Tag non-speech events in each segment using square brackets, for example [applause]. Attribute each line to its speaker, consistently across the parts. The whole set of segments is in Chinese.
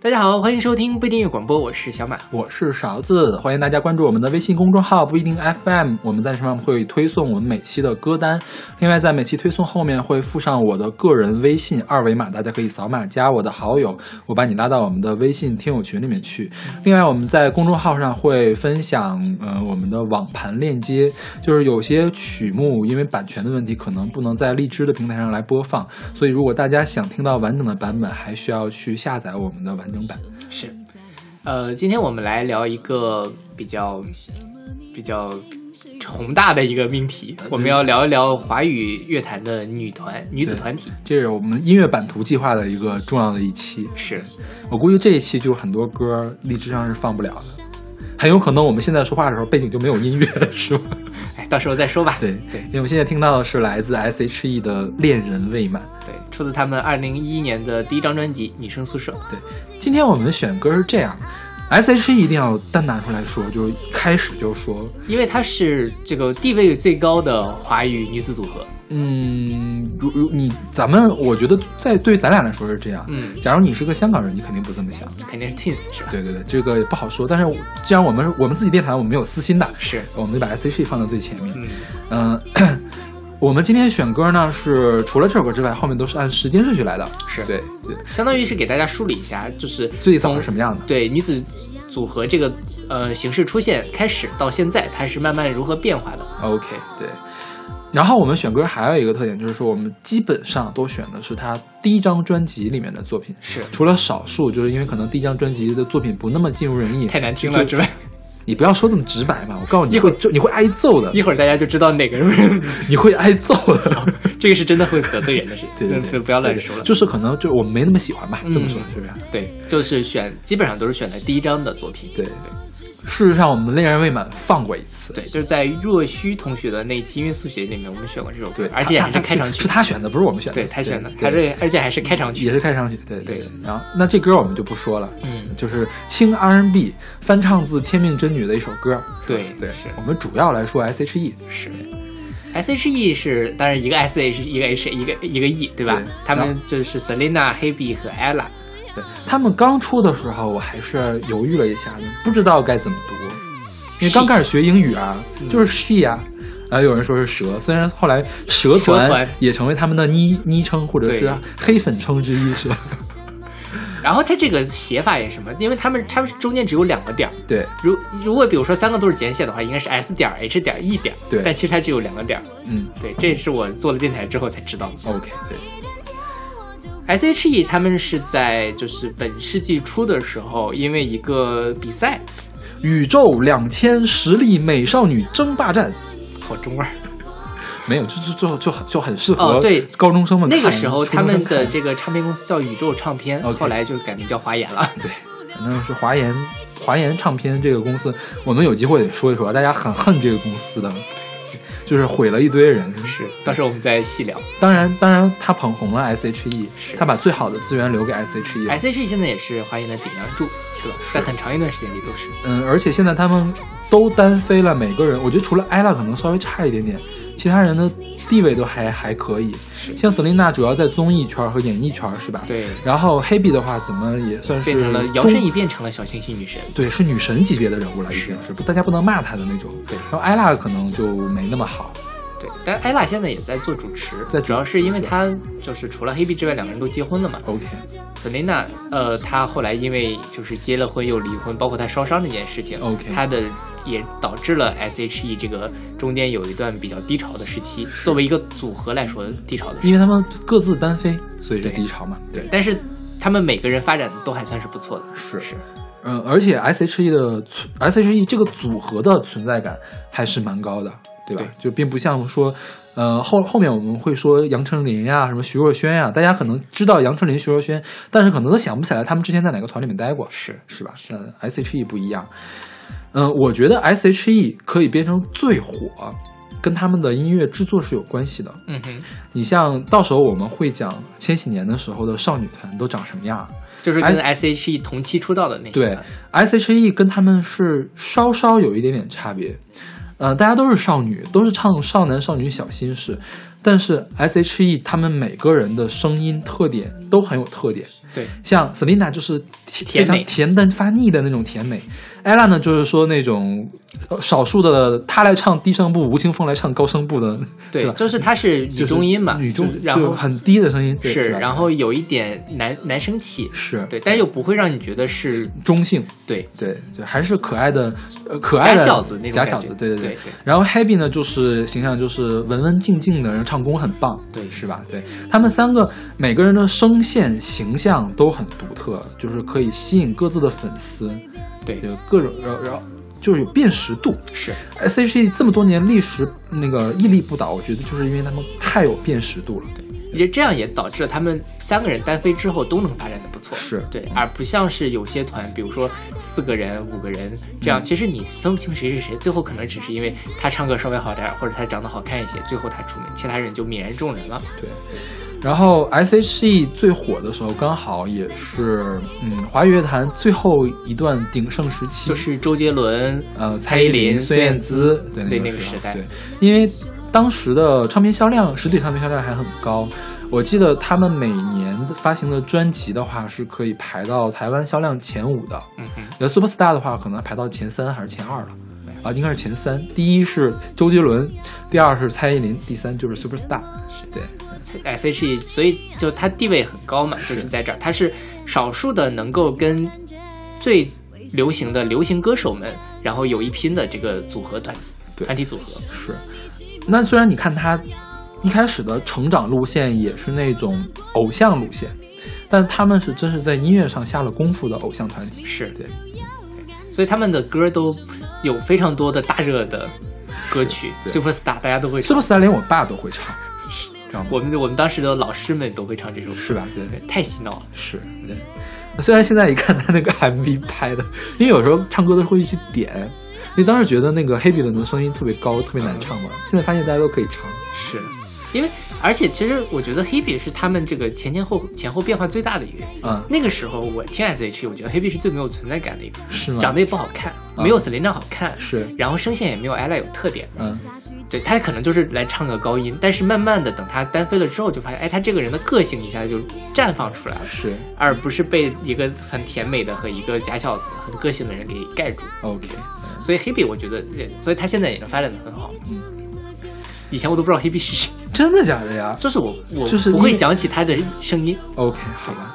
Speaker 1: 大家好，欢迎收听不一定广播，我是小马。
Speaker 2: 我是勺子，欢迎大家关注我们的微信公众号“不一定 FM”，我们在上面会推送我们每期的歌单。另外，在每期推送后面会附上我的个人微信二维码，大家可以扫码加我的好友，我把你拉到我们的微信听友群里面去。另外，我们在公众号上会分享，呃，我们的网盘链接，就是有些曲目因为版权的问题，可能不能在荔枝的平台上来播放，所以如果大家想听到完整的版本，还需要去下载我们的完整版。
Speaker 1: 是，呃，今天我们来聊一个比较比较宏大的一个命题，我们要聊一聊华语乐坛的女团女子团体。
Speaker 2: 这是我们音乐版图计划的一个重要的一期。
Speaker 1: 是，
Speaker 2: 我估计这一期就很多歌荔枝上是放不了的，很有可能我们现在说话的时候背景就没有音乐了，是吗？
Speaker 1: 哎，到时候再说吧。
Speaker 2: [laughs] 对
Speaker 1: 对
Speaker 2: 因为我们现在听到的是来自 S.H.E 的《恋人未满
Speaker 1: 对，出自他们二零一一年的第一张专辑《女生宿舍》。》。
Speaker 2: 对，今天我们选歌是这样，S.H.E E 一定要单拿出来说，就是一开始就说，
Speaker 1: 因为她是这个地位最高的华语女子组合，
Speaker 2: 嗯，如如你咱们，我觉得在对咱俩来说是这样。
Speaker 1: 嗯
Speaker 2: 假如你是个香港人，你肯定不这么想。
Speaker 1: 肯定是 Twins 是吧？
Speaker 2: 对对对，这个也不好说。但是我既然我们我们自己电台，我们没有私心的，
Speaker 1: 是，
Speaker 2: 我们就把 S.H.E 放到最前面。
Speaker 1: 嗯，
Speaker 2: 嗯，我们今天选歌呢是除了这首歌之外，后面都是按时间顺序来的。
Speaker 1: 是
Speaker 2: 对对，
Speaker 1: 相当于是给大家梳理一下，就是
Speaker 2: 最早是什么样的？
Speaker 1: 对女子组合这个呃形式出现开始到现在，它是慢慢如何变化的？
Speaker 2: OK，对。然后我们选歌还有一个特点，就是说我们基本上都选的是他第一张专辑里面的作品，
Speaker 1: 是
Speaker 2: 除了少数，就是因为可能第一张专辑的作品不那么尽如人意，
Speaker 1: 太难听了，
Speaker 2: 就
Speaker 1: 之外，
Speaker 2: 你不要说这么直白嘛，我告诉你，
Speaker 1: 一
Speaker 2: 你
Speaker 1: 会儿
Speaker 2: 会就你会挨揍的，
Speaker 1: [laughs] 一会儿大家就知道哪个人， [laughs]
Speaker 2: 你会挨揍的。，
Speaker 1: 这个是真的会得罪人的事
Speaker 2: 对对对，
Speaker 1: 不要乱
Speaker 2: 对
Speaker 1: 说了。
Speaker 2: 就是可能就我们没那么喜欢吧，这么说
Speaker 1: 嗯
Speaker 2: 是不是？
Speaker 1: 对，就是选基本上都是选的第一张的作品。
Speaker 2: 对事实上，我们恋人未满放过一次，
Speaker 1: 对，就是在若虚同学的那一期音乐速写里面，我们选过这首歌
Speaker 2: 对，，
Speaker 1: 而且
Speaker 2: 他
Speaker 1: 还是
Speaker 2: 他
Speaker 1: 开场
Speaker 2: 是
Speaker 1: 曲
Speaker 2: 是，他选的，不是我们选的，
Speaker 1: 对，他选的，
Speaker 2: 对
Speaker 1: 还
Speaker 2: 对
Speaker 1: 是而且还是开场曲
Speaker 2: 也，是开场曲，对对
Speaker 1: 对。
Speaker 2: 然后那这歌我们就不说了，
Speaker 1: 嗯
Speaker 2: 就是轻 R&B 翻唱自天命真女的一首歌，
Speaker 1: 对
Speaker 2: 对，
Speaker 1: 是
Speaker 2: 我们主要来说 E，S.H.E，
Speaker 1: 是。S H E 是当然一个 S H 一个 H 一个一个 E 对吧？
Speaker 2: 对
Speaker 1: 他
Speaker 2: 然
Speaker 1: 们就是 Selina、Hebe 和 Ella，
Speaker 2: 对他们刚出的时候，我还是犹豫了一下，不知道该怎么读，因为刚开始学英语啊，就是 she 啊。然后有人说是蛇，虽然后来蛇
Speaker 1: 蛇
Speaker 2: 团
Speaker 1: 团
Speaker 2: 也成为他们的昵昵称或者是
Speaker 1: 对
Speaker 2: 黑粉称之一，是吧？
Speaker 1: 然后它这个写法也是什么？因为他们他们中间只有两个点儿，
Speaker 2: 对，
Speaker 1: 如如果比如说三个都是简写的话，应该是 S 点儿 H 点儿 E 点儿，
Speaker 2: 对
Speaker 1: 但其实它只有两个点儿，
Speaker 2: 嗯
Speaker 1: 对，这是我做了电台之后才知道的。
Speaker 2: ，OK，对，
Speaker 1: S H E 他们是在就是本世纪初的时候，因为一个比赛，
Speaker 2: 宇宙两千实力美少女争霸战，
Speaker 1: 好中二，
Speaker 2: 没有，就就就就很就很适合
Speaker 1: 哦对
Speaker 2: 高中生们看、
Speaker 1: 那个时候
Speaker 2: 初
Speaker 1: 他
Speaker 2: 中生
Speaker 1: 们的
Speaker 2: 看
Speaker 1: 这个唱片公司叫宇宙唱 [laughs] 片，
Speaker 2: OK
Speaker 1: 后来就改名叫华研了。
Speaker 2: 对，反正是华研华研唱片这个公司，我们有机会得说一说，大家很恨这个公司的，就是毁了一堆人。
Speaker 1: 是，到时候我们再细聊。
Speaker 2: 当然，当然他捧红了 S.H.E，
Speaker 1: 是
Speaker 2: 他把最好的资源留给 S.H.E 了。
Speaker 1: S H E 现在也是华研的顶梁柱，对吧？在很长一段时间里都是。
Speaker 2: 嗯，而且现在他们都单飞了，每个人，我觉得除了艾拉可能稍微差一点点，其他人的地位都还还可以。像 Selina 主要在综艺圈和演艺圈，是吧？。
Speaker 1: 对，
Speaker 2: 然后 Hebe 的话，怎么也算是
Speaker 1: 变成了摇
Speaker 2: 中
Speaker 1: 身一变成了小清新女神。
Speaker 2: 对，是女神级别的人物了，已经是不大家不能骂她的那种。对，然后艾拉可能就没那么好。
Speaker 1: 对，但艾拉现在也在做主持，
Speaker 2: 在主持
Speaker 1: 主要是因为她就是除了黑 B 之外，两个人都结婚了嘛。
Speaker 2: OK，
Speaker 1: Selina，呃，她后来因为就是结了婚又离婚，包括她烧伤这件事情
Speaker 2: OK
Speaker 1: 她的也导致了 S.H.E 这个中间有一段比较低潮的时期，作为一个组合来说低潮的时期
Speaker 2: 因，为他们各自单飞，所以是
Speaker 1: 对
Speaker 2: 低潮嘛。对，
Speaker 1: 但是他们每个人发展都还算是不错的。
Speaker 2: 是
Speaker 1: 是，
Speaker 2: 嗯，而且 S.H.E 的 S.H.E E 这个组合的存在感还是蛮高的，对吧？
Speaker 1: 对
Speaker 2: 就并不像说，呃，后后面我们会说杨丞琳呀、什么徐若瑄呀、大家可能知道杨丞琳、徐若瑄，但是可能都想不起来他们之前在哪个团里面待过。
Speaker 1: 是
Speaker 2: 是吧？嗯，S.H.E 不一样。嗯，我觉得 S.H.E 可以变成最火，跟他们的音乐制作是有关系的。
Speaker 1: 嗯哼，
Speaker 2: 你像到时候我们会讲千禧年的时候的少女团都长什么样儿。
Speaker 1: 就是跟 S.H.E 同期出道的那些
Speaker 2: 哎对
Speaker 1: 团
Speaker 2: ，S.H.E E 跟他们是稍稍有一点点差别。呃，大家都是少女，都是唱少男少女小心事，但是 S.H.E E 他们每个人的声音特点都很有特点，
Speaker 1: 对，
Speaker 2: 像 Selina 就是
Speaker 1: 甜
Speaker 2: 甜非
Speaker 1: 美
Speaker 2: 常甜但发腻的那种甜美，ella 呢就是说那种呃少数的她来唱低声部，吴青峰来唱高声部的，是
Speaker 1: 对，
Speaker 2: 吧
Speaker 1: 就是她是女
Speaker 2: 就是
Speaker 1: 中音嘛，
Speaker 2: 女中
Speaker 1: 就是然后
Speaker 2: 就很低的声音，对
Speaker 1: 是，
Speaker 2: 吧
Speaker 1: 然后有一点男男生气，
Speaker 2: 是
Speaker 1: 对，但又不会让你觉得是
Speaker 2: 中性，
Speaker 1: 对
Speaker 2: 对，就还是可爱的，呃，可爱的
Speaker 1: 假小子那种
Speaker 2: 假
Speaker 1: 感
Speaker 2: 小
Speaker 1: 觉
Speaker 2: 子，对对
Speaker 1: 对对
Speaker 2: 然后 Happy 呢，就是形象就是文文静静的，然后唱功很棒，
Speaker 1: 对
Speaker 2: 是吧？对他们三个每个人的声线形象都很独特，就是可以吸引各自的粉丝，
Speaker 1: 对
Speaker 2: 有各种，然后然后就是有辨识度。
Speaker 1: 是
Speaker 2: S.H.E 这么多年历史那个屹立不倒，我觉得就是因为他们太有辨识度了，对。
Speaker 1: 也这样也导致了他们三个人单飞之后都能发展的不错，
Speaker 2: 是
Speaker 1: 对，而不像是有些团，比如说四个人、五个人这
Speaker 2: 嗯
Speaker 1: 样，其实你分不清谁是谁，最后可能只是因为他唱歌稍微好点儿，或者他长得好看一些，最后他出名，其他人就泯然众人了。
Speaker 2: 嗯然后 S.H.E 最火的时候，刚好也是嗯华语乐坛最后一段鼎盛时期，
Speaker 1: 就是周杰伦、
Speaker 2: 呃
Speaker 1: 蔡依林、
Speaker 2: 孙燕姿对
Speaker 1: 对
Speaker 2: 那
Speaker 1: 那个时代
Speaker 2: 对，因为当时的唱片销量，实体唱片销量还很高。我记得他们每年发行的专辑的话，是可以排到台湾销量前五的。
Speaker 1: 嗯哼，
Speaker 2: 那 Superstar 的话，可能排到前三还是前二了。啊，应该是前三，第一是周杰伦，第二是蔡依林，第三就是 Superstar。对，
Speaker 1: S.H.E，所以就他地位很高嘛，就是在这儿，他是少数的能够跟最流行的流行歌手们，然后有一拼的这个组合团体，
Speaker 2: 对
Speaker 1: 团体组合，
Speaker 2: 是，那虽然你看他一开始的成长路线也是那种偶像路线，但他们是真是在音乐上下了功夫的偶像团体。
Speaker 1: 是
Speaker 2: 对，
Speaker 1: 所以他们的歌都有非常多的大热的歌曲
Speaker 2: 对
Speaker 1: ，Superstar 大家都会唱，
Speaker 2: Superstar 连我爸都会唱，知道吗？
Speaker 1: 我们我们当时的老师们都会唱这首歌，
Speaker 2: 是吧？对，
Speaker 1: 对，太洗脑了，
Speaker 2: 是，对。虽然现在一看他那个 MV 拍的，因为有时候唱歌的时候会去点，因为当时觉得那个黑比伦的声音特别高，特别
Speaker 1: 嗯
Speaker 2: 难唱嘛。现在发现大家都可以唱，
Speaker 1: 是。因为，而且其实我觉得 Hebe 是他们这个前前后前后变化最大的一个人。
Speaker 2: 嗯，
Speaker 1: 那个时候我听 S.H.E，我觉得 Hebe 是最没有存在感的一个人。
Speaker 2: 是吗？啊
Speaker 1: 长得也不好看，没有 Selina 好看，
Speaker 2: 是
Speaker 1: 然后声线也没有 ella 有特点，
Speaker 2: 嗯，
Speaker 1: 对她可能就是来唱个高音，但是慢慢的等她单飞了之后，就发现，哎，她这个人的个性一下就绽放出来了，
Speaker 2: 是
Speaker 1: 而不是被一个很甜美的和一个假小子、很个性的人给盖住。
Speaker 2: OK。
Speaker 1: 所以 Hebe 我觉得，也所以她现在也能发展的很好。
Speaker 2: 嗯
Speaker 1: 以前我都不知道 Hebe 是谁，
Speaker 2: 真的假的呀？
Speaker 1: 就是我我
Speaker 2: 就是
Speaker 1: 不会
Speaker 2: 因为
Speaker 1: 想起她的声音，
Speaker 2: OK，好吧。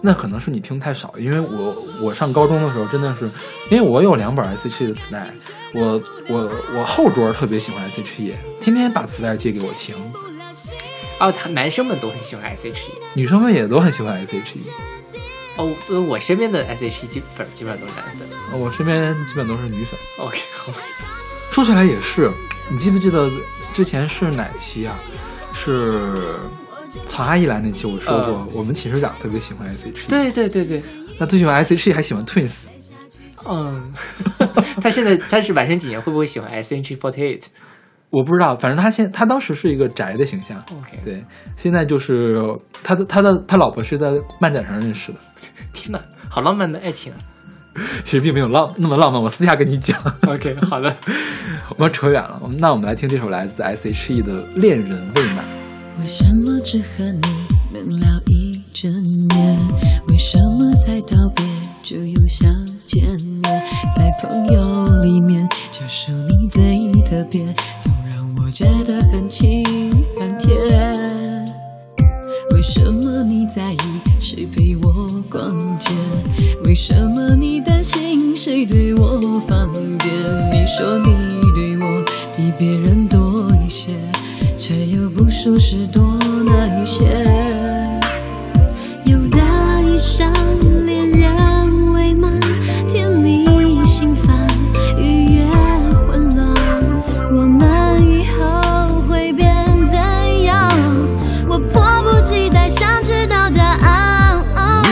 Speaker 2: 那可能是你听太少，因为我我上高中的时候真的是，因为我有两本 S.H.E 的磁带，我我我后桌特别喜欢 S.H.E，天天把磁带借给我听，
Speaker 1: 哦，她男生们都很喜欢 S.H.E。
Speaker 2: 女生们也都很喜欢 S.H.E，
Speaker 1: 哦，我我身边的 S.H.E 基本基本上都是男的。
Speaker 2: 我身边基本都是女粉。
Speaker 1: OK，好吧。 [laughs]
Speaker 2: 说起来也是，你记不记得之前是哪期啊？是草阿一来那期我说过，
Speaker 1: 呃
Speaker 2: 我们寝室长特别喜欢 S.H.E，，
Speaker 1: 对对对对，
Speaker 2: 那最喜欢 S.H.E 还喜欢 Twins，
Speaker 1: 嗯， [laughs] 他现在他是晚生几年会不会喜欢 S H forty eight？
Speaker 2: 我不知道，反正他现他当时是一个宅的形象。
Speaker 1: OK
Speaker 2: 对，现在就是他的他的他老婆是在漫展上认识的，
Speaker 1: 天哪，好浪漫的爱情啊。
Speaker 2: 其实并没有浪那么浪漫。我私下跟你讲， [laughs]
Speaker 1: OK，好的，
Speaker 2: 我们扯远了。我们那我们来听这首来自 S.H.E 的《恋人未满》。
Speaker 3: 为什么只和你能聊一整夜？为什么才道别就又想见面？在朋友里面，就属你最特别，总让我觉得很亲很甜。为什么你在意谁陪我逛街？为什么你担心谁对我放电？你说你对我比别人多一些，却又不说是多哪一些。
Speaker 4: 有的一生恋人未满，甜蜜心烦，愉悦混乱。我们以后会变怎样？我迫不及待想知道答案。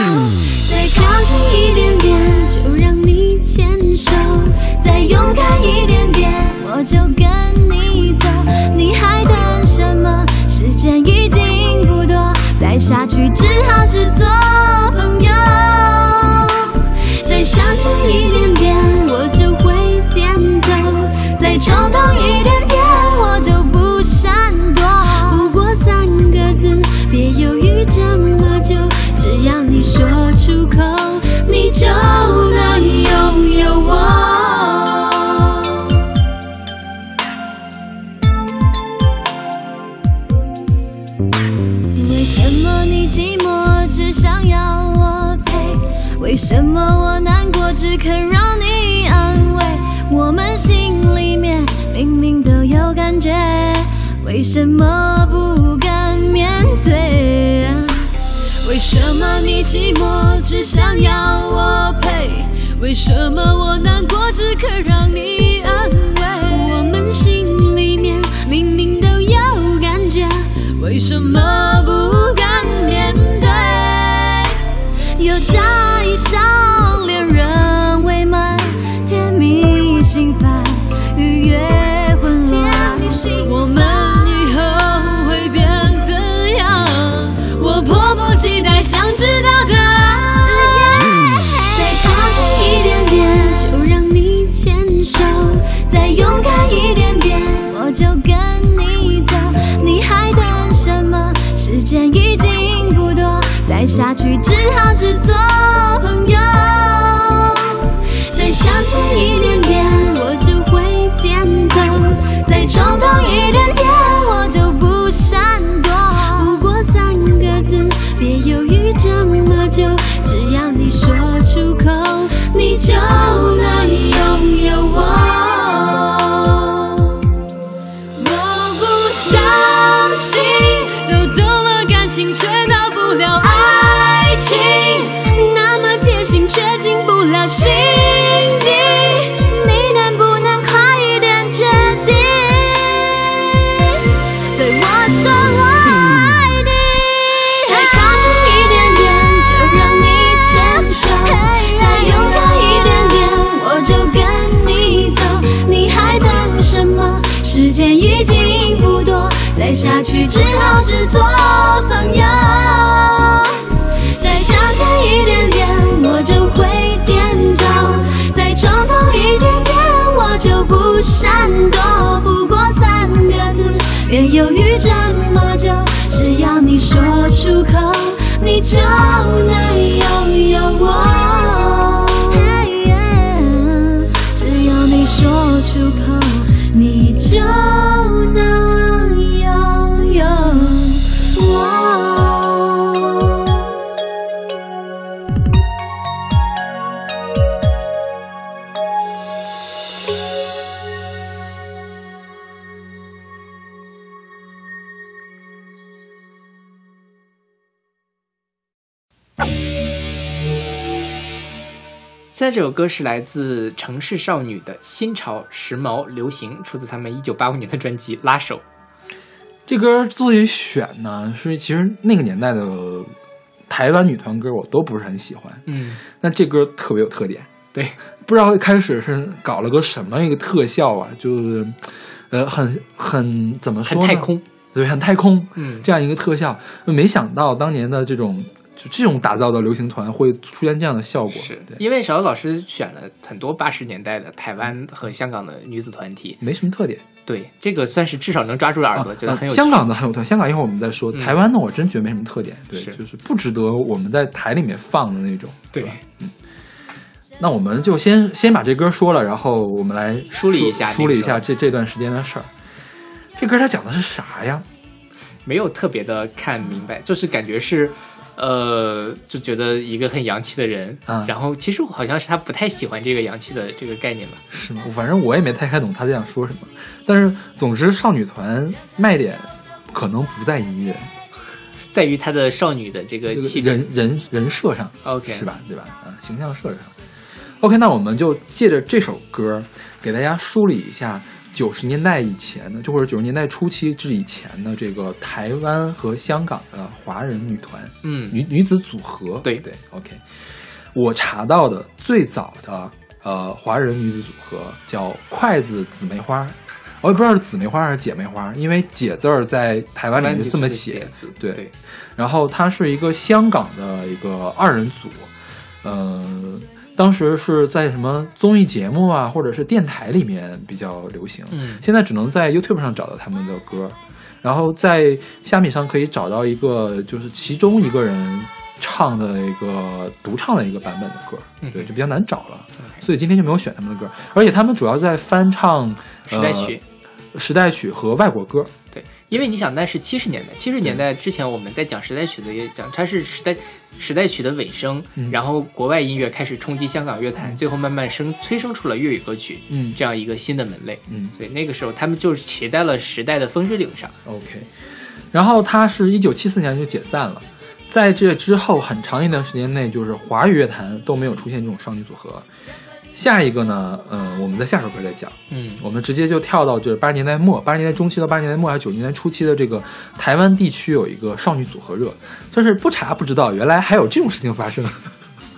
Speaker 4: 再靠近一点点，就让你牵手；再勇敢一点点，我就跟你走。你还等什么？时间已经不多，再下去只好只做朋友。再向前一点点，我就会点头；再冲动一点点，我就不闪躲。这么久，只要你说出口，你就能拥有我。为什么你寂寞只想要我陪？为什么我难过只肯让你安慰？我们心里面明明都有感觉，为什么不敢面对啊？为什么你寂寞只想要我陪？为什么我难过只肯让你安慰？我们心里面明明都有感觉，为什么不敢面对？有大一笑，恋人未满，甜蜜心烦，愉悦混乱。我们以后会变怎样？我迫不及待想知道答案。再靠近一点点，就让你牵手；再勇敢一点点，我就跟你走。你还等什么？时间已经不多，再下去只好只做朋友。再向前一点点，我就会点头；再冲动一点点，我就不闪躲。不过三个字，别犹豫这么久，只要你说出口，你就能拥有我。我不相信，都懂了感情，却到不了爱情。那么贴心，却进不了心底。你能不能快一点决定，对我说我爱你？再靠近一点点，就让你牵手；再勇敢一点点，我就跟你走。你还等什么？时间已经不多，再下去只好只做朋友。再向前一点点，我就会点头；再冲动一点点，我就不闪躲。不过三个字，别犹豫这么久，只要你说出口，你就能拥有我。嘿耶只要你说出口，你就能拥有我。
Speaker 1: [laughs] 现在这首歌是来自城市少女的新潮时髦流行，出自他们一九八五年的专辑《拉手》。
Speaker 2: 这歌之所以选呢，是其实那个年代的台湾女团歌我都不是很喜欢，
Speaker 1: 嗯，
Speaker 2: 但这歌特别有特点。
Speaker 1: 对，
Speaker 2: 不知道一开始是搞了个什么一个特效啊，就是呃很很怎么
Speaker 1: 很
Speaker 2: 说呢？
Speaker 1: 太，空，
Speaker 2: 对，很太空，
Speaker 1: 嗯，
Speaker 2: 这样一个特效，没想到当年的这种就这种打造的流行团会出现这样的效果，
Speaker 1: 是
Speaker 2: 对，
Speaker 1: 因为小欧老师选了很多八十年代的台湾和香港的女子团体，
Speaker 2: 没什么特点。
Speaker 1: 对，这个算是至少能抓住了耳朵，觉得很有
Speaker 2: 啊
Speaker 1: 趣。
Speaker 2: 香港的很有特，香港一会儿我们再说。
Speaker 1: 嗯
Speaker 2: 台湾呢，我真觉得没什么特点，对，
Speaker 1: 是
Speaker 2: 就是不值得我们在台里面放的那种。
Speaker 1: 对，
Speaker 2: 那我们就先先把这歌说了，然后我们来
Speaker 1: 梳理一下
Speaker 2: 梳理一
Speaker 1: 那
Speaker 2: 下
Speaker 1: 个
Speaker 2: 这这段时间的事儿。这歌它讲的是啥呀？
Speaker 1: 没有特别的看明白，就是感觉是，呃，就觉得一个很洋气的人，
Speaker 2: 嗯
Speaker 1: 然后其实我好像是他不太喜欢这个洋气的这个概念吧，
Speaker 2: 是吗？反正我也没太看懂他在想说什么。但是，总之，少女团卖点可能不在音乐，
Speaker 1: 在于他的少女的这个
Speaker 2: 这
Speaker 1: 气
Speaker 2: 个
Speaker 1: 质。
Speaker 2: 人人人设上
Speaker 1: OK
Speaker 2: 是吧？对吧？啊，形象设置上。OK，那我们就借着这首歌，给大家梳理一下九十年代以前的，就或者九十年代初期至以前的这个台湾和香港的华人女团，
Speaker 1: 嗯
Speaker 2: 女女子组合。
Speaker 1: 对
Speaker 2: 对，OK。我查到的最早的呃华人女子组合叫筷子姊妹花，我也不知道是姊妹花还是姐妹花，因为“姐”字儿在台湾里面是这么写，
Speaker 1: 字，
Speaker 2: 对
Speaker 1: 对，
Speaker 2: 然后它是一个香港的一个二人组，呃，当时是在什么综艺节目啊，或者是电台里面比较流行。
Speaker 1: 嗯
Speaker 2: 现在只能在 YouTube 上找到他们的歌。然后在虾米上可以找到一个，就是其中一个人唱的一个独唱的一个版本的
Speaker 1: 嗯
Speaker 2: 歌，对，就比较难找了，所以今天就没有选他们的歌，而且他们主要在翻唱
Speaker 1: 时代曲、
Speaker 2: 呃时代曲和外国歌，
Speaker 1: 对，因为你想，那是七十年代，七十年代之前我们在讲时代曲的也讲，它是时代时代曲的尾声，
Speaker 2: 嗯
Speaker 1: 然后国外音乐开始冲击香港乐坛，最后慢慢生催生出了粤语歌曲，
Speaker 2: 嗯
Speaker 1: 这样一个新的门类。
Speaker 2: 嗯，
Speaker 1: 所以那个时候，他们就是骑在了时代的风之岭上。
Speaker 2: OK，然后他是一九七四年就解散了，在这之后很长一段时间内，就是华语乐坛都没有出现这种少女组合。下一个呢，嗯，我们在下首歌再讲，
Speaker 1: 嗯
Speaker 2: 我们直接就跳到就是八十年代末、八十年代中期到八十年代末还有九十年代初期的这个台湾地区有一个少女组合热，就是不查不知道，原来还有这种事情发生。 [laughs]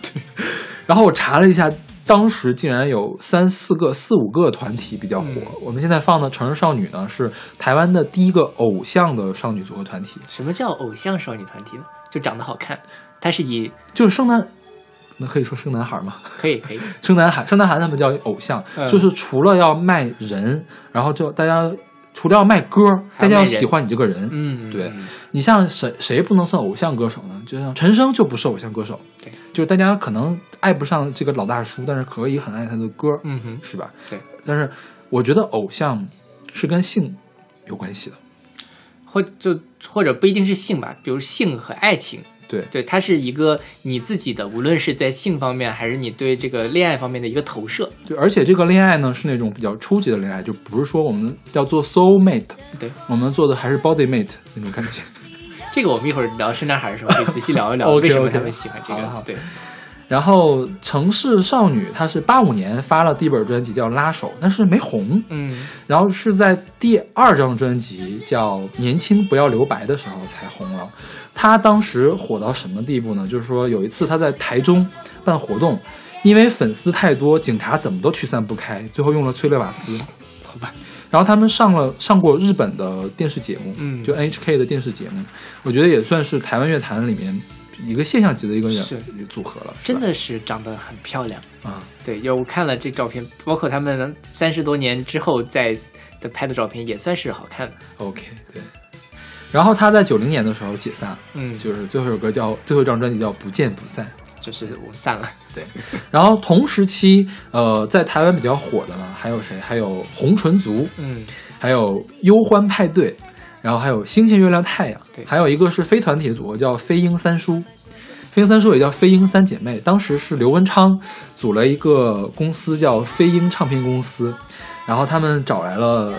Speaker 2: 然后我查了一下，当时竟然有三四个、四五个团体比较火。
Speaker 1: 嗯
Speaker 2: 我们现在放的《城市少女》呢，是台湾的第一个偶像的少女组合团体，
Speaker 1: 什么叫偶像少女团体呢？就长得好看，它是以
Speaker 2: 就是生男，那可以说生男孩吗？
Speaker 1: 可以可以，
Speaker 2: 生男孩，生男孩他们叫偶像，
Speaker 1: 嗯
Speaker 2: 就是除了要卖人，然后就大家除了要卖歌，
Speaker 1: 还
Speaker 2: 大
Speaker 1: 要卖人
Speaker 2: 家要喜欢你这个人。
Speaker 1: 嗯，
Speaker 2: 对
Speaker 1: 嗯
Speaker 2: 你像谁谁不能算偶像歌手呢？就像陈升就不是偶像歌手，
Speaker 1: 对，
Speaker 2: 就是大家可能爱不上这个老大叔，但是可以很爱他的歌。
Speaker 1: [laughs] 嗯哼，
Speaker 2: 是吧？
Speaker 1: 对。
Speaker 2: 但是我觉得偶像是跟性有关系的，
Speaker 1: 或就或者不一定是性吧，比如性和爱情。
Speaker 2: 对
Speaker 1: 对，它是一个你自己的，无论是在性方面，还是你对这个恋爱方面的一个投射。
Speaker 2: 对。而且这个恋爱呢是那种比较初级的恋爱，就不是说我们要做 soul mate，
Speaker 1: 对，
Speaker 2: 我们做的还是 body mate 那种感觉。
Speaker 1: 这个我们一会儿聊生男孩的时候可以仔细聊一 [laughs] 聊，
Speaker 2: OK，OK
Speaker 1: 为什么他们喜欢这
Speaker 2: 好的好
Speaker 1: 个。
Speaker 2: 的
Speaker 1: 对，
Speaker 2: 然后《城市少女》她是八五年发了第一本专辑叫《拉手》，但是没红。
Speaker 1: 嗯，
Speaker 2: 然后是在第二张专辑叫《年轻不要留白》的时候才红了。他当时火到什么地步呢？就是说有一次他在台中办活动，因为粉丝太多，警察怎么都驱散不开，最后用了催泪瓦斯。
Speaker 1: 好吧，
Speaker 2: 然后他们上了上过日本的电视节目，
Speaker 1: 嗯
Speaker 2: 就 NHK 的电视节目，我觉得也算是台湾乐坛里面一个现象级的一个人
Speaker 1: 是
Speaker 2: 组合了，是
Speaker 1: 真
Speaker 2: 吧
Speaker 1: 的是长得很漂亮。
Speaker 2: 啊，
Speaker 1: 对，要我看了这照片，包括他们三十多年之后在的拍的照片，也算是好看的。
Speaker 2: OK，对。然后他在九零年的时候解散，
Speaker 1: 嗯，就
Speaker 2: 就是最后一首歌叫最后一张专辑叫《不见不散》。
Speaker 1: 就是我散了。
Speaker 2: [laughs] 然后同时期，呃，在台湾比较火的呢，还有谁？还有红唇族，
Speaker 1: 嗯，
Speaker 2: 还有忧欢派对，然后还有星星、月亮、太阳，
Speaker 1: 对
Speaker 2: 还有一个是非团体组合叫飞鹰三叔，飞鹰三叔也叫飞鹰三姐妹。当时是刘文昌组了一个公司叫飞鹰唱片公司，然后他们找来了，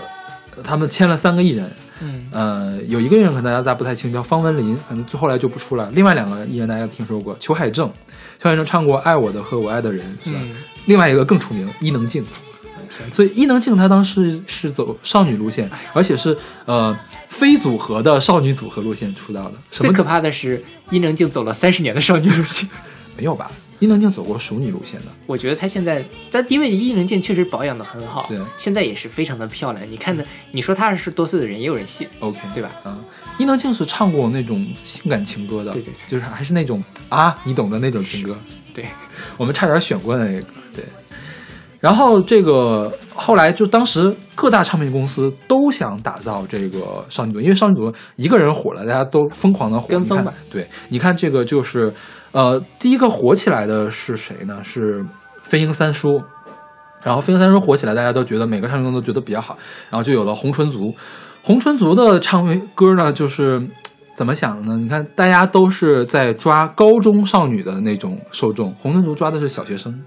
Speaker 2: 他们签了三个艺人，
Speaker 1: 嗯，
Speaker 2: 呃，有一个人可能大家大家不太清，叫方文琳，可能最后来就不出来了。另外两个艺人大家听说过，裘海正，裘海正唱过《爱我的和我爱的人》，是吧？
Speaker 1: 嗯
Speaker 2: 另外一个更出名，伊能静。所以伊能静她当时是走少女路线，而且是呃非组合的少女组合路线出道的。什
Speaker 1: 最
Speaker 2: 么
Speaker 1: 可怕的是，伊能静走了三十年的少女路线。
Speaker 2: 没有吧？伊能静走过熟女路线的，
Speaker 1: [laughs] 我觉得她现在，但因为伊能静确实保养的很好
Speaker 2: 对，嗯
Speaker 1: 现在也是非常的漂亮。你看的，你说她二十多岁的人也有人信，
Speaker 2: OK，
Speaker 1: 对吧？
Speaker 2: 啊，伊能静是唱过那种性感情歌的，
Speaker 1: 对对对
Speaker 2: 就是还是那种啊，你懂的那种情歌。 [laughs]
Speaker 1: 对，
Speaker 2: 我们差点选过那个，对。然后这个后来就当时各大唱片公司都想打造这个少女组，因为少女组一个人火了，大家都疯狂的火。
Speaker 1: 跟风
Speaker 2: 你看
Speaker 1: 吧
Speaker 2: 对，你看这个就是，呃，第一个火起来的是谁呢？是飞鹰三叔。然后飞鹰三叔火起来，大家都觉得每个唱片公司都觉得比较好，然后就有了红唇族。红唇族的唱片歌呢，就是嘖怎么想的呢？你看，大家都是在抓高中少女的那种受众，红唇族抓的是小学生，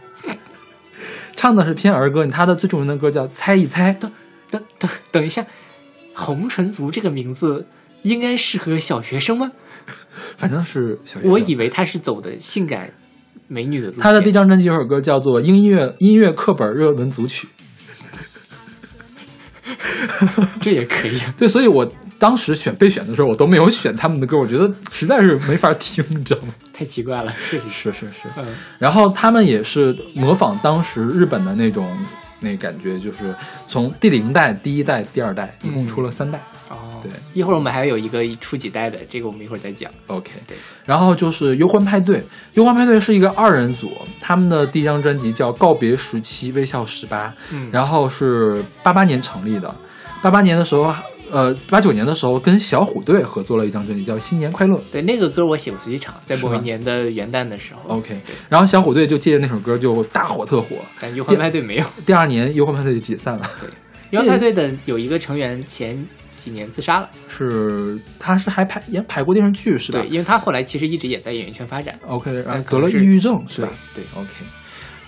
Speaker 2: 唱的是偏儿歌。他的最著名的歌叫《猜一猜》，
Speaker 1: 等等等一下，红唇族这个名字应该适合小学生吗？
Speaker 2: 反正是小学生。
Speaker 1: 我以为她是走的性感美女的路线。
Speaker 2: 他的第一张专辑有首歌叫做《音乐音乐课本热门组曲》，
Speaker 1: 这也可以啊，
Speaker 2: 对，所以我当时选备选的时候，我都没有选他们的歌，我觉得实在是没法听，你知道吗？
Speaker 1: 太奇怪了，确实是。
Speaker 2: 是是是， [laughs]
Speaker 1: 嗯
Speaker 2: 然后他们也是模仿当时日本的那种那感觉，就是从第零代、第一代、第二代，一共出了三代。
Speaker 1: 哦，
Speaker 2: 对，
Speaker 1: 一会儿我们还有一个出几代的，这个我们一会儿再讲。
Speaker 2: OK，
Speaker 1: 对。
Speaker 2: 然后就是忧欢派对，忧欢派对是一个二人组，他们的第一张专辑叫《告别时期，微笑十八》，
Speaker 1: 嗯
Speaker 2: 然后是八八年成立的，八八年的时候。呃八九年的时候跟小虎队合作了一张专辑叫《新年快乐》。
Speaker 1: 对，那个歌我写过随机场，在
Speaker 2: 是
Speaker 1: 某一
Speaker 2: 吗
Speaker 1: 年的元旦的时候，
Speaker 2: OK，然后小虎队就借着那首歌就大火特火，
Speaker 1: 但忧患派对没 [laughs] 有。
Speaker 2: 第二年忧患派对就解散
Speaker 1: [laughs]
Speaker 2: 了，
Speaker 1: 忧患派对的有一个成员前几年自杀了，
Speaker 2: 是他是还拍也拍过电视剧是吧
Speaker 1: 对，因为他后来其实一直也在演艺圈发展，
Speaker 2: ？OK，然后
Speaker 1: 但
Speaker 2: 得
Speaker 1: 可能
Speaker 2: 了抑
Speaker 1: 是
Speaker 2: 郁症是吧？
Speaker 1: 对，对
Speaker 2: OK，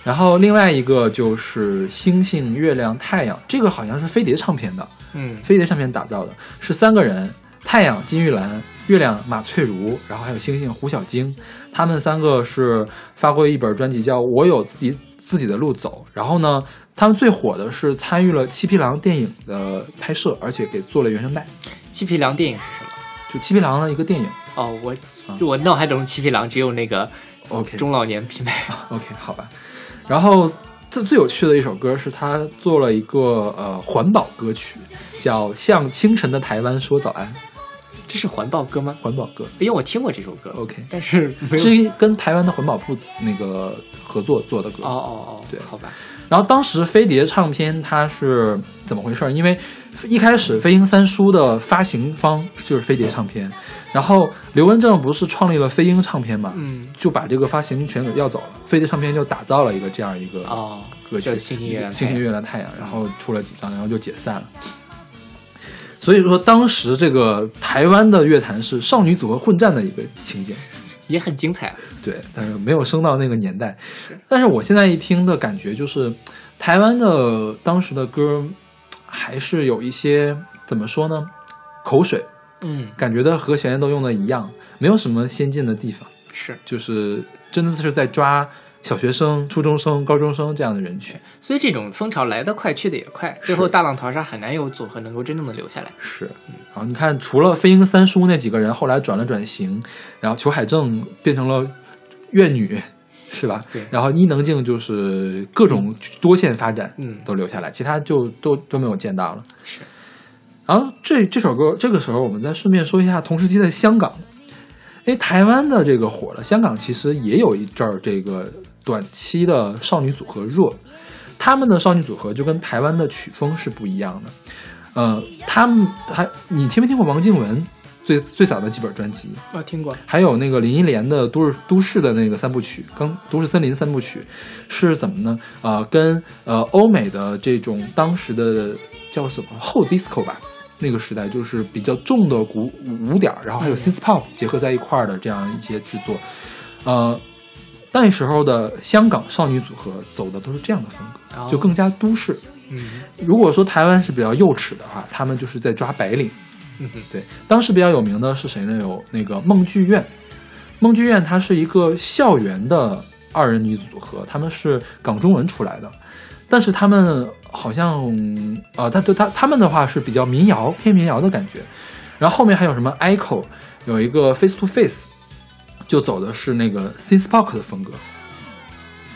Speaker 2: 然后另外一个就是《星星、月亮、太阳》，这个好像是飞碟唱片的，
Speaker 1: 嗯，
Speaker 2: 飞碟唱片打造的，是三个人：太阳金玉兰、月亮马翠如，然后还有星星胡小晶。他们三个是发过一本专辑叫《我有自己自己的路走》，然后呢，他们最火的是参与了《七匹狼》电影的拍摄，而且给做了原声带，
Speaker 1: 七匹狼电影是什么？
Speaker 2: 就《七匹狼》的一个电影。
Speaker 1: 哦，我
Speaker 2: 嗯
Speaker 1: 就我脑海中七匹狼只有那个
Speaker 2: OK，
Speaker 1: 中老年匹配，
Speaker 2: OK，好吧。然后最最有趣的一首歌是他做了一个呃环保歌曲，叫《向清晨的台湾说早安》，
Speaker 1: 这是环保歌吗？哎
Speaker 2: 环保歌。
Speaker 1: 因为我听过这首歌
Speaker 2: OK
Speaker 1: 但是没有。
Speaker 2: 哦是一跟台湾的环保部那个合作做的歌。
Speaker 1: 哦哦哦，
Speaker 2: 对
Speaker 1: 好吧，
Speaker 2: 然后当时飞碟唱片它是怎么回事儿？因为一开始飞鹰三叔的发行方就是飞碟唱
Speaker 1: 嗯
Speaker 2: 片，然后刘文正不是创立了飞鹰唱片嘛，
Speaker 1: 嗯，
Speaker 2: 就把这个发行权给要走了，飞碟唱片就打造了一个这样一个
Speaker 1: 哦，
Speaker 2: 歌曲
Speaker 1: 就
Speaker 2: 《
Speaker 1: 是星星月亮太阳嗯
Speaker 2: 星星月亮太阳》，然后出了几张，然后就解散了。所以说，当时这个台湾的乐坛是少女组合混战的一个情景，
Speaker 1: 也很精彩啊。
Speaker 2: 对，但是没有升到那个年代。但是我现在一听的感觉就是，台湾的当时的歌还是有一些怎么说呢，口水，
Speaker 1: 嗯，
Speaker 2: 感觉的和弦都用的一样，没有什么先进的地方，
Speaker 1: 是，
Speaker 2: 就是真的是在抓小学生、初中生、高中生这样的人群。
Speaker 1: 所以这种风潮来得快，去得也快，最后大浪淘沙很难有组合能够真正的留下来。
Speaker 2: 是，然后你看，除了飞鹰三叔那几个人后来转了转型，然后裘海正变成了乐女，是吧？
Speaker 1: 对
Speaker 2: 然后伊能静就是各种多线发展，
Speaker 1: 嗯
Speaker 2: 都留下来，其他就都都没有见到了。
Speaker 1: 是，
Speaker 2: 然后这这首歌，这个时候我们再顺便说一下同时期的香港，因为台湾的这个火了，香港其实也有一阵儿这个短期的少女组合热，他们的少女组合就跟台湾的曲风是不一样的。呃，他们还你听没听过王静雯最最早的几本专辑？
Speaker 1: 我听过，
Speaker 2: 还有那个林忆莲的都市都市的那个三部曲，刚都市森林三部曲是怎么呢？呃，跟呃欧美的这种当时的叫什么后 disco 吧，那个时代就是比较重的鼓舞舞点儿，然后还有 synth pop 结合在一块儿的这样一些制作。呃，那时候的香港少女组合走的都是这样的风
Speaker 1: 哦
Speaker 2: 格，就更加都市。
Speaker 1: 嗯
Speaker 2: 如果说台湾是比较幼齿的话，他们就是在抓白领。
Speaker 1: 嗯哼，
Speaker 2: 对，当时比较有名的是谁呢？有那个梦剧院，梦剧院它是一个校园的二人女组合，他们是港中文出来的，但是他们好像呃，他对他他们的话是比较民谣偏民谣的感觉，然后后面还有什么 Echo，有一个 Face to Face，就走的是那个 synth pop 的风格。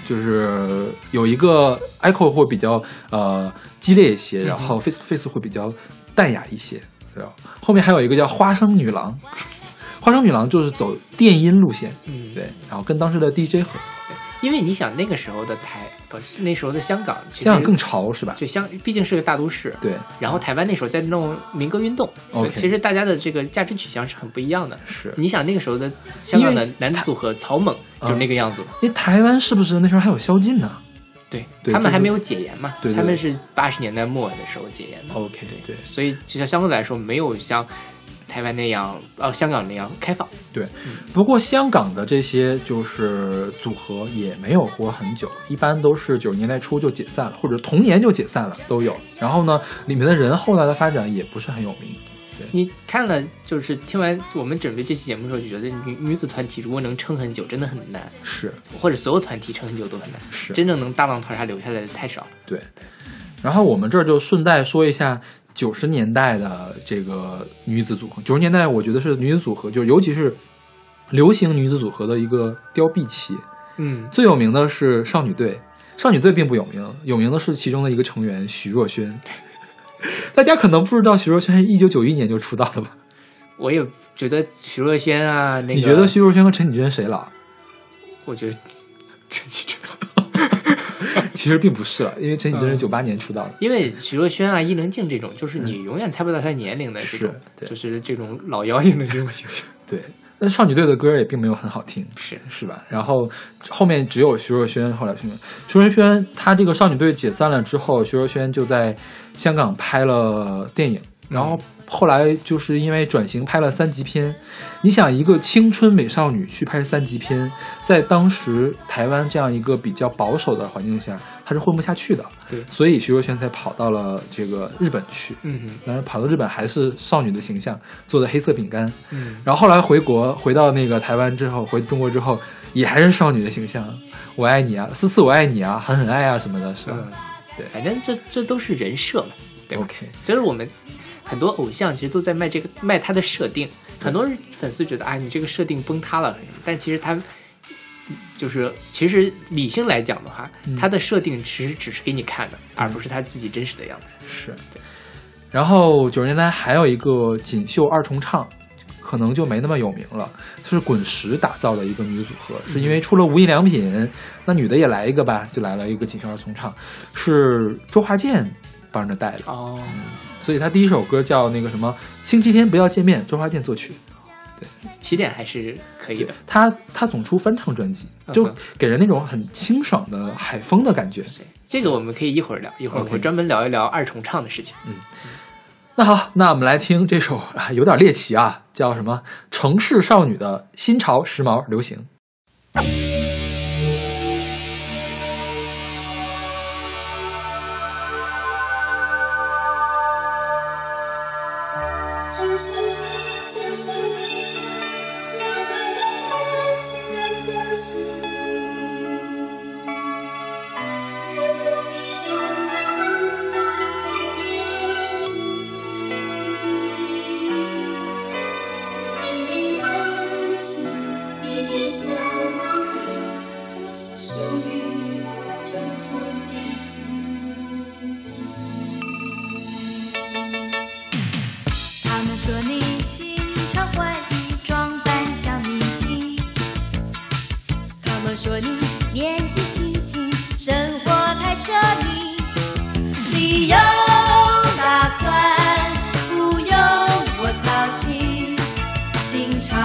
Speaker 2: 就是有一个 echo 会比较呃激烈一些，然后 face to face 会比较淡雅一些，然后后面还有一个叫花生女郎， [laughs] 花生女郎就是走电音路线，
Speaker 1: 嗯，
Speaker 2: 对，然后跟当时的 DJ 合作，
Speaker 1: 因为你想那个时候的台，不是那时候的香港，其实
Speaker 2: 这样更潮是吧？
Speaker 1: 就香，毕竟是个大都市。
Speaker 2: 对，
Speaker 1: 然后台湾那时候在弄民歌运动
Speaker 2: OK
Speaker 1: 其实大家的这个价值取向是很不一样的。
Speaker 2: 是。
Speaker 1: 你想那个时候的香港的男子组合草蜢
Speaker 2: 啊
Speaker 1: 就是那个样子嘛，
Speaker 2: 因为台湾是不是那时候还有萧敬呢
Speaker 1: 对
Speaker 2: 对
Speaker 1: 他们
Speaker 2: 就是
Speaker 1: 还没有解严嘛，
Speaker 2: 对对对
Speaker 1: 他们是八十年代末的时候解严的，
Speaker 2: ？OK，对
Speaker 1: 所以就像相对来说没有像台湾那样，呃，香港那样开放。
Speaker 2: 对。不过香港的这些就是组合也没有活很久，一般都是九十年代初就解散了，或者同年就解散了都有。然后呢，里面的人后来的发展也不是很有名。
Speaker 1: 你看了就是听完我们准备这期节目的时候，就觉得女女子团体如果能撑很久，真的很难，
Speaker 2: 是
Speaker 1: 或者所有团体撑很久都很难，
Speaker 2: 是，
Speaker 1: 真正能大浪淘沙留下来的太少了。
Speaker 2: 对，然后我们这儿就顺带说一下九十年代的这个女子组合。九十年代我觉得是女子组合，就尤其是流行女子组合的一个凋敝期。
Speaker 1: 嗯，
Speaker 2: 最有名的是少女队，少女队并不有名，有名的是其中的一个成员徐若瑄。 [laughs] 大家可能不知道，徐若瑄是一九九一年就出道的吧？
Speaker 1: 我也觉得徐若瑄啊，那个
Speaker 2: 你觉得徐若瑄和陈绮贞谁老？
Speaker 1: 我觉得陈绮贞，
Speaker 2: [laughs] 其实并不是了，因为陈绮贞是九八年出道的，
Speaker 1: 因为徐若瑄啊、伊能静这种，就是你永远猜不到她年龄的这种
Speaker 2: 嗯是，对
Speaker 1: 就是这种老妖精的这种形象。
Speaker 2: 对。但少女队的歌也并没有很好听，
Speaker 1: 是
Speaker 2: [laughs] 是吧？然后后面只有徐若瑄，后来徐若瑄，徐若瑄她这个少女队解散了之后，徐若瑄就在香港拍了电影，然后后来就是因为转型拍了三级片。你想，一个青春美少女去拍三级片，在当时台湾这样一个比较保守的环境下，她是混不下去的，
Speaker 1: 对
Speaker 2: 所以徐若瑄才跑到了这个日本去。
Speaker 1: 嗯哼
Speaker 2: 但是跑到日本还是少女的形象，做的黑色饼干，
Speaker 1: 嗯，
Speaker 2: 然后后来回国，回到那个台湾之后，回中国之后，也还是少女的形象，我爱你啊，思思我爱你啊，狠狠爱啊什么的，是吧？
Speaker 1: 嗯，
Speaker 2: 对
Speaker 1: 反正这这都是人设嘛，对吧
Speaker 2: OK，
Speaker 1: 就是我们很多偶像其实都在卖这个卖他的设定，很多人粉丝觉得啊，你这个设定崩塌了，但其实他就是其实理性来讲的话，他的设定其实只是给你看的，而不是他自己真实的样子。
Speaker 2: 是。然后九十年代还有一个锦绣二重唱，可能就没那么有名了，是滚石打造的一个女组合，是因为
Speaker 1: 嗯
Speaker 2: 出了无印良品，那女的也来一个吧，就来了一个锦绣二重唱，是周华健帮着带的，
Speaker 1: 哦，
Speaker 2: 所以他第一首歌叫那个什么《星期天不要见面》，周华健作曲。
Speaker 1: 起点还是可以的。
Speaker 2: 他他总出翻唱专辑，就
Speaker 1: 嗯哼
Speaker 2: 给人那种很清爽的海风的感觉。
Speaker 1: 对，这个我们可以一会儿聊，一会儿我
Speaker 2: OK
Speaker 1: 会专门聊一聊二重唱的事情。
Speaker 2: 那好，那我们来听这首啊，有点猎奇啊，叫什么《城市少女的新潮时髦流行》。
Speaker 5: 城市里，城市里，那个让我们情的城市。日子里有难无法改变，一点温情，一点向往，这是属于我真正的自己。
Speaker 4: 他们说你经常换衣装扮像明星，他们说你年纪轻轻，生活太奢靡，你有打算，不用我操心，新潮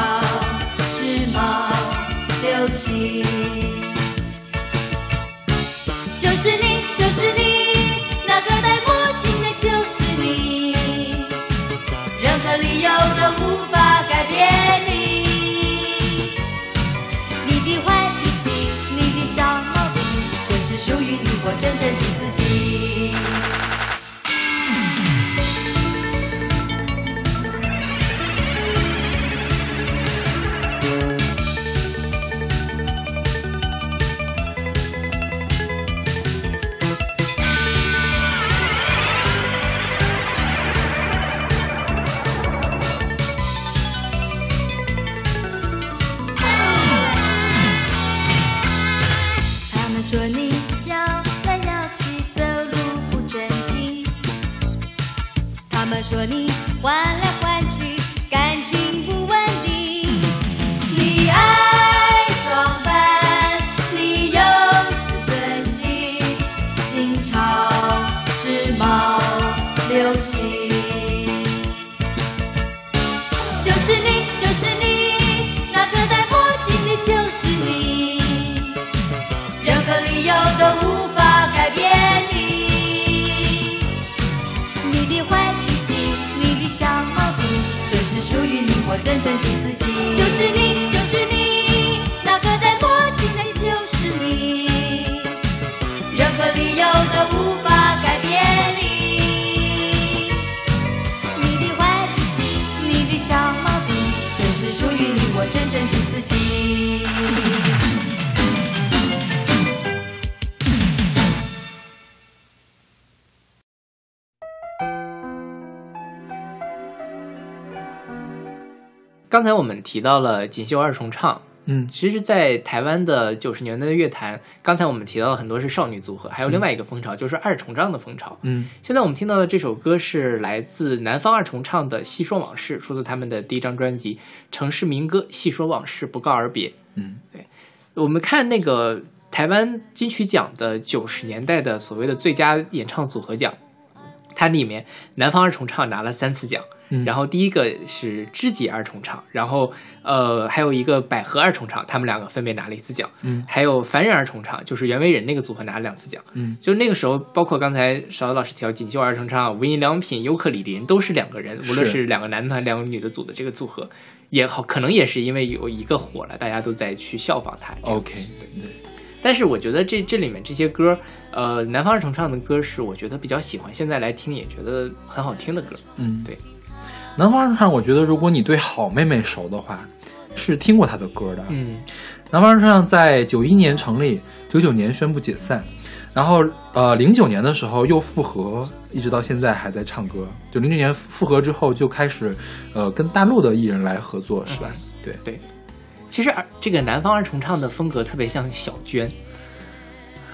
Speaker 4: 时髦流行。就是你，就是你，那个戴墨镜的就是你。任何理由都无法改变你。你的坏脾气，你的小毛病，这是属于你我真正的自己。他们说你摇来摇去，走路不正经。他们说你换来换去，感情不稳定。你爱装扮，你有自尊心，新潮时髦流行。就是你，就是你，那个戴墨镜的就是你。任何理由都无法改变你。你的坏脾气，你的小毛病，这是属于你我真正的自己。就是你，就是你，那个戴墨镜的就是你。任何理由都无法改变你。你的坏脾气，你的小毛病，这是属于你我真正的自己。
Speaker 1: 刚才我们提到了锦绣二重唱，
Speaker 2: 嗯，
Speaker 1: 其实，在台湾的九十年代的乐坛，刚才我们提到了很多是少女组合，还有另外一个风潮、就是二重唱的风潮。
Speaker 2: 嗯，
Speaker 1: 现在我们听到的这首歌是来自南方二重唱的《细说往事》，出自他们的第一张专辑《城市民歌》《细说往事不告而别》。
Speaker 2: 嗯，
Speaker 1: 我们看那个台湾金曲奖的九十年代的所谓的最佳演唱组合奖，它里面南方二重唱拿了三次奖，
Speaker 2: 嗯
Speaker 1: 然后第一个是知己二重唱，然后呃还有一个百合二重唱，他们两个分别拿了一次奖，
Speaker 2: 嗯
Speaker 1: 还有凡人二重唱，就是袁惟仁那个组合拿了两次奖，
Speaker 2: 嗯
Speaker 1: 就那个时候，包括刚才邵老师提到锦绣二重唱、无印良品、尤克里里都是两个人，
Speaker 2: 是
Speaker 1: 无论是两个男团、两个女的组的这个组合，也好，可能也是因为有一个火了，大家都在去效仿他。这样
Speaker 2: ，OK，对，
Speaker 1: 但是我觉得这这里面这些歌，呃，南方二重唱的歌是我觉得比较喜欢，现在来听也觉得很好听的歌。
Speaker 2: 嗯
Speaker 1: 对。
Speaker 2: 南方二重唱，我觉得如果你对好妹妹熟的话，是听过她的歌的。
Speaker 1: 嗯
Speaker 2: 南方二重唱在九一年成立，九九年宣布解散，然后呃零九年的时候又复合，一直到现在还在唱歌。就零九年复合之后就开始呃跟大陆的艺人来合作，是吧？
Speaker 1: 嗯
Speaker 2: 对，
Speaker 1: 对。其实二这个南方二重唱的风格特别像小娟，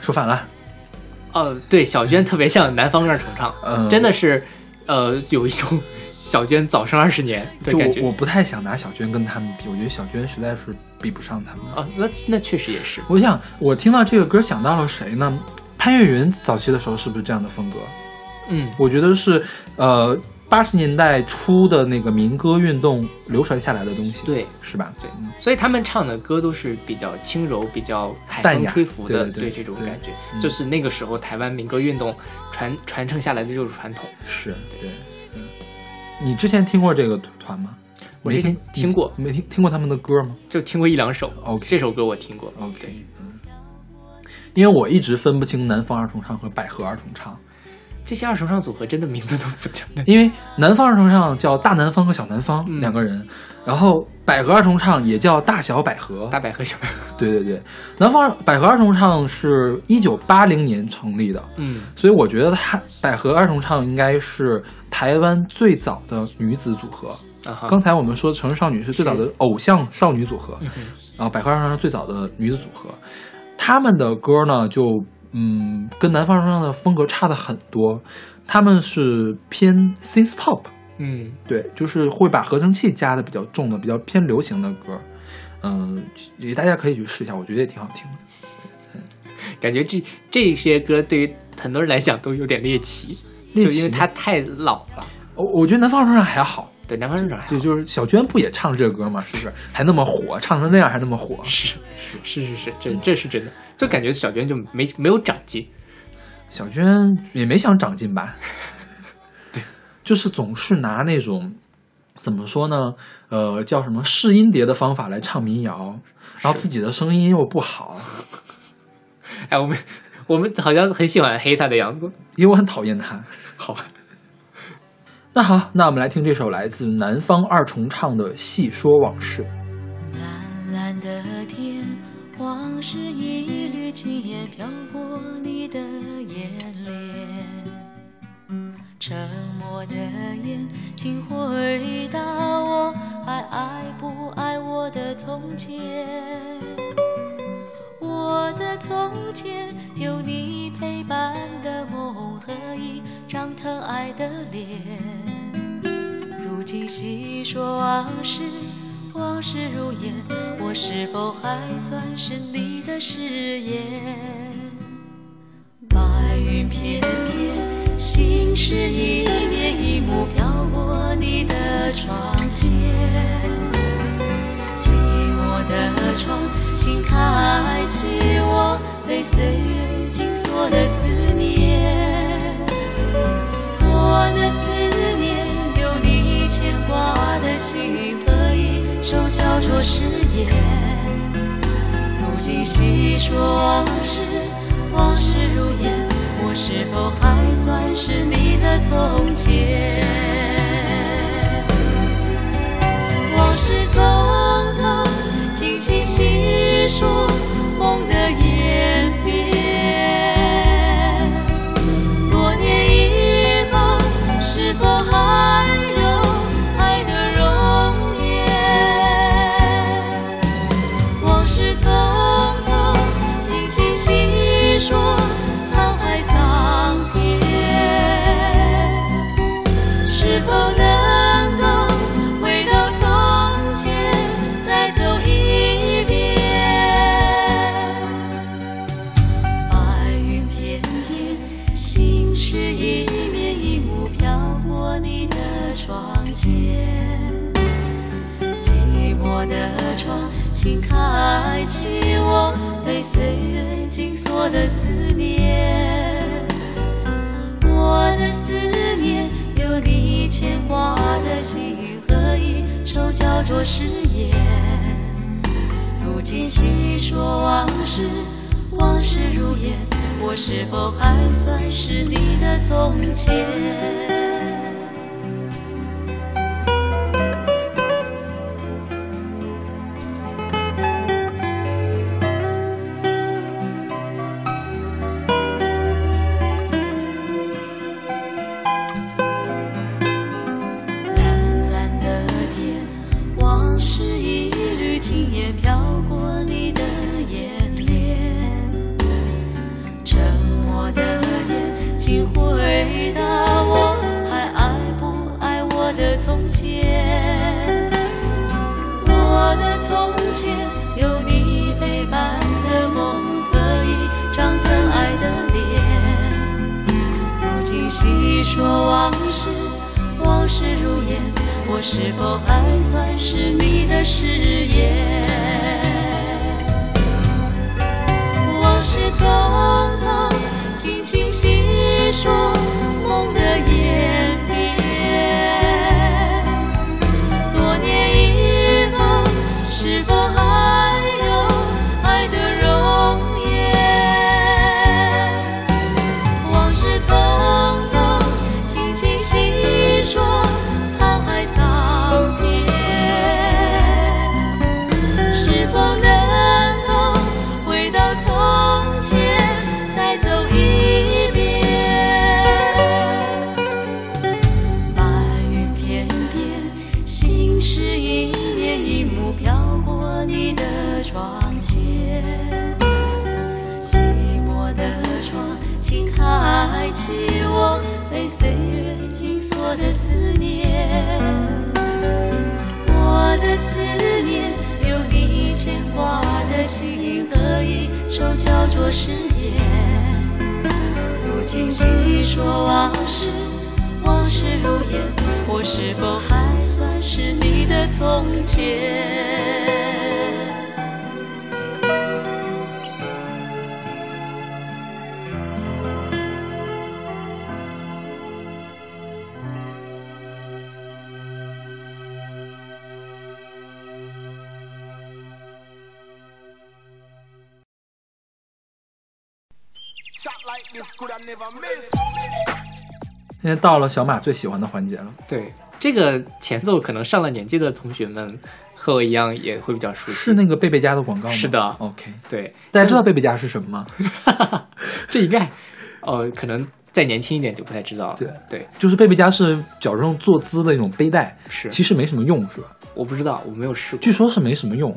Speaker 2: 说反了，
Speaker 1: 哦，对，小娟特别像南方二重唱，
Speaker 2: 嗯
Speaker 1: 真的是，呃，有一种小娟早生二十年的
Speaker 2: 就
Speaker 1: 感觉。
Speaker 2: 我我不太想拿小娟跟他们比，我觉得小娟实在是比不上他们。
Speaker 1: 啊，那那确实也是，
Speaker 2: 我想，我听到这个歌想到了谁呢？潘越云早期的时候是不是这样的风格？
Speaker 1: 嗯
Speaker 2: 我觉得是，呃，八十年代初的那个民歌运动流传下来的东西，
Speaker 1: 对
Speaker 2: 是吧？
Speaker 1: 对
Speaker 2: 嗯，
Speaker 1: 所以他们唱的歌都是比较轻柔、比较海
Speaker 2: 淡
Speaker 1: 风
Speaker 2: 雅
Speaker 1: 吹拂的，
Speaker 2: 对对对
Speaker 1: 这种
Speaker 2: 对
Speaker 1: 感觉
Speaker 2: 嗯，
Speaker 1: 就是那个时候台湾民歌运动传传承下来的这种传统。
Speaker 2: 是对。嗯你之前听过这个团吗？
Speaker 1: 我
Speaker 2: 没
Speaker 1: 之前听过
Speaker 2: 你没听听过他们的歌吗
Speaker 1: 就听过一两首
Speaker 2: OK
Speaker 1: 这首歌我听过，
Speaker 2: ？OK，
Speaker 1: 对
Speaker 2: 嗯，因为我一直分不清南方二重唱和百合二重唱，
Speaker 1: 这些二重唱组合真的名字都不真的，
Speaker 2: 因为南方二重唱叫大南方和小南方
Speaker 1: 嗯
Speaker 2: 两个人，然后百合二重唱也叫大小百合，
Speaker 1: 大百合小百合，
Speaker 2: 对对对，南方百合二重唱是一九八零年成立的，
Speaker 1: 嗯
Speaker 2: 所以我觉得它百合二重唱应该是台湾最早的女子组合。
Speaker 1: 啊
Speaker 2: 刚
Speaker 1: 哈，
Speaker 2: 才我们说城市少女是最早的偶像少女组合，然后百合二重唱是最早的女子组合。他们的歌呢，就嗯，跟南方二重唱的风格差的很多，他们是偏 synth pop，
Speaker 1: 嗯
Speaker 2: 对，就是会把合成器加的比较重的，比较偏流行的歌。嗯，也大家可以去试一下，我觉得也挺好听的。
Speaker 1: 感觉这这些歌对于很多人来讲都有点猎奇，
Speaker 2: 猎
Speaker 1: 就
Speaker 2: 奇
Speaker 1: 因为它太老了。
Speaker 2: 我我觉得南方二重唱还好，
Speaker 1: 对，南方人还好
Speaker 2: 对，就是小娟不也唱这歌吗？是不是还那么火，唱成那样还那么火？
Speaker 1: 是是是是，这这是真的，就感觉小娟就没没有长进。
Speaker 2: 小娟也没想长进
Speaker 1: [laughs]
Speaker 2: 吧？就是总是拿那种怎么说呢？呃，叫什么试音碟的方法来唱民谣，然后自己的声音又不
Speaker 1: [laughs]
Speaker 2: 好，
Speaker 1: 哎，我们我们好像很喜欢黑他的样子，
Speaker 2: 因为我很讨厌她。
Speaker 1: 好吧？
Speaker 2: 那好，那我们来听这首来自南方二重唱的《细说往事》。
Speaker 6: 蓝蓝的天，往事一缕轻烟飘过你的眼帘。沉默的眼，请回答我，还爱不爱我的从前？我的从前，有你陪伴的梦和一张疼爱的脸。如今细说往事，往事如烟，我是否还算是你的誓言？白云片片，心事一面一幕飘过你的窗前。寂寞的窗，请开启我被岁月紧锁的思念。我的思念，有你牵挂的心和一首叫做誓言。如今细说往事，往事如烟，我是否还算是你的从前？往事从头轻轻细说，梦的演变。多年以后，是否还有爱的容颜？往事从头轻轻细说，沧海桑田，是否能够回到从前？
Speaker 4: 的思念，我的思念，有你牵挂的心和一首叫做誓言。如今细说往事，往事如烟，我是否还算是你的从前？蓝蓝的天，往事一缕轻烟飘过你的眼帘，沉默的眼请回答我，还爱不爱我的从前？我的从前有你陪伴的梦和一张疼爱的脸。如今细说往事，往事如烟，我是否还算是你的誓言？往事从头轻轻细说梦的演变，多年以后，是否还有爱的容颜？往事从头轻轻细说，沧海桑田，是否能够回到从前，再走一遍？白云片片，心事一面一幕飘过你的窗前。寂寞的窗，请开启我被岁月紧锁的思念。我的思念，有你牵挂的心和一首叫做誓言。如今细说往事，往事如烟，我是否还算是你的从前？
Speaker 2: 现在到了小马最喜欢的环节了，
Speaker 1: 对，这个前奏可能上了年纪的同学们和我一样也会比较熟悉。
Speaker 2: 是那个贝贝家的广告吗？
Speaker 1: 是的
Speaker 2: ，OK。
Speaker 1: 对， [laughs]
Speaker 2: 大家知道贝贝家是什么吗？
Speaker 1: 这应该，呃，可能再年轻一点就不太知道了。
Speaker 2: 对
Speaker 1: 对，
Speaker 2: 就是贝贝家是矫正坐姿的那种背带，
Speaker 1: 是
Speaker 2: 其实没什么用，是吧？
Speaker 1: 我不知道，我没有试过，
Speaker 2: 据说是没什么用，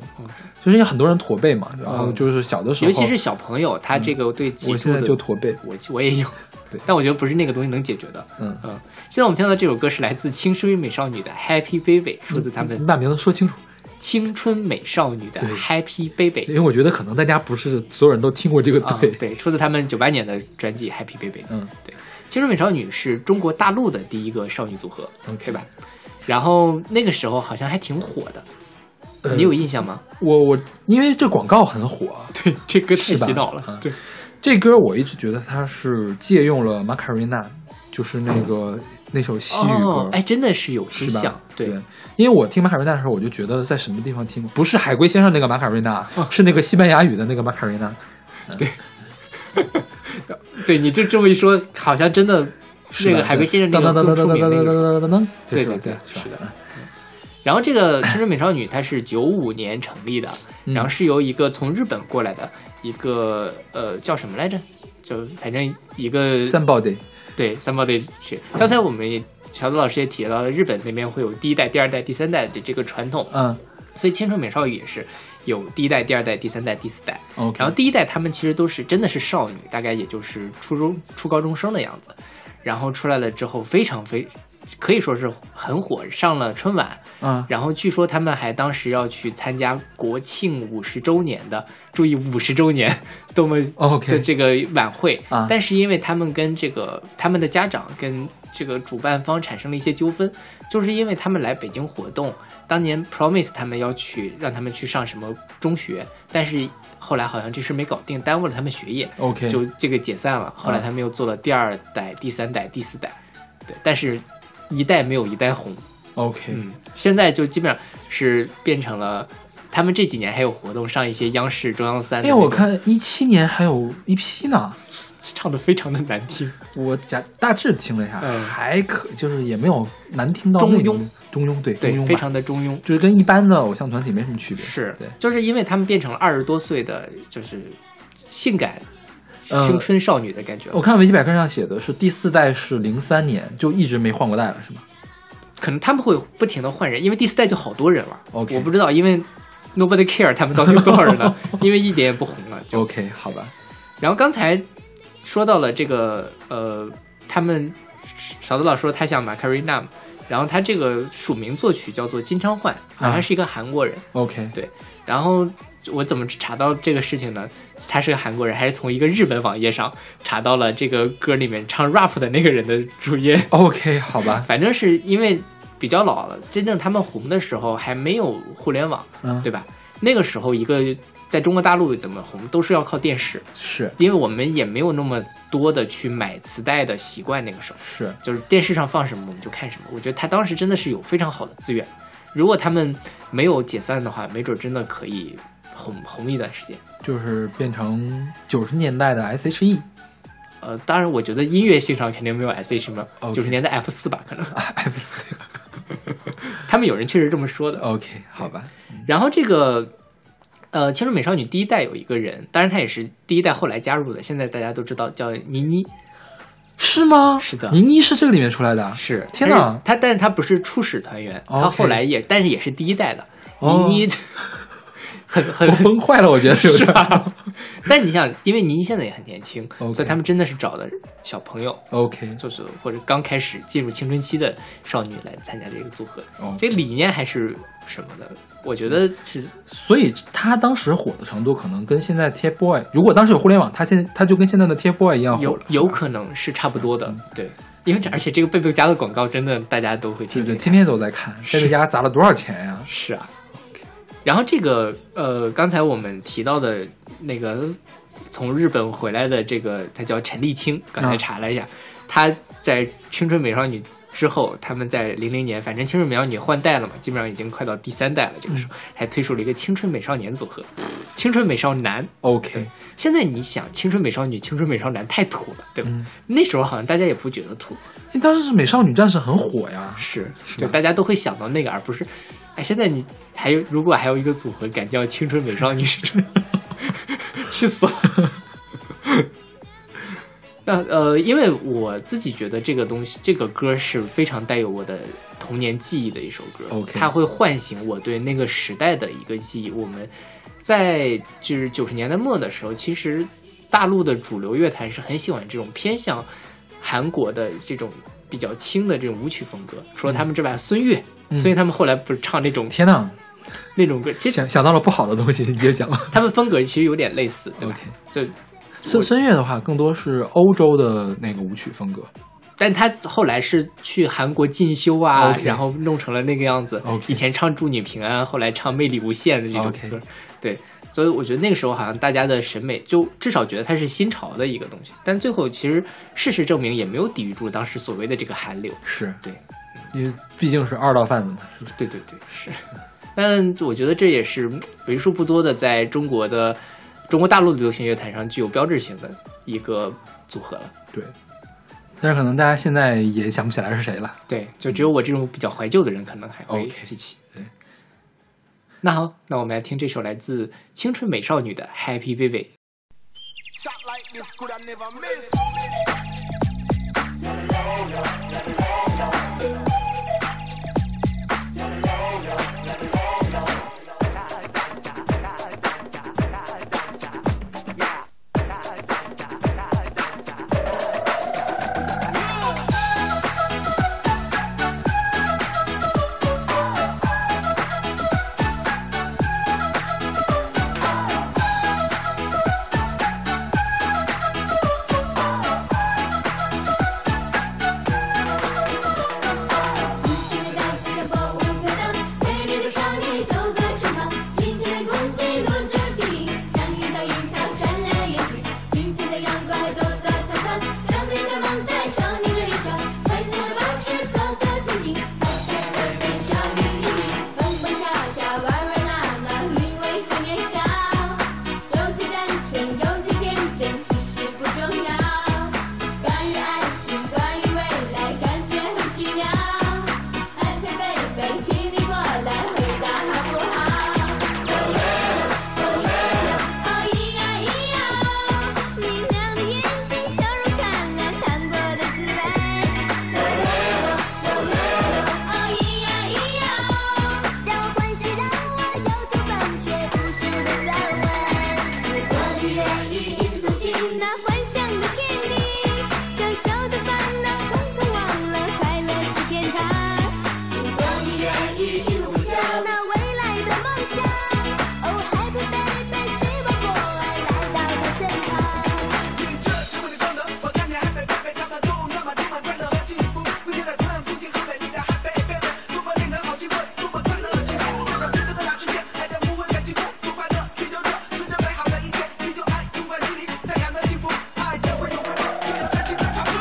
Speaker 2: 就是有很多人驼背嘛，然后
Speaker 1: 嗯
Speaker 2: 就是小的时
Speaker 1: 尤
Speaker 2: 候，
Speaker 1: 其是小朋友，他这个对脊
Speaker 2: 我现
Speaker 1: 柱
Speaker 2: 在
Speaker 1: 的，
Speaker 2: 就驼背，
Speaker 1: 我我也有，
Speaker 2: 对
Speaker 1: 但我觉得不是那个东西能解决的。
Speaker 2: 嗯，
Speaker 1: 嗯，现在我们听到这首歌是来自《轻声与美少女》的《Happy Baby》，出自他
Speaker 2: 你
Speaker 1: 们
Speaker 2: 把名字说清楚，
Speaker 1: 《青春美少女》的
Speaker 2: 嗯
Speaker 1: 《
Speaker 2: 对
Speaker 1: Happy Baby》。
Speaker 2: 因为我觉得可能大家不是所有人都听过这个
Speaker 1: 啊、
Speaker 2: 队，
Speaker 1: [laughs] 对，出自他们九八年的专辑《Happy Baby》。
Speaker 2: 嗯，
Speaker 1: 对，青春美少女是中国大陆的第一个少女组合
Speaker 2: OK
Speaker 1: 嗯对吧？然后那个时候好像还挺火的，
Speaker 2: 呃
Speaker 1: 你有印象吗？
Speaker 2: 我我因为这广告很火，
Speaker 1: [laughs] 对，这歌太
Speaker 2: 是吧
Speaker 1: 洗脑了。
Speaker 2: 嗯
Speaker 1: 对，
Speaker 2: 这歌我一直觉得它是借用了马卡瑞娜，就是那个、那首西语歌。
Speaker 1: 哦，哎，真的是有些
Speaker 2: 是吧
Speaker 1: 像？，
Speaker 2: 对，因为我听马卡瑞娜的时候，我就觉得在什么地方听，不是海龟先生那个马卡瑞娜，
Speaker 1: 哦
Speaker 2: 是那个西班牙语的那个马卡瑞娜，
Speaker 1: 对，你就这么一说，好像真的
Speaker 2: 是
Speaker 1: 那
Speaker 2: 吧
Speaker 1: 个海龟先生那
Speaker 2: 噔
Speaker 1: 个
Speaker 2: 噔噔
Speaker 1: 更
Speaker 2: 噔
Speaker 1: 出
Speaker 2: 噔
Speaker 1: 名那
Speaker 2: 噔
Speaker 1: 个
Speaker 2: 噔噔噔噔，
Speaker 1: 对对
Speaker 2: 对对
Speaker 1: 对，，
Speaker 2: 吧
Speaker 1: 是的。然后这个青春美少女她是九五年成立的，
Speaker 2: 嗯
Speaker 1: 然后是由一个从日本过来的一个呃叫什么来着？就反正一个
Speaker 2: ，Somebody，
Speaker 1: 对三胞队去。刚才我们也乔子老师也提到了，日本那边会有第一代、第二代、第三代的这个传统，
Speaker 2: 嗯
Speaker 1: 所以青春美少女也是有第一代、第二代、第三代、第四代。
Speaker 2: ，OK，
Speaker 1: 然后第一代他们其实都是真的是少女，大概也就是初中、初高中生的样子。然后出来了之后，非常非可以说是很火，上了春晚。
Speaker 2: 啊，
Speaker 1: 然后据说他们还当时要去参加国庆五十周年的，注意五十周年多么
Speaker 2: 哦 OK
Speaker 1: 的这个晚会
Speaker 2: 啊
Speaker 1: 但是因为他们跟这个他们的家长跟这个主办方产生了一些纠纷，就是因为他们来北京活动，当年 Promise 他们要去让他们去上什么中学，但是后来好像这事没搞定，耽误了他们学业
Speaker 2: OK
Speaker 1: 就这个解散了。后
Speaker 2: 啊
Speaker 1: 来他们又做了第二代、第三代、第四代，对，但是一代没有一代红。
Speaker 2: OK，、
Speaker 1: 嗯，现在就基本上是变成了，他们这几年还有活动上一些央视、中央三的
Speaker 2: 哎，
Speaker 1: 那种，
Speaker 2: 我看一七年还有一批呢，
Speaker 1: 唱的非常的难听，
Speaker 2: 我假大致听了一下，
Speaker 1: 嗯
Speaker 2: 还可就是也没有难听到
Speaker 1: 中
Speaker 2: 那种
Speaker 1: 庸，
Speaker 2: 中庸对
Speaker 1: 对
Speaker 2: 中，庸
Speaker 1: 非
Speaker 2: 吧
Speaker 1: 常的中庸。
Speaker 2: 就是跟一般的偶像团体没什么区别，
Speaker 1: 是
Speaker 2: 对，
Speaker 1: 就是因为他们变成了二十多岁的，就是性感、
Speaker 2: 呃
Speaker 1: 青春少女的感觉，
Speaker 2: 我看维基百科上写的是第四代是零三年，就一直没换过代了，是吗？
Speaker 1: 可能他们会不停的换人，因为第四代就好多人了。
Speaker 2: OK
Speaker 1: 我不知道，因为 nobody care 他们到底有多少人
Speaker 2: [laughs]
Speaker 1: 了，因为一点也不红了。就
Speaker 2: OK，好吧，
Speaker 1: 然后刚才说到了这个呃，他们呃勺子老说他像马卡瑞娜嘛，然后他这个署名作曲叫做金昌焕，好像是一个韩国人。
Speaker 2: OK，
Speaker 1: 对，然后我怎么查到这个事情呢？他是个韩国人，还是从一个日本网页上查到了这个歌里面唱 rap 的那个人的主页？ [laughs]
Speaker 2: OK，好吧，
Speaker 1: 反正是因为比较老了，真正他们红的时候还没有互联网，
Speaker 2: 嗯，
Speaker 1: 对吧？那个时候一个在中国大陆怎么红，都是要靠电视。
Speaker 2: 是
Speaker 1: 因为我们也没有那么多的去买磁带的习惯，那个时候
Speaker 2: 是，
Speaker 1: 就是电视上放什么我们就看什么。我觉得他当时真的是有非常好的资源，如果他们没有解散的话，没准真的可以红红一段时间。
Speaker 2: 就是变成九十年代的 SHE
Speaker 1: 呃，当然，我觉得音乐性上肯定没有 S.H. 嘛，
Speaker 2: OK
Speaker 1: 九十年代 F 四吧，可能
Speaker 2: F 四
Speaker 1: [laughs] 他们有人确实这么 [laughs] 说的。
Speaker 2: OK，好吧，
Speaker 1: 然后这个呃，《青春美少女》第一代有一个人，当然她也是第一代后来加入的，现在大家都知道叫倪妮，
Speaker 2: 是吗？
Speaker 1: 是的
Speaker 2: 倪妮是这个里面出来的，啊
Speaker 1: 是
Speaker 2: 天
Speaker 1: 哪
Speaker 2: 哪，哦
Speaker 1: 她但是她不是初始团员，她
Speaker 2: OK
Speaker 1: 后来也但是也是第一代的，
Speaker 2: 哦
Speaker 1: 倪妮 [laughs] 很很
Speaker 2: 我崩坏了，我觉得是有
Speaker 1: [laughs] 是啊
Speaker 2: 点
Speaker 1: 吧？但你想，因为倪妮现在也很年轻
Speaker 2: OK
Speaker 1: 所以他们真的是找的小朋友，
Speaker 2: OK，
Speaker 1: 就是或者刚开始进入青春期的少女来参加这个组合
Speaker 2: OK
Speaker 1: 这理念还是什么的，我觉得是
Speaker 2: 所以他当时火的程度可能跟现在 TFBOY，如果当时有互联网，他现他就跟现在的 TFBOY 一样火
Speaker 1: 有
Speaker 2: 了，
Speaker 1: 有
Speaker 2: 是吧
Speaker 1: 可能是差不多的，
Speaker 2: 嗯
Speaker 1: 对，因为这而且这个贝贝家的广告真的大家都会
Speaker 2: 对
Speaker 1: 听，
Speaker 2: 对，天天都在看，这个家砸了多少钱呀？
Speaker 1: 是啊。然后这个呃，刚才我们提到的那个从日本回来的这个，他叫陈立青，刚才
Speaker 2: 嗯
Speaker 1: 查了一下，他在《青春美少女》之后，他们在零零年，反正《青春美少女》换代了嘛，基本上已经快到第三代了，这个
Speaker 2: 嗯
Speaker 1: 时候还推出了一个青春美少年组合，青春美少男。
Speaker 2: OK，
Speaker 1: 现在你想，青春美少女、青春美少男太土了，对吧？
Speaker 2: 嗯
Speaker 1: 那时候好像大家也不觉得土，
Speaker 2: 因哎为当时是美少女战士很火呀，
Speaker 1: 是，
Speaker 2: 是
Speaker 1: 就
Speaker 2: 吧
Speaker 1: 大家都会想到那个，而不是，哎，现在你还有如果还有一个组合敢叫青春美少女， [laughs] 去死了。 [laughs] 那呃，因为我自己觉得这个东西，这个歌是非常带有我的童年记忆的一首歌。
Speaker 2: OK
Speaker 1: 它会唤醒我对那个时代的一个记忆。我们在就是九十年代末的时候，其实大陆的主流乐坛是很喜欢这种偏向韩国的这种比较轻的这种舞曲风格。除了他们之外，孙悦，孙悦他们后来不是唱那种 [laughs]
Speaker 2: 天呐，
Speaker 1: 那种歌，其实
Speaker 2: 想想到了不好的东西，你接着讲吧。
Speaker 1: 他们风格其实有点类似， [laughs] 对吧
Speaker 2: OK，
Speaker 1: 就
Speaker 2: 孙孙悦的话更多是欧洲的那个舞曲风格，
Speaker 1: 但他后来是去韩国进修啊
Speaker 2: OK
Speaker 1: 然后弄成了那个样子。
Speaker 2: OK
Speaker 1: 以前唱《祝你平安》，后来唱《魅力无限》的这种
Speaker 2: OK
Speaker 1: 歌对，所以我觉得那个时候好像大家的审美就至少觉得它是新潮的一个东西，但最后其实事实证明也没有抵御住当时所谓的这个韩流。
Speaker 2: 是
Speaker 1: 对，
Speaker 2: 因为毕竟是二道贩子嘛。
Speaker 1: 对对对，是。但我觉得这也是嗯为数不多的在中国的中国大陆的流行乐坛上具有标志性的一个组合了。
Speaker 2: 对，但是可能大家现在也想不起来是谁了。
Speaker 1: 对，就只有我这种比较怀旧的人，可能还会
Speaker 2: OK
Speaker 1: 记起。
Speaker 2: 对，
Speaker 1: 那好，那我们来听这首来自《青春美少女》的《Happy Baby》。
Speaker 7: Shot like this could I never miss.
Speaker 5: 那幻想的甜蜜，小小的烦恼统统忘了，快乐是天堂。如果你愿意一路向那未来的梦想，哦，Happy Baby，时光过来来到他身旁。
Speaker 7: 听这是我的功能，我看见海北贝贝他们都那么充满快乐和幸福，会觉得他们不仅很美丽的海北贝贝，多么令人好奇怪，多么快乐和幸福，看到哥哥的大世界，大家不会感觉苦，多快乐，追求着，追着美好的一切，追求爱，勇敢激励，才感到幸福，爱才会有回报，追求真情的长度。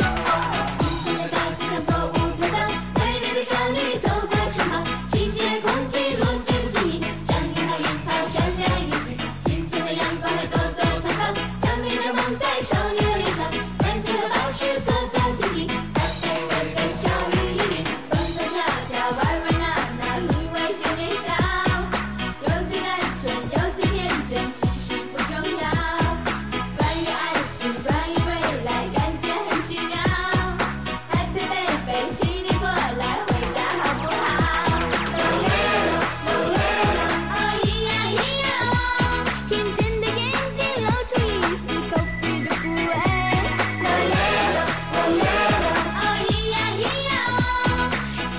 Speaker 5: 大气层和乌托邦，美丽的少女走过身旁，新鲜空气笼罩着你，像一海樱桃闪亮一起。今天的阳光还朵朵绽放，像面着梦在少女的脸上，蓝色的宝石坐在地上，白白白白少女一面，蹦蹦跳跳玩玩闹闹，因为就年少，有些单纯，有些天真，其实不重要。关于爱情，关于未来，感觉很奇妙。Happy baby，请你过来回家好不好？哦咿呀咿呀哦，天真的眼睛露出一丝口水的苦味。哦咿呀咿呀哦，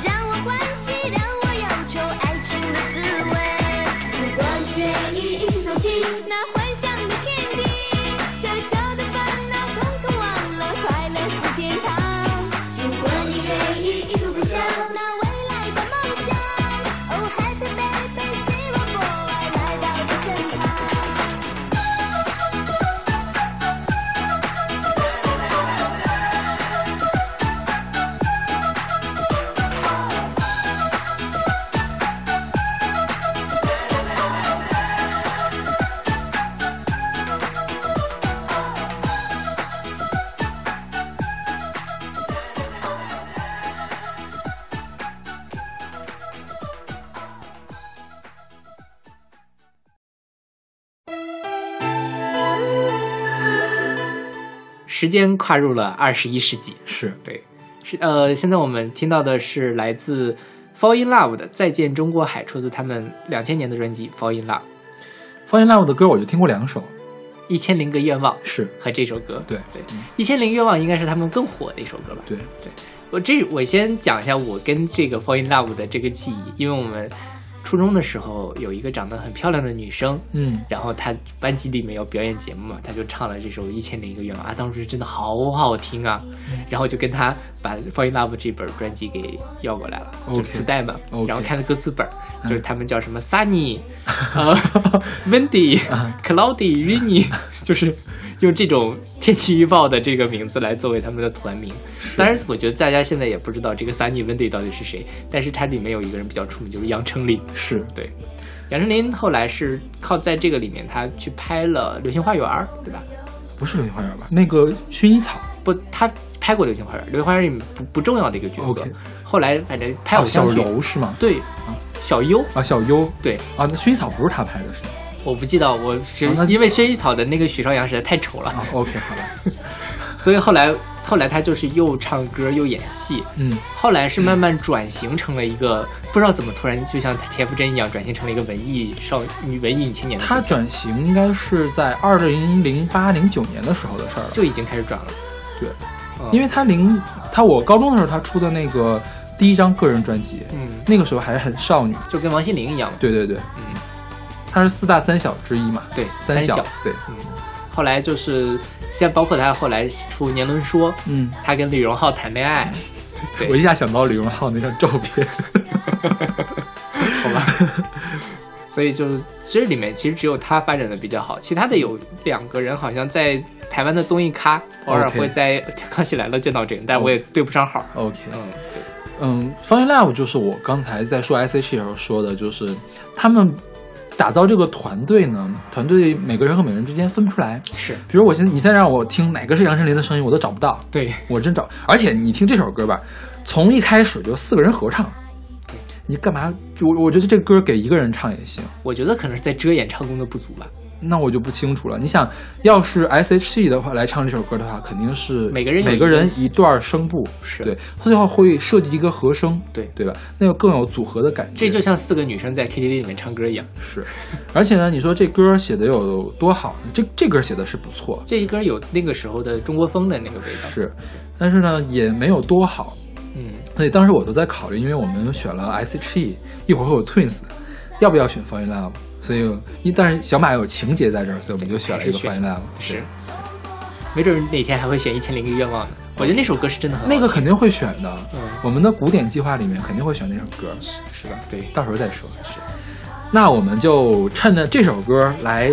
Speaker 5: 让我欢喜，让我忧愁，爱情的滋味。如果你愿意，一起走进那幻想的天地，小小的烦恼统统忘了，快乐是天堂。如果你愿意，一路奔向那未来的梦想。哦，Happy baby，希望我爱来到你身旁。
Speaker 1: 时间跨入了二十一世纪，
Speaker 2: 是
Speaker 1: 对，是呃，现在我们听到的是来自 Fall in Love 的《再见中国海》，出自他们两千年的专辑《Fall in Love》，
Speaker 2: 《Fall in Love》的歌我就听过两首，
Speaker 1: 一千零个愿望
Speaker 2: 是
Speaker 1: 和这首歌，
Speaker 2: 对
Speaker 1: 对，一千零愿望应该是他们更火的一首歌吧？
Speaker 2: 对，
Speaker 1: 我这我先讲一下我跟这个 Fall in Love 的这个记忆，因为我们初中的时候有一个长得很漂亮的女生，
Speaker 2: 嗯，
Speaker 1: 然后她班级里面有表演节目嘛，她就唱了这首《一千零一个愿望》啊，当时真的好好听啊，
Speaker 2: 嗯
Speaker 1: 然后就跟她把《Fall in Love》这本专辑给要过来了，就
Speaker 2: OK
Speaker 1: 磁带嘛
Speaker 2: OK 嗯
Speaker 1: 然后看的歌词本儿，就是他们叫什么
Speaker 2: [laughs]
Speaker 1: Sunny、呃 Wendy、Cloudy、Rainy，就是用这种天气预报的这个名字来作为他们的团名。当然，我觉得大家现在也不知道这个 Sunny Wendy 到底是谁，但是它里面有一个人比较出名，就是杨丞琳。
Speaker 2: 是
Speaker 1: 对，杨丞琳后来是靠在这个里面，她去拍了《流星花园》，对吧？
Speaker 2: 不是《流星花园》吧？那个薰衣草，
Speaker 1: 不，她拍过《流星花园》，《流星花园》里面不不重要的一个角色
Speaker 2: OK。
Speaker 1: 后来反正拍
Speaker 2: 哦
Speaker 1: 偶
Speaker 2: 小
Speaker 1: 像剧，
Speaker 2: 柔是吗？
Speaker 1: 对，小优，
Speaker 2: 啊，小优
Speaker 1: 对，
Speaker 2: 啊，那薰衣草不是他拍的，是吗？
Speaker 1: 我不记得，我是
Speaker 2: 哦那
Speaker 1: 因为薰衣草的那个许绍洋实在太丑了，
Speaker 2: 啊，OK，好吧，
Speaker 1: 所以后来后来她就是又唱歌又演戏，
Speaker 2: 嗯，
Speaker 1: 后来是慢慢转型成了一个，不知道怎么突然就像田馥甄一样转型成了一个文艺少女、文艺女青年的
Speaker 2: 他
Speaker 1: 形象，
Speaker 2: 转型应该是在二零零八零九年的时候的事儿了，
Speaker 1: 就已经开始转了。
Speaker 2: 对，
Speaker 1: 嗯
Speaker 2: 因为他零他我高中的时候他出的那个第一张个人专辑，
Speaker 1: 嗯，
Speaker 2: 那个时候还很少女，
Speaker 1: 就跟王心凌一样嘛。
Speaker 2: 对对对，
Speaker 1: 嗯，
Speaker 2: 他是四大三小之一嘛，
Speaker 1: 对
Speaker 2: 三
Speaker 1: 三小
Speaker 2: 对，
Speaker 1: 后来就是像包括她后来出《年轮说》，
Speaker 2: 嗯，
Speaker 1: 她跟李荣浩谈恋爱，对
Speaker 2: 我一下想到李荣浩那张照
Speaker 1: [laughs]
Speaker 2: 片，
Speaker 1: 所以就是这里面其实只有她发展的比较好，其他的有两个人好像在台湾的综艺咖偶尔
Speaker 2: OK 嗯
Speaker 1: 会在《康熙来了》见到这个，但我也对不上号。
Speaker 2: OK，
Speaker 1: 嗯，对，
Speaker 2: 嗯，《Fun Love》就是我刚才在说 S.H. 时候说的，就是他们打造这个团队呢，团队每个人和每个人之间分不出来。
Speaker 1: 是
Speaker 2: 比如我现在，你现在让我听哪个是杨丞琳的声音，我都找不到，
Speaker 1: 对
Speaker 2: 我真找。而且你听这首歌吧，从一开始就四个人合唱，你干嘛？就我我觉得这歌给一个人唱也行。
Speaker 1: 我觉得可能是在遮掩唱功的不足吧。
Speaker 2: 那我就不清楚了。你想要是 S.H.E 的话来唱这首歌的话，肯定是
Speaker 1: 每个人有
Speaker 2: 每个人一段声部，
Speaker 1: 是
Speaker 2: 对，他最后会设计一个和声，
Speaker 1: 对
Speaker 2: 对吧？那就更有组合的感觉。
Speaker 1: 这就像四个女生在 KTV 里面唱歌一样。
Speaker 2: 是，而且呢，你说这歌写的有多好？这这歌写的是不错，
Speaker 1: 这一歌有那个时候的中国风的那个味道。，
Speaker 2: 是，但是呢也没有多好。
Speaker 1: 嗯，
Speaker 2: 所以当时我都在考虑，因为我们选了 S.H.E，一会儿会有 Twins，要不要选 Fall in Love？所以，一但是小马有情节在这儿，所以我们就选了一个
Speaker 1: 还是
Speaker 2: Fall
Speaker 1: 选
Speaker 2: in Love。
Speaker 1: 是。没准哪天还会选《一千零一个愿望》呢。我觉得那首歌是真的很好
Speaker 2: 那个肯定会选的。
Speaker 1: 嗯
Speaker 2: 我们的古典计划里面肯定会选那首歌，
Speaker 1: 是吧？对，
Speaker 2: 到时候再说。是，那我们就趁着这首歌来，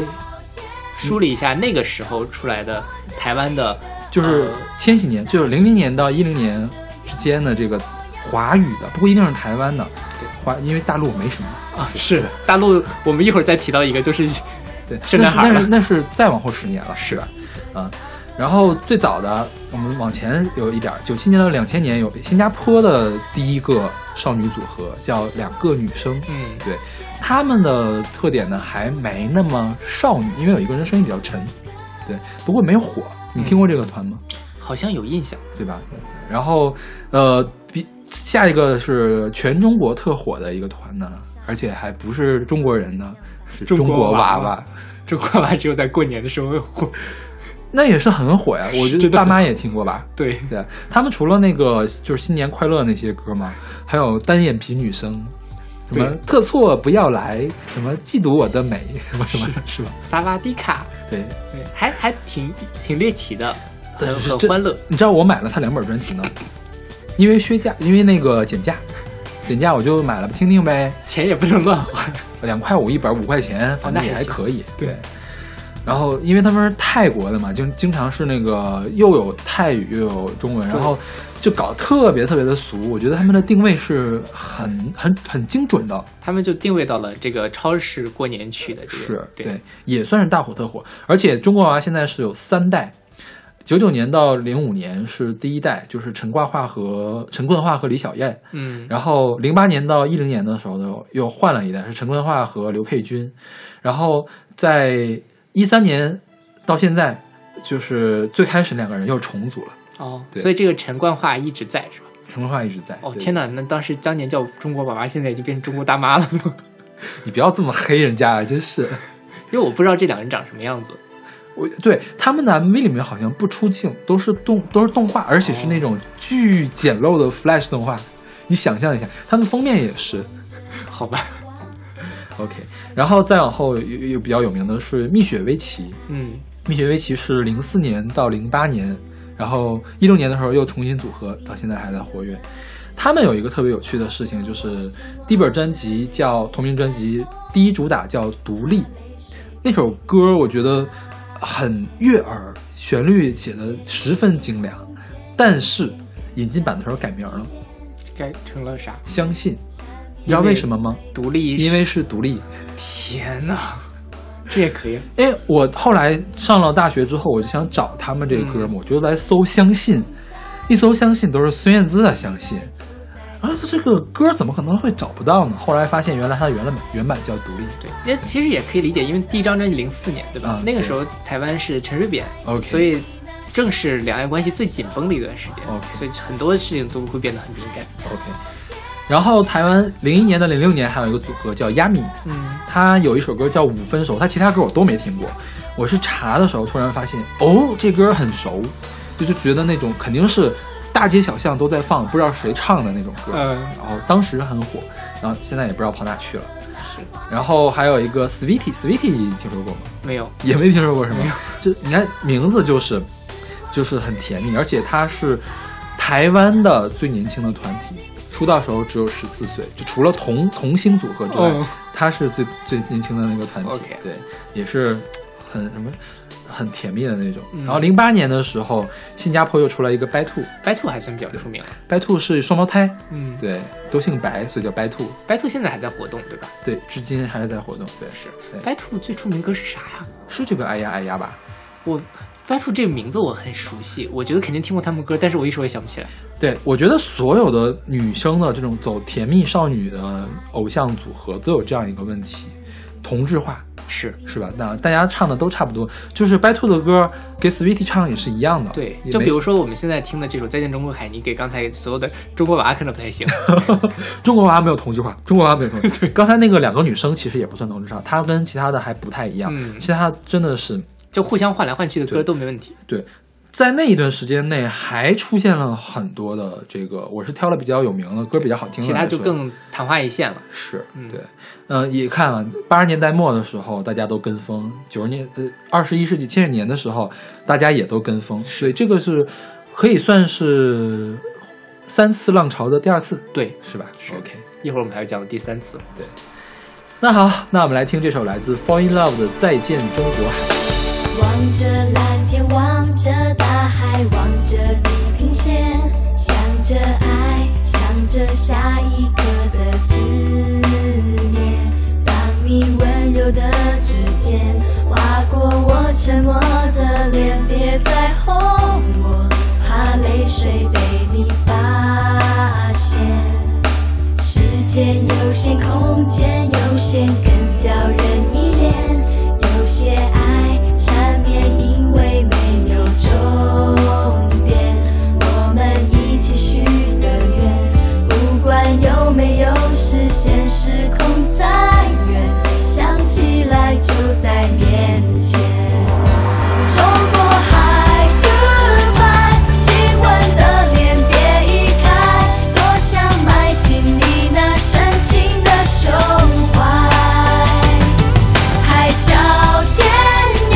Speaker 1: 梳理一下那个时候出来的台湾的，
Speaker 2: 就是
Speaker 1: 呃
Speaker 2: 千禧年，就是零零年到一零年之间的这个华语的，不过一定是台湾的。华，因为大陆没什么。
Speaker 1: 啊，是的，大陆。我们一会儿再提到一个，就是
Speaker 2: 对，
Speaker 1: 圣诞海
Speaker 2: 那
Speaker 1: 了
Speaker 2: 是那是那是再往后十年了，是吧？啊、然后最早的我们往前有一点儿，九七年到两千年有新加坡的第一个少女组合叫两个女生，
Speaker 1: 嗯
Speaker 2: 对，她们的特点呢还没那么少女，因为有一个人声音比较沉，对，不过没有火。你听过这个团吗？
Speaker 1: 好像有印象。
Speaker 2: 对吧？然后，呃，比下一个是全中国特火的一个团呢，而且还不是中国人呢，是
Speaker 1: 中国
Speaker 2: 国
Speaker 1: 娃
Speaker 2: 娃
Speaker 1: 娃中国娃只有在过年的时候会火。
Speaker 2: 那也是很火呀，我觉得
Speaker 1: 真的
Speaker 2: 爸
Speaker 1: 很
Speaker 2: 妈也听过吧。
Speaker 1: [laughs] 对，
Speaker 2: 对他们除了那个就是新年快乐那些歌嘛，还有单眼皮女生，什么
Speaker 1: 对
Speaker 2: 特错不要来，什么嫉妒我的美，什么什么的，是吧？
Speaker 1: 萨瓦迪卡，
Speaker 2: 对，
Speaker 1: 对，还还挺挺猎奇的，
Speaker 2: 对
Speaker 1: 很
Speaker 2: 是
Speaker 1: 很
Speaker 2: 真
Speaker 1: 欢乐。
Speaker 2: 你知道我买了他两本专辑呢，因为削价，因为那个减价，减价我就买了听听呗，
Speaker 1: 钱也不能乱花。 [laughs]
Speaker 2: 两块五一本，五块钱，反
Speaker 1: 哦
Speaker 2: 正
Speaker 1: 那
Speaker 2: 也还
Speaker 1: 还行
Speaker 2: 可以。
Speaker 1: 对
Speaker 2: 对。然后，因为他们是泰国的嘛，就经常是那个又有泰语又有中文，然后就搞得特别特别的俗。我觉得他们的定位是很很很精准的，
Speaker 1: 他们就定位到了这个超市过年去的这个，
Speaker 2: 是
Speaker 1: 对
Speaker 2: 也算是大火特火。而且中国娃娃现在是有三代，九九年到零五年是第一代，就是陈挂画和陈冠画和李小燕，
Speaker 1: 嗯，
Speaker 2: 然后零八年到一零年的时候呢，又换了一代，是陈冠桦和刘佩君。然后在一三年到现在，就是最开始两个人又重组了，
Speaker 1: 哦，
Speaker 2: 对
Speaker 1: 所以这个陈冠华一直在是吧？
Speaker 2: 陈冠桦一直在。
Speaker 1: 哦，
Speaker 2: 对
Speaker 1: 天！哪，那当时当年叫中国娃娃，现在已经变成中国大妈了，
Speaker 2: 你不要这么黑人家啊，真是。
Speaker 1: [laughs] 因为我不知道这两个人长什么样子。
Speaker 2: 我对他们的 MV 里面好像不出镜，都是动都是动画，而且是
Speaker 1: 哦
Speaker 2: 那种巨简陋的 Flash 动画。你想象一下，他们封面也是，
Speaker 1: 好吧，
Speaker 2: OK，然后再往后有有比较有名的是蜜雪薇琪，
Speaker 1: 嗯，
Speaker 2: 蜜雪薇琪是零四年到零八年，然后一六年的时候又重新组合，到现在还在活跃。他们有一个特别有趣的事情，就是第一本专辑叫同名专辑，第一主打叫《独立》，那首歌我觉得很悦耳，旋律写的十分精良，但是引进版的时候改名了，
Speaker 1: 改成了啥？
Speaker 2: 相信，你知道为什么吗？
Speaker 1: 独立是，
Speaker 2: 因为是独立。
Speaker 1: 天哪，这也可以，
Speaker 2: 哎，我后来上了大学之后，我就想找他们这个歌嘛，我就来搜“相信”，一搜“相信”都是孙燕姿的《相信》，啊，这个歌怎么可能会找不到呢？后来发现原来它的原版原版叫《独立》。
Speaker 1: 对，也其实也可以理解，因为第一张专辑零四年，对吧？
Speaker 2: 嗯
Speaker 1: 那个
Speaker 2: 对
Speaker 1: 时候台湾是陈水扁
Speaker 2: OK
Speaker 1: 所以正是两岸关系最紧绷的一段时间
Speaker 2: OK
Speaker 1: 所以很多事情都会变得很敏感。
Speaker 2: OK，然后台湾零一年到零六年还有一个组合叫 Yami，
Speaker 1: 嗯，
Speaker 2: 他有一首歌叫《五分熟》，他其他歌我都没听过，我是查的时候突然发现，哦，这歌很熟，就是觉得那种肯定是大街小巷都在放，不知道谁唱的那种歌，
Speaker 1: 嗯
Speaker 2: 然后当时很火，然后现在也不知道跑哪去了。是，然后还有一个 Sweetie，Sweetie 你听说过吗？ [laughs]
Speaker 1: 没有，
Speaker 2: 也没听说过是吗？就你看名字就是，就是很甜蜜，而且它是台湾的最年轻的团体，出道时候只有十四岁，就除了童童星组合之外
Speaker 1: 哦，
Speaker 2: 他、是最最年轻的那个团体
Speaker 1: OK
Speaker 2: 对，也是很什么很甜蜜的那种。
Speaker 1: 嗯
Speaker 2: 然后零八年的时候，新加坡又出来一个白兔，
Speaker 1: 白兔还算比较出名了。
Speaker 2: 白兔是双胞胎，
Speaker 1: 嗯，
Speaker 2: 对，都姓白，所以叫白兔，
Speaker 1: 白兔现在还在活动，对吧？
Speaker 2: 对，至今还是在活动，对，
Speaker 1: 是
Speaker 2: 对
Speaker 1: 白兔最出名歌是啥呀？
Speaker 2: 是这个哎呀哎呀吧，
Speaker 1: 我 Battle 这个名字我很熟悉，我觉得肯定听过他们歌，但是我一时我也想不起来。
Speaker 2: 对，我觉得所有的女生的这种走甜蜜少女的偶像组合都有这样一个问题，同质化
Speaker 1: 是
Speaker 2: 是吧？那大家唱的都差不多，就是 Battle 的歌给 Sweetie 唱也是一样的。
Speaker 1: 对，
Speaker 2: 也
Speaker 1: 就
Speaker 2: 没
Speaker 1: 比如说我们现在听的这首《再见中国海》，你给刚才所有的中国娃可能不太行。
Speaker 2: 中国娃娃没有同质化，中国娃娃没
Speaker 1: [laughs]
Speaker 2: 有同质化。刚才那个两个女生其实也不算同质化，她跟其他的还不太一样，
Speaker 1: 嗯
Speaker 2: 其他真的是
Speaker 1: 就互相换来换去的歌
Speaker 2: 对
Speaker 1: 都没问题。
Speaker 2: 对，在那一段时间内还出现了很多的这个，我是挑了比较有名的歌，比较好听的
Speaker 1: 其他
Speaker 2: 来
Speaker 1: 就
Speaker 2: 说
Speaker 1: 更昙花一现了。
Speaker 2: 是
Speaker 1: 嗯
Speaker 2: 对，嗯、也看了八十年代末的时候，大家都跟风；九十年呃二十一世纪七十年的时候，大家也都跟风，所以这个是可以算是三次浪潮的第二次，
Speaker 1: 对
Speaker 2: 是吧 o k
Speaker 1: 一会儿我们还会讲到第三次。
Speaker 2: 那好，那我们来听这首来自 Fall in Love 的《再见中国海》。
Speaker 4: 望着蓝天，望着大海，望着地平线，想着爱，想着下一刻的思念。当你温柔的指尖划过我沉默的脸，别再哄我，怕泪水被你发现。时间有限，空间有限，更叫人依恋。有些爱缠绵，因为没有终点。我们一起许的愿，不管有没有实现，时空再远，想起来就在面前。中国海，Goodbye，亲吻的脸别移开，多想埋进你那深情的胸怀。海角天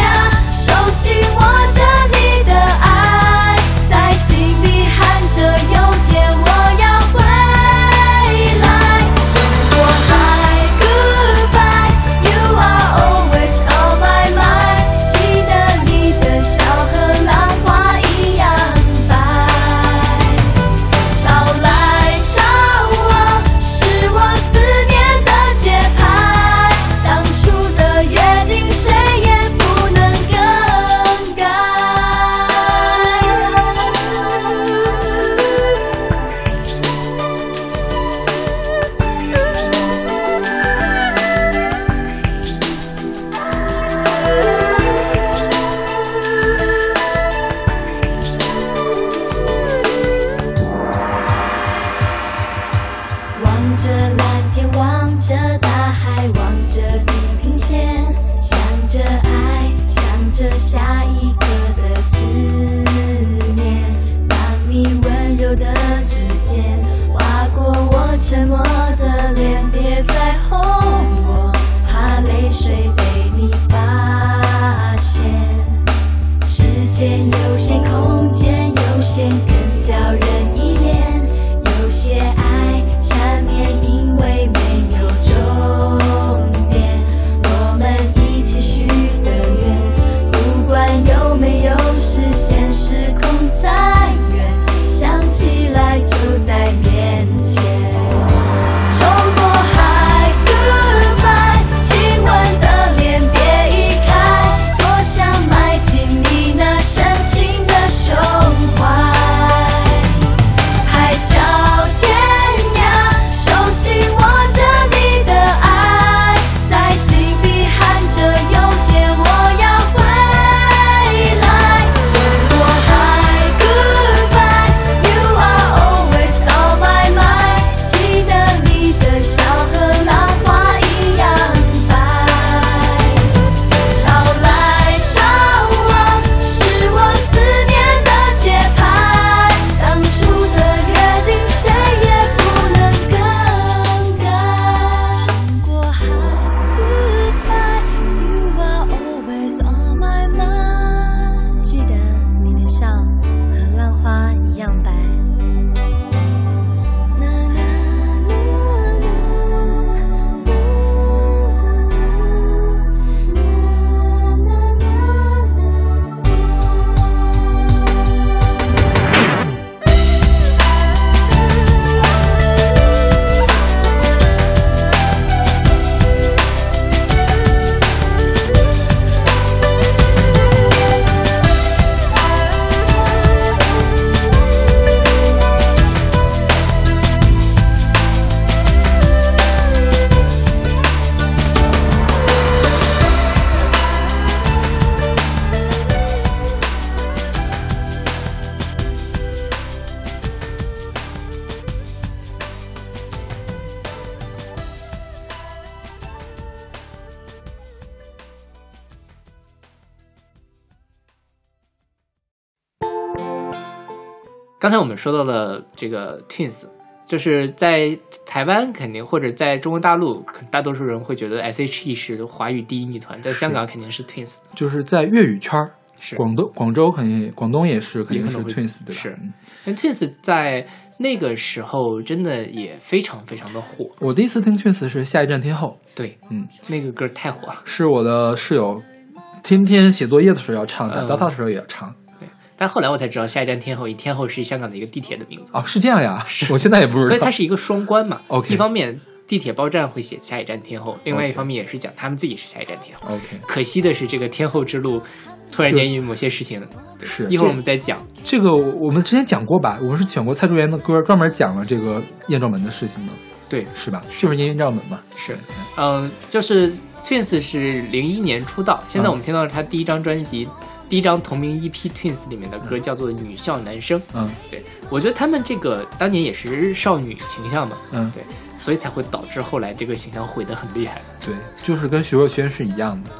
Speaker 4: 涯，手心握着你的爱，在心里喊着有天我要回来。中国海，Goodbye，You are always on my mind，记得你的笑和浪花一样白。潮来潮往，是我思念的节拍。当初的约定，谁也不能更改。望着蓝天，望着大海，望着地平线，想着爱，想着下一刻的思念。当你温柔的指尖划过我沉默的脸，别再哄我，怕泪水被你发现。时间有限，空间有限，更叫人依恋。有些爱缠绵，因为没有终点。我们一起许的愿，不管
Speaker 1: 刚才我们说到了这个 Twins，就是在台湾肯定或者在中国大陆，可大多数人会觉得 S.H.E 是华语第一女团，在香港肯定是 Twins，
Speaker 2: 就是在粤语圈儿，
Speaker 1: 是
Speaker 2: 广东、广州肯定、广东也是，肯定
Speaker 1: 也
Speaker 2: 是
Speaker 1: 可能会
Speaker 2: Twins 对吧？
Speaker 1: 是
Speaker 2: 嗯
Speaker 1: 因为 Twins 在那个时候真的也非常非常的火，
Speaker 2: 我第一次听 Twins 是《下一站天后
Speaker 1: 对，》，
Speaker 2: 嗯，
Speaker 1: 那个歌太火了。
Speaker 2: 是我的室友天天写作业的时候要唱，打
Speaker 1: 嗯
Speaker 2: DOTA 的时候也要唱。
Speaker 1: 但后来我才知道，下一站天后，以天后是香港的一个地铁的名字，
Speaker 2: 哦，是这样
Speaker 1: [laughs]
Speaker 2: 呀，我现在也不知道。
Speaker 1: 所以它是一个双关嘛。
Speaker 2: OK
Speaker 1: 一方面地铁报站会写下一站天后，另外一
Speaker 2: OK
Speaker 1: 方面也是讲他们自己是下一站天后。
Speaker 2: OK，
Speaker 1: 可惜的是，这个天后之路突然间因为某些事情， [laughs]
Speaker 2: 是
Speaker 1: 一会儿我
Speaker 2: 这
Speaker 1: 们再讲。
Speaker 2: 这个我我们之前讲过吧？我们是选过蔡卓妍的歌，专门讲了这个艳照门的事情的，
Speaker 1: 对，
Speaker 2: 是吧？就是因为艳照门嘛。
Speaker 1: 是，嗯，就是 Twins 是零一年出道，现在
Speaker 2: 嗯
Speaker 1: 我们听到他第一张专辑，第一张同名 EP Twins 里面的歌叫做《女校男生》。
Speaker 2: 嗯
Speaker 1: 对，我觉得他们这个当年也是少女形象嘛，
Speaker 2: 嗯，
Speaker 1: 对，所以才会导致后来这个形象毁得很厉害。
Speaker 2: 对，就是跟徐若瑄是一样的。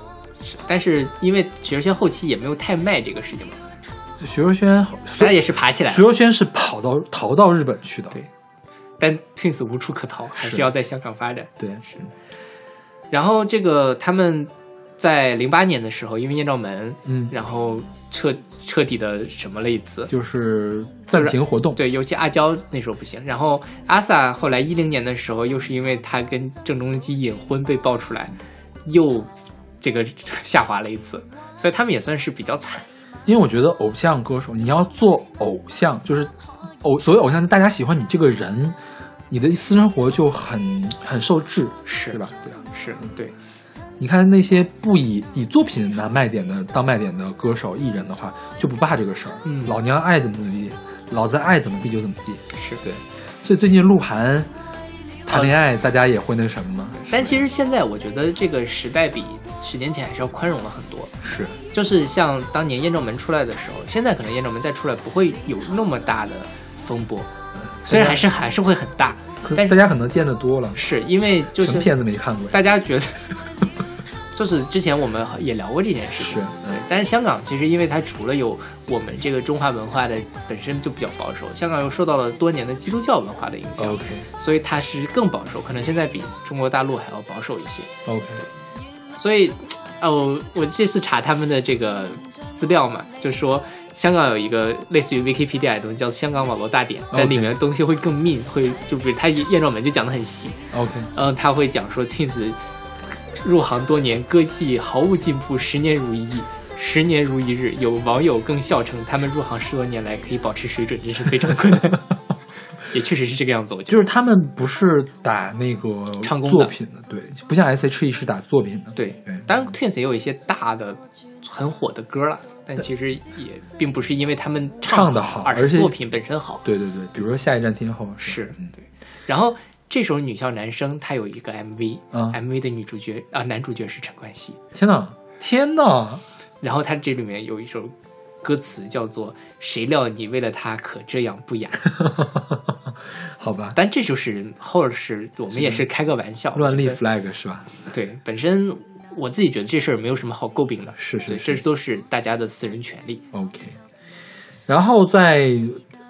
Speaker 1: 是，但是因为徐若瑄后期也没有太卖这个事情嘛，
Speaker 2: 徐若瑄，
Speaker 1: 所以也是爬起来
Speaker 2: 徐
Speaker 1: 了，
Speaker 2: 若瑄是跑到逃到日本去的。
Speaker 1: 对但 Twins 无处可逃，还是
Speaker 2: 是
Speaker 1: 要在香港发展。
Speaker 2: 对，是
Speaker 1: 然后这个他们在零八年的时候，因为艳照门，
Speaker 2: 嗯
Speaker 1: 然后彻彻底的什么了一次。
Speaker 2: 就是暂停活动。
Speaker 1: 对，尤其阿娇那时候不行，然后阿 sa 后来一零年的时候，又是因为她跟郑中基隐婚被爆出来，又这个下滑了一次，所以他们也算是比较惨。
Speaker 2: 因为我觉得偶像歌手，你要做偶像，就是偶所谓偶像，大家喜欢你这个人，你的私生活就很很受制，
Speaker 1: 是
Speaker 2: 对吧？对啊。
Speaker 1: 是对，
Speaker 2: 你看那些不以以作品拿卖点的当卖点的歌手艺人的话，就不怕这个事儿。
Speaker 1: 嗯
Speaker 2: 老娘爱怎么怎么地，老子爱怎么地就怎么地。
Speaker 1: 是
Speaker 2: 对，所以最近鹿晗谈恋爱，大家也会那什么吗？
Speaker 1: 但其实现在我觉得这个时代比十年前还是要宽容了很多。
Speaker 2: 是
Speaker 1: 就是像当年艳照门出来的时候，现在可能艳照门再出来不会有那么大的风波，虽然还是还是会很大，
Speaker 2: 可
Speaker 1: 但
Speaker 2: 大
Speaker 1: 是
Speaker 2: 家可能见得多了，
Speaker 1: 是因为就
Speaker 2: 什么
Speaker 1: 是
Speaker 2: 片子没看过呀？
Speaker 1: 大家觉得， [laughs] 就是之前我们也聊过这件事
Speaker 2: 是
Speaker 1: 情。，
Speaker 2: 嗯，
Speaker 1: 但是香港其实，因为它除了有我们这个中华文化的本身就比较保守，香港又受到了多年的基督教文化的影响
Speaker 2: OK
Speaker 1: 所以它是更保守，可能现在比中国大陆还要保守一些。
Speaker 2: OK，
Speaker 1: 所以，哦，我这次查他们的这个资料嘛，就说香港有一个类似于 Wikipedia 的东西，叫《香港网络大典》，但
Speaker 2: OK
Speaker 1: 里面的东西会更 mean，会就比如他艳照门就讲的很细，
Speaker 2: OK，
Speaker 1: 然后他会讲说 Twins 入行多年，歌技毫无进步，十年如一日。十年如一日，有网友更笑称，他们入行十多年来可以保持水准，真是非常困难。也确实是这个样子，我觉得。
Speaker 2: 就是他们不是打那个
Speaker 1: 唱功的
Speaker 2: 作品的，对，不像 S.H.E 是打作品的，哎
Speaker 1: 对
Speaker 2: 对，
Speaker 1: 当然 Twins 也有一些大的很火的歌了，但其实也并不是因为他们
Speaker 2: 唱
Speaker 1: 的
Speaker 2: 得好
Speaker 1: 而
Speaker 2: 而
Speaker 1: 是
Speaker 2: 且
Speaker 1: 作品本身好。
Speaker 2: 对对对，比如说下一站天后
Speaker 1: 是
Speaker 2: 嗯
Speaker 1: 对。然后这首《女校男生》它有一个 MV，MV、
Speaker 2: 嗯
Speaker 1: MV 的女主角啊、男主角是陈冠希。
Speaker 2: 天呐，天
Speaker 1: [laughs]
Speaker 2: 呐！
Speaker 1: 然后它这里面有一首歌词叫做“谁料你为了他可这样不雅
Speaker 2: [laughs] 好”，吧，
Speaker 1: 但这就是后世我们也是开个玩笑，
Speaker 2: 乱立
Speaker 1: 我觉得
Speaker 2: flag 是吧？
Speaker 1: 对，本身我自己觉得这事儿没有什么好诟病的，
Speaker 2: 是是
Speaker 1: 对，
Speaker 2: 是
Speaker 1: 这都是大家的私人权利。
Speaker 2: OK，然后在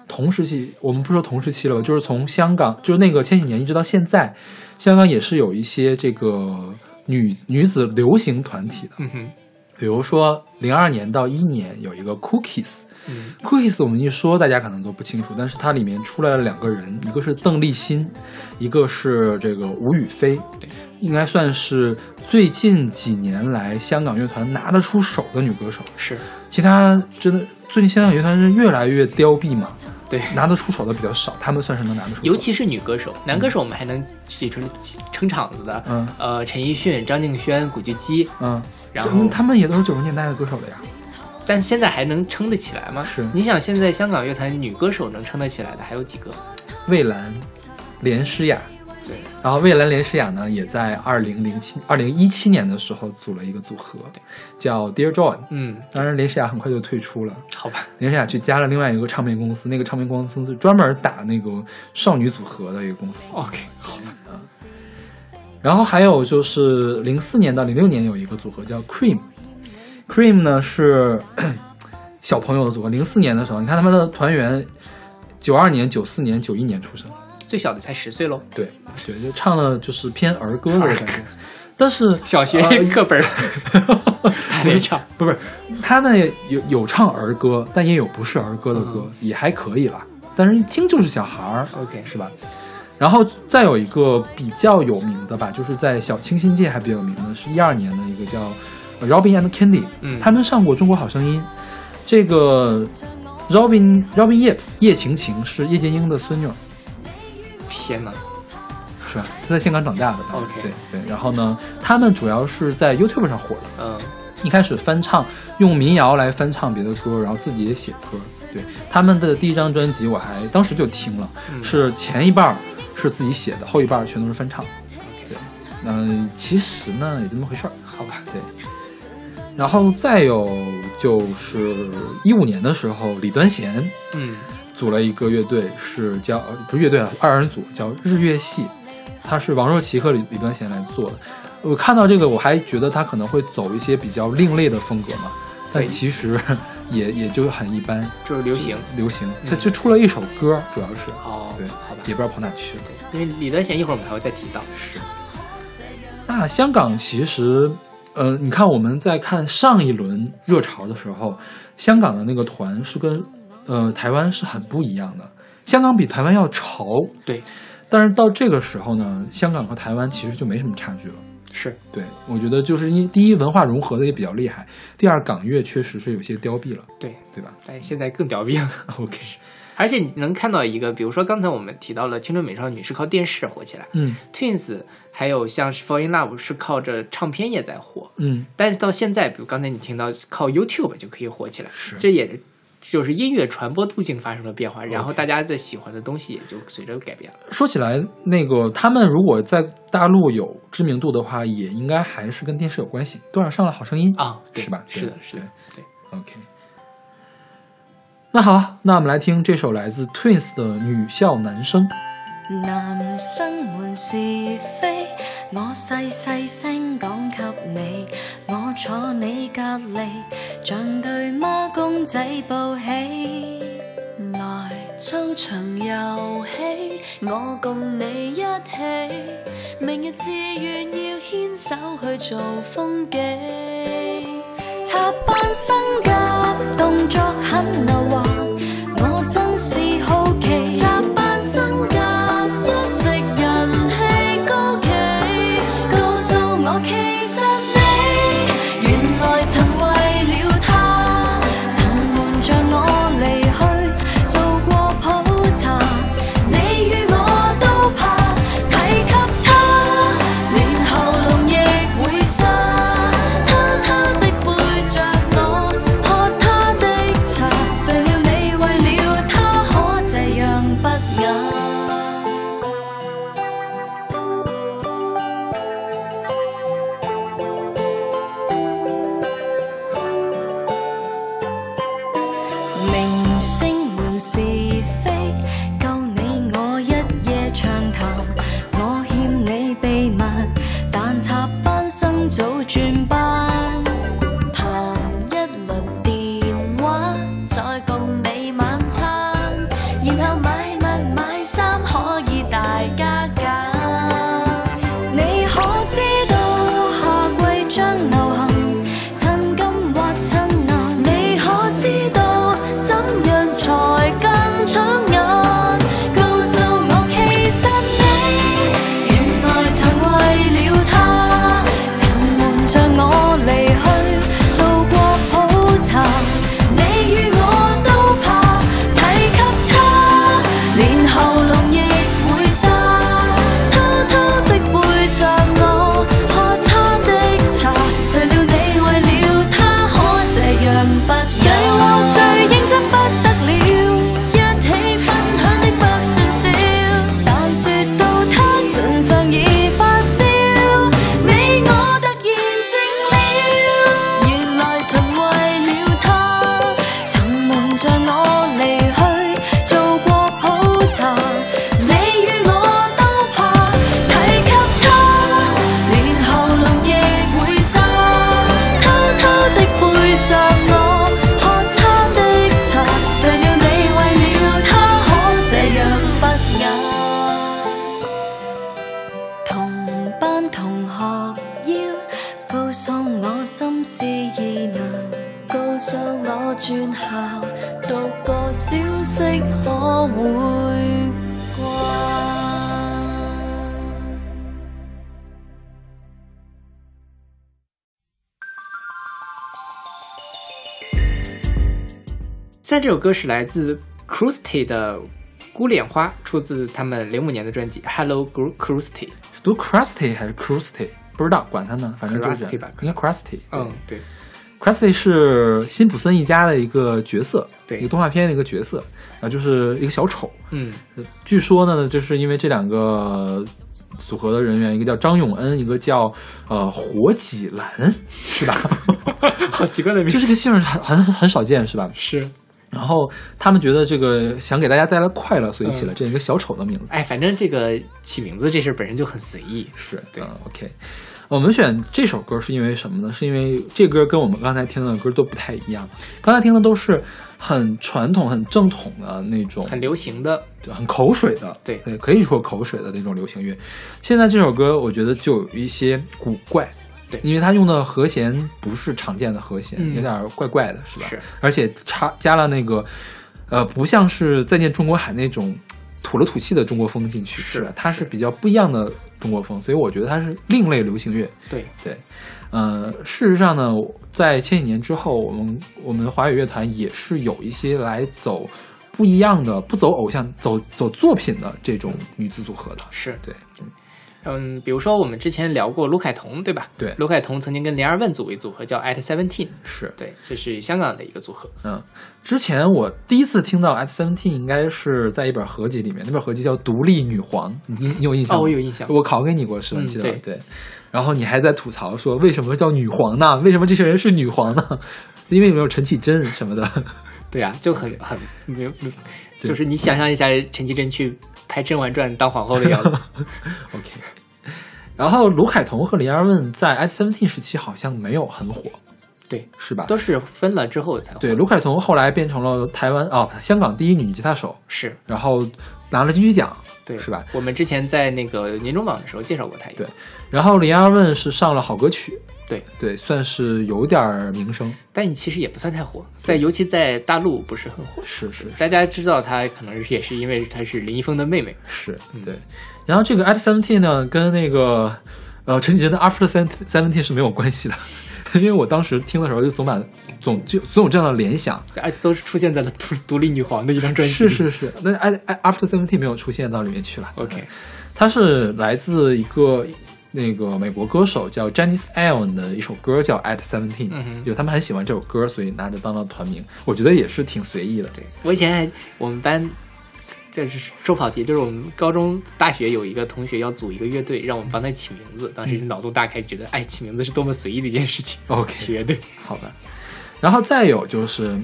Speaker 2: 同时期，我们不说同时期了吧，就是从香港，就是那个千禧年一直到现在，香港也是有一些这个女女子流行团体的，
Speaker 1: 嗯哼，
Speaker 2: 比如说零二年到一年有一个 Cookies。
Speaker 1: 嗯
Speaker 2: Cookies 我们一说大家可能都不清楚，但是它里面出来了两个人，一个是邓丽欣，一个是这个吴雨霏，应该算是最近几年来香港乐团拿得出手的女歌手。
Speaker 1: 是。
Speaker 2: 其他真的最近香港乐团是越来越凋敝嘛，
Speaker 1: 对
Speaker 2: 拿得出手的比较少，他们算是能拿得出手的，
Speaker 1: 尤其是女歌手，男歌手我们还能举出撑场子的，
Speaker 2: 嗯
Speaker 1: 呃，陈奕迅、张敬轩、古巨基，
Speaker 2: 嗯，
Speaker 1: 然
Speaker 2: 他
Speaker 1: 后
Speaker 2: 们他们也都是九十年代的歌手了呀，
Speaker 1: 但现在还能撑得起来吗？
Speaker 2: 是
Speaker 1: 你想现在香港乐坛女歌手能撑得起来的还有几个？
Speaker 2: 蔚蓝、连诗雅，
Speaker 1: 对，
Speaker 2: 然后蔚蓝连诗雅呢也在二零零七、二零一七年的时候组了一个组合，叫 Dear John，
Speaker 1: 嗯，
Speaker 2: 当然连诗雅很快就退出了。
Speaker 1: 好吧，
Speaker 2: 林诗雅去加了另外一个唱片公司，那个唱片公司是专门打那个少女组合的一个公司。
Speaker 1: OK
Speaker 2: 好吧。然后还有就是零四年到零六年有一个组合叫 Cream，Cream [clears throat] 呢是咳小朋友的组合。零四年的时候，你看他们的团员九二年、九四年、九一年出生。
Speaker 1: 最小的才十岁喽，
Speaker 2: 对对，就唱了就是偏儿歌的感觉。但是
Speaker 1: 小学
Speaker 2: 呃
Speaker 1: [laughs]
Speaker 2: [laughs]
Speaker 1: 课本儿还得唱，
Speaker 2: 不是他呢有有唱儿歌，但也有不是儿歌的歌，也还可以啦。但是一听就是小孩儿
Speaker 1: 嗯 OK
Speaker 2: 是吧？然后再有一个比较有名的吧，就是在小清新界还比较有名的是一二年的一个叫呃 Robin and Candy，
Speaker 1: 嗯
Speaker 2: 他们上过《中国好声音》。这个 Robin Robin 叶叶晴晴是叶剑英的孙女儿，
Speaker 1: 天哪！
Speaker 2: 是吧？她在香港长大的。
Speaker 1: 嗯 OK
Speaker 2: 对对。然后呢，他们主要是在 YouTube 上火的。
Speaker 1: 嗯，
Speaker 2: 一开始翻唱，用民谣来翻唱别的歌，然后自己也写歌。对，他们的第一张专辑我还当时就听了，
Speaker 1: 嗯
Speaker 2: 是前一半儿是自己写的，后一半儿全都是翻唱。对，嗯、其实呢也就那么回事儿。
Speaker 1: 好吧，
Speaker 2: 对，然后再有就是一五年的时候，李端贤
Speaker 1: 嗯，
Speaker 2: 组了一个乐队，是叫呃不是乐队啊，二人组叫日月系，他是王若琪和李李端贤来做的。我看到这个，我还觉得他可能会走一些比较另类的风格嘛，但
Speaker 1: 对
Speaker 2: 其实 [laughs] 也也就很一般，
Speaker 1: 就是流行
Speaker 2: 流行。他就出了一首歌，主要是，
Speaker 1: 哦，
Speaker 2: 对，
Speaker 1: 好吧，
Speaker 2: 也不知道跑哪去了。
Speaker 1: 因为李端贤一会儿我们还会再提到，
Speaker 2: 是。那香港其实，呃，你看我们在看上一轮热潮的时候，香港的那个团是跟呃台湾是很不一样的。香港比台湾要潮，
Speaker 1: 对，
Speaker 2: 但是到这个时候呢，香港和台湾其实就没什么差距了。
Speaker 1: 是
Speaker 2: 对，我觉得就是因第一文化融合的也比较厉害，第二港乐确实是有些凋敝了，
Speaker 1: 对，
Speaker 2: 对吧 [laughs]
Speaker 1: 但现在更屌逼了。 [laughs]
Speaker 2: ？OK，
Speaker 1: 而且你能看到一个，比如说刚才我们提到了《青春美少女》是靠电视火起来、
Speaker 2: 嗯
Speaker 1: t w i n s 还有像是《Fall in Love》是靠着唱片也在火，
Speaker 2: 嗯，
Speaker 1: 但是到现在，比如刚才你听到靠 YouTube 就可以火起来，
Speaker 2: 是
Speaker 1: 这也就是音乐传播途径发生了变化，然后大家的喜欢的东西也就随着改变了。
Speaker 2: 说起来，那个他们如果在大陆有知名度的话，也应该还是跟电视有关系，多少上了《好声音》
Speaker 1: 啊对
Speaker 2: 是吧？
Speaker 1: 是的
Speaker 2: 对
Speaker 1: 是的对。
Speaker 2: OK，那好，那我们来听这首来自 Twins 的《女校男生》。
Speaker 4: 男生們是非，我細細聲講給你，我坐你隔離，像對孖公仔報喜。來操場遊戲，我共你一起，明日志願要牽手去做風景。插班生甲動作很流滑，我真是好奇。插班生甲一直人氣高企，告訴我其實你原來曾為了他，曾瞞着我離去，做過普查。你與我都怕，睇給他，連喉嚨亦會沙。他他。
Speaker 6: 心事異能告上我轉校，讀個消息可會啩？
Speaker 1: 现在这首歌是来自 c r u s t y 的《孤脸花》，出自他们零五年的专辑《Hello c r u s t y
Speaker 2: 读 crusty 还是 crusty？不知道，管他呢，反正就是
Speaker 1: Crusty 吧
Speaker 2: 应该 crusty。
Speaker 1: 嗯，对，
Speaker 2: Crusty 是辛普森一家的一个角色，
Speaker 1: 对
Speaker 2: 一个动画片的一个角色啊，就是一个小丑。
Speaker 1: 嗯
Speaker 2: 据说呢，就是因为这两个组合的人员，一个叫张永恩，一个叫呃火几兰，是吧？
Speaker 1: [laughs] 好奇怪的名
Speaker 2: [laughs] 就
Speaker 1: 字
Speaker 2: 这个姓儿很很很少见，是吧？
Speaker 1: [laughs] 是，
Speaker 2: 然后他们觉得这个想给大家带来快乐，所以起了这样一个小丑的名字。
Speaker 1: 哎，反正这个起名字这事儿本身就很随意，
Speaker 2: 是
Speaker 1: 对
Speaker 2: 嗯 OK，我们选这首歌是因为什么呢？是因为这歌跟我们刚才听的歌都不太一样。刚才听的都是很传统、很正统的那种，
Speaker 1: 很流行的，
Speaker 2: 很口水的，
Speaker 1: 对
Speaker 2: 对，可以说口水的那种流行乐。现在这首歌我觉得就有一些古怪，
Speaker 1: 对
Speaker 2: 因为它用的和弦不是常见的和弦，
Speaker 1: 嗯
Speaker 2: 有点怪怪的，是吧？
Speaker 1: 是，
Speaker 2: 而且插加了那个，呃，不像是再见中国海那种吐了吐气的中国风进去，
Speaker 1: 是
Speaker 2: 吧？它是比较不一样的中国风，所以我觉得它是另类流行乐，
Speaker 1: 对，
Speaker 2: 对，呃，事实上呢，在千禧年之后，我们我们华语乐坛也是有一些来走不一样的，不走偶像，走走作品的这种女子组合的。
Speaker 1: 是，
Speaker 2: 对，嗯
Speaker 1: 嗯，比如说我们之前聊过卢凯彤，对吧？
Speaker 2: 对
Speaker 1: 卢凯彤曾经跟林二问组为组合叫 At Seventeen，
Speaker 2: 是，
Speaker 1: 对，这是香港的一个组合，
Speaker 2: 嗯，之前我第一次听到 F Seventeen 应该是在一本合集里面，那本合集叫《独立女皇》，你你你有印象吗？
Speaker 1: 哦我有印象
Speaker 2: 我考给你过是吧？
Speaker 1: 嗯
Speaker 2: 你记得
Speaker 1: 对
Speaker 2: 吧对。然后你还在吐槽说为什么叫女皇呢？为什么这些人是女皇呢？ [laughs] 因为有没有陈绮贞什么的？
Speaker 1: 对啊，就很很没有，没有
Speaker 2: 对
Speaker 1: 就是你想象一下陈绮贞去拍《甄嬛传》当皇后的样
Speaker 2: [laughs]
Speaker 1: 子，
Speaker 2: OK。然后卢凯彤和林二问在 S Seventeen 时期好像没有很火，
Speaker 1: 对，
Speaker 2: 是吧？
Speaker 1: 都是分了之后才
Speaker 2: 对，卢凯彤后来变成了台湾哦，香港第一女吉他手，
Speaker 1: 是
Speaker 2: 然后拿了金曲奖，
Speaker 1: 对
Speaker 2: 是吧？
Speaker 1: 我们之前在那个年终榜的时候介绍过她一个，
Speaker 2: 对然后林二问是上了好歌曲，
Speaker 1: 对
Speaker 2: 对，算是有点儿名声，
Speaker 1: 但你其实也不算太火，在尤其在大陆不是很火。
Speaker 2: 是是
Speaker 1: 大家知道她可能也是因为她是林一峰的妹妹，
Speaker 2: 是，
Speaker 1: 嗯
Speaker 2: 对。然后这个 At Seventeen 呢，跟那个呃陈绮贞的 After Seventeen 是没有关系的， [laughs] 因为我当时听的时候就总把总就总有这样的联想，
Speaker 1: 而都是出现在了独独立女皇的一张专辑。
Speaker 2: 是是是，那 I I After Seventeen 没有出现到里面去了。呃
Speaker 1: OK
Speaker 2: 它是来自一个那个美国歌手叫 Janice Allen 的一首歌叫 At Seventeen，、
Speaker 1: 嗯哼
Speaker 2: 有他们很喜欢这首歌，所以拿着当了团名，我觉得也是挺随意的。对，
Speaker 1: 我以前还我们班，就是说跑题，就是我们高中、大学有一个同学要组一个乐队，让我们帮他起名字。当时就脑洞大开，觉得哎，起名字是多么随意的一件事情。
Speaker 2: OK
Speaker 1: 起 [laughs] 乐队
Speaker 2: [laughs] 好吧。然后再有就是，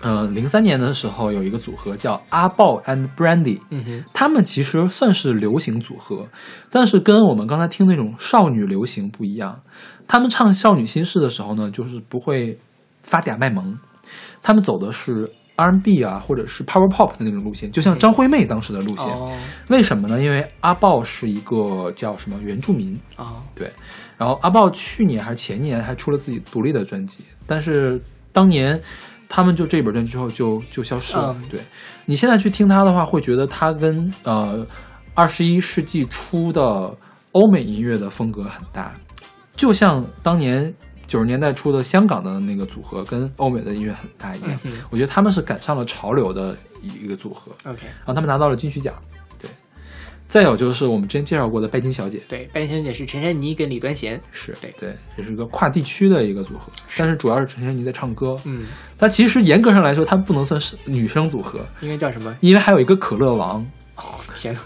Speaker 2: 呃，零三年的时候有一个组合叫阿豹 and Brandy，
Speaker 1: 嗯哼，
Speaker 2: 他们其实算是流行组合，但是跟我们刚才听那种少女流行不一样。他们唱少女心事的时候呢，就是不会发嗲卖萌，他们走的是 R&B 啊，或者是 Power Pop 的那种路线，就像张惠妹当时的路线。
Speaker 1: 哦
Speaker 2: 为什么呢？因为阿豹是一个叫什么原住民，
Speaker 1: 哦，
Speaker 2: 对，然后阿豹去年还是前年还出了自己独立的专辑，但是当年他们就这本专辑之后就就消失了。
Speaker 1: 嗯
Speaker 2: 对你现在去听他的话，会觉得他跟呃二十一世纪初的欧美音乐的风格很搭，就像当年。九十年代初的香港的那个组合跟欧美的音乐很搭一样，
Speaker 1: 嗯哼
Speaker 2: 我觉得他们是赶上了潮流的一个组合，
Speaker 1: OK，
Speaker 2: 然后他们拿到了金曲奖。对，再有就是我们之前介绍过的拜金小姐，
Speaker 1: 对，白小姐是陈珊妮跟李端贤，
Speaker 2: 是
Speaker 1: 对
Speaker 2: 对，这是个跨地区的一个组合，但是主要是陈珊妮在唱歌。
Speaker 1: 嗯，
Speaker 2: 但其实严格上来说，它不能算是女生组合，
Speaker 1: 应该叫什么？
Speaker 2: 因为还有一个可乐王，
Speaker 1: 天呐，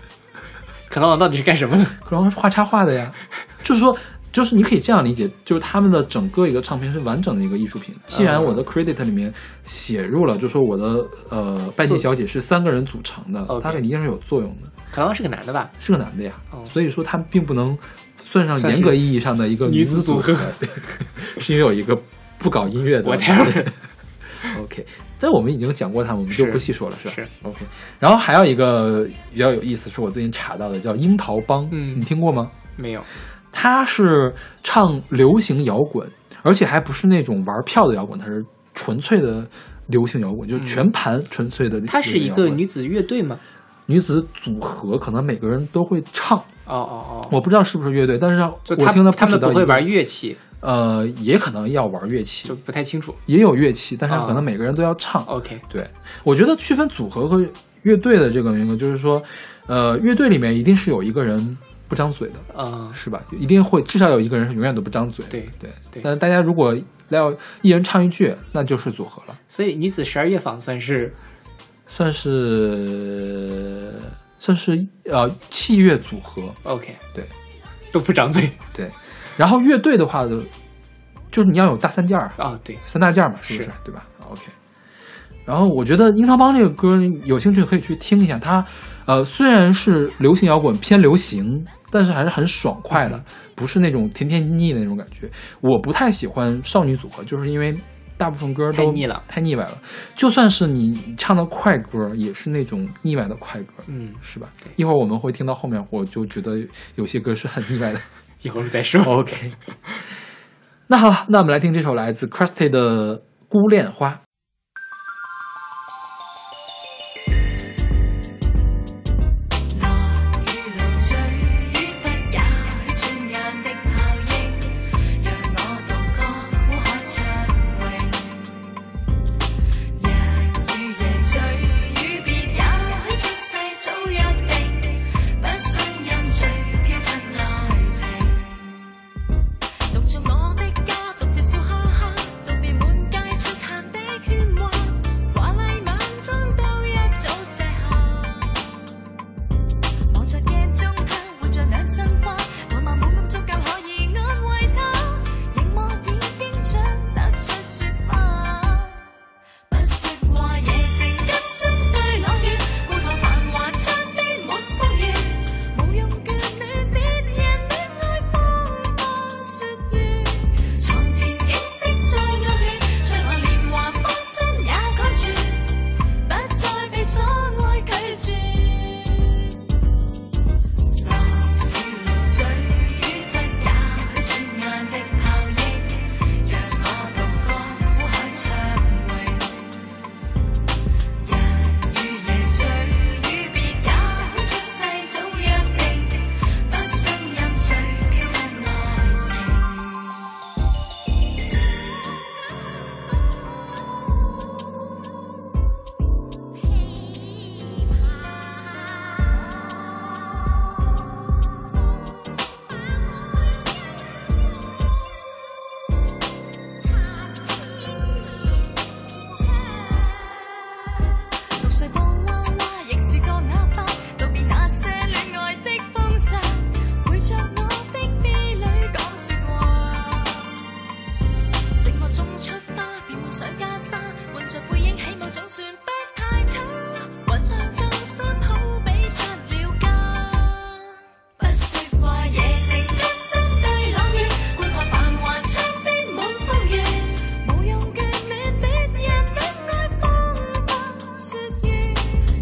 Speaker 1: 可乐王到底是干什么 [laughs] 的？
Speaker 2: 可乐王是画插画的呀。就是说，就是你可以这样理解，就是他们的整个一个唱片是完整的一个艺术品。既然我的 credit 里面写入了，就说我的呃拜金小姐是三个人组成的，
Speaker 1: OK
Speaker 2: 它肯定是有作用的，
Speaker 1: 可乐王是个男的吧？
Speaker 2: 是个男的呀，
Speaker 1: 哦
Speaker 2: 所以说他并不能算上
Speaker 1: 算是
Speaker 2: 严格意义上的一个
Speaker 1: 女
Speaker 2: 子
Speaker 1: 子
Speaker 2: 组
Speaker 1: 组合
Speaker 2: [laughs] 是因为有一个不搞音乐的
Speaker 1: Whatever
Speaker 2: [laughs] OK，但我们已经讲过他们，我们就是不细说了，是吧？
Speaker 1: 是
Speaker 2: OK。然后还有一个比较有意思，是我最近查到的，叫樱桃帮，
Speaker 1: 嗯
Speaker 2: 你听过吗？
Speaker 1: 没有，
Speaker 2: 他是唱流行摇滚，而且还不是那种玩票的摇滚，它是纯粹的流行摇滚，就是全盘纯粹的流行摇滚。
Speaker 1: 她嗯是一个女子乐队吗？
Speaker 2: 女子组合，可能每个人都会唱，
Speaker 1: 哦哦哦，
Speaker 2: 我不知道是不是乐队，但是
Speaker 1: 就
Speaker 2: 我
Speaker 1: 她
Speaker 2: 听的
Speaker 1: 他们不会玩，乐器，
Speaker 2: 呃，也可能要玩乐器
Speaker 1: 就，不太清楚。
Speaker 2: 也有乐器，但是
Speaker 1: 啊
Speaker 2: 可能每个人都要唱。
Speaker 1: OK，
Speaker 2: 对，我觉得区分组合和乐队的这个原因，就是说，呃，乐队里面一定是有一个人不张嘴的，
Speaker 1: 嗯，
Speaker 2: 是吧？一定会至少有一个人是永远都不张嘴。
Speaker 1: 对
Speaker 2: 对
Speaker 1: 对
Speaker 2: 但是大家如果要一人唱一句，那就是组合了，
Speaker 1: 所以女子十二乐坊算是
Speaker 2: 算是算是呃器乐组合。
Speaker 1: OK，
Speaker 2: 对
Speaker 1: 都不长嘴。
Speaker 2: 对，然后乐队的话呢，就是你要有大三件儿，
Speaker 1: 哦，对，
Speaker 2: 三大件儿嘛，是不是？
Speaker 1: 是
Speaker 2: 对吧？OK。然后我觉得《樱桃帮》这个歌，有兴趣可以去听一下。它，呃，虽然是流行摇滚偏流行，但是还是很爽快
Speaker 1: 嗯
Speaker 2: 的，不是那种甜甜腻腻的那种感觉。我不太喜欢少女组合，就是因为大部分歌
Speaker 1: 太
Speaker 2: 都
Speaker 1: 腻了
Speaker 2: 太腻歪了。就算是你唱的快歌，也是那种腻歪的快歌，
Speaker 1: 嗯，
Speaker 2: 是吧？一会儿我们会听到后面，我就觉得有些歌是很腻歪的。
Speaker 1: 一会儿再说。
Speaker 2: OK，那好，那我们来听这首来自 Crusty 的《孤恋花》。
Speaker 6: 我已陶醉於忽也許轉眼的效應，讓我渡過苦海暢泳。日與夜醉與別也許出世早約定，不信任誰飄忽愛情。獨著我的家，獨隻笑哈哈，獨別滿街摧殘的喧譁，華麗晚裝都一早卸下。望着鏡中他，活像眼生花，我望滿屋足夠可以安慰他。凝望已經長得出説話，不説話夜靜一生對朗月，觀看繁華窗邊滿風雨，無用眷戀別人的愛放花雪月。床前景色再暗戀，將我年華芳心也趕絕，不再被所愛拒絕。流於露水，於忽也許轉眼的效應，讓我渡過苦海暢泳。日與夜醉，與別也許出世早約定，不信任最飄忽愛情。熟睡布娃娃，亦是個啞巴，道別那些戀愛的風沙，陪着我的婢女講説話。寂寞中出花，便換上袈裟，換着背影起舞，總算不太差。雲上眾心好比出了家，不説話夜靜一生對朗月，觀看繁華窗邊滿風雨，無用眷戀別人的愛放不出於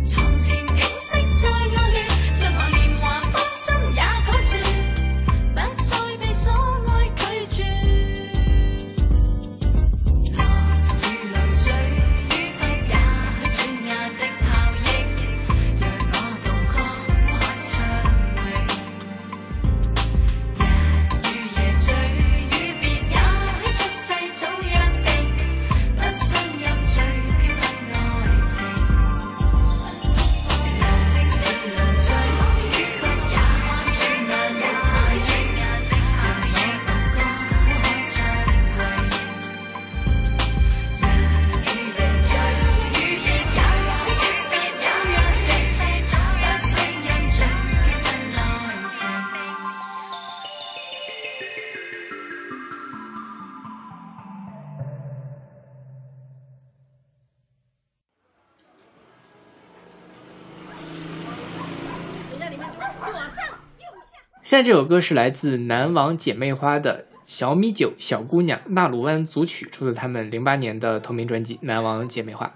Speaker 6: 床前景色再惡劣，將我年華芳心也趕絕，不再被所愛拒絕。流與淚水，於忽也許轉眼的效應，讓我渡過苦海暢泳。日與夜醉，與別也許出世早約定，不信任最飄忽愛情。冷靜的流水，於忽也許轉眼的效應，讓我渡過苦海暢泳。
Speaker 1: 现在这首歌是来自南王姐妹花的《小米酒小姑娘纳鲁湾组曲》，出自他们零八年的同名专辑《南王姐妹花》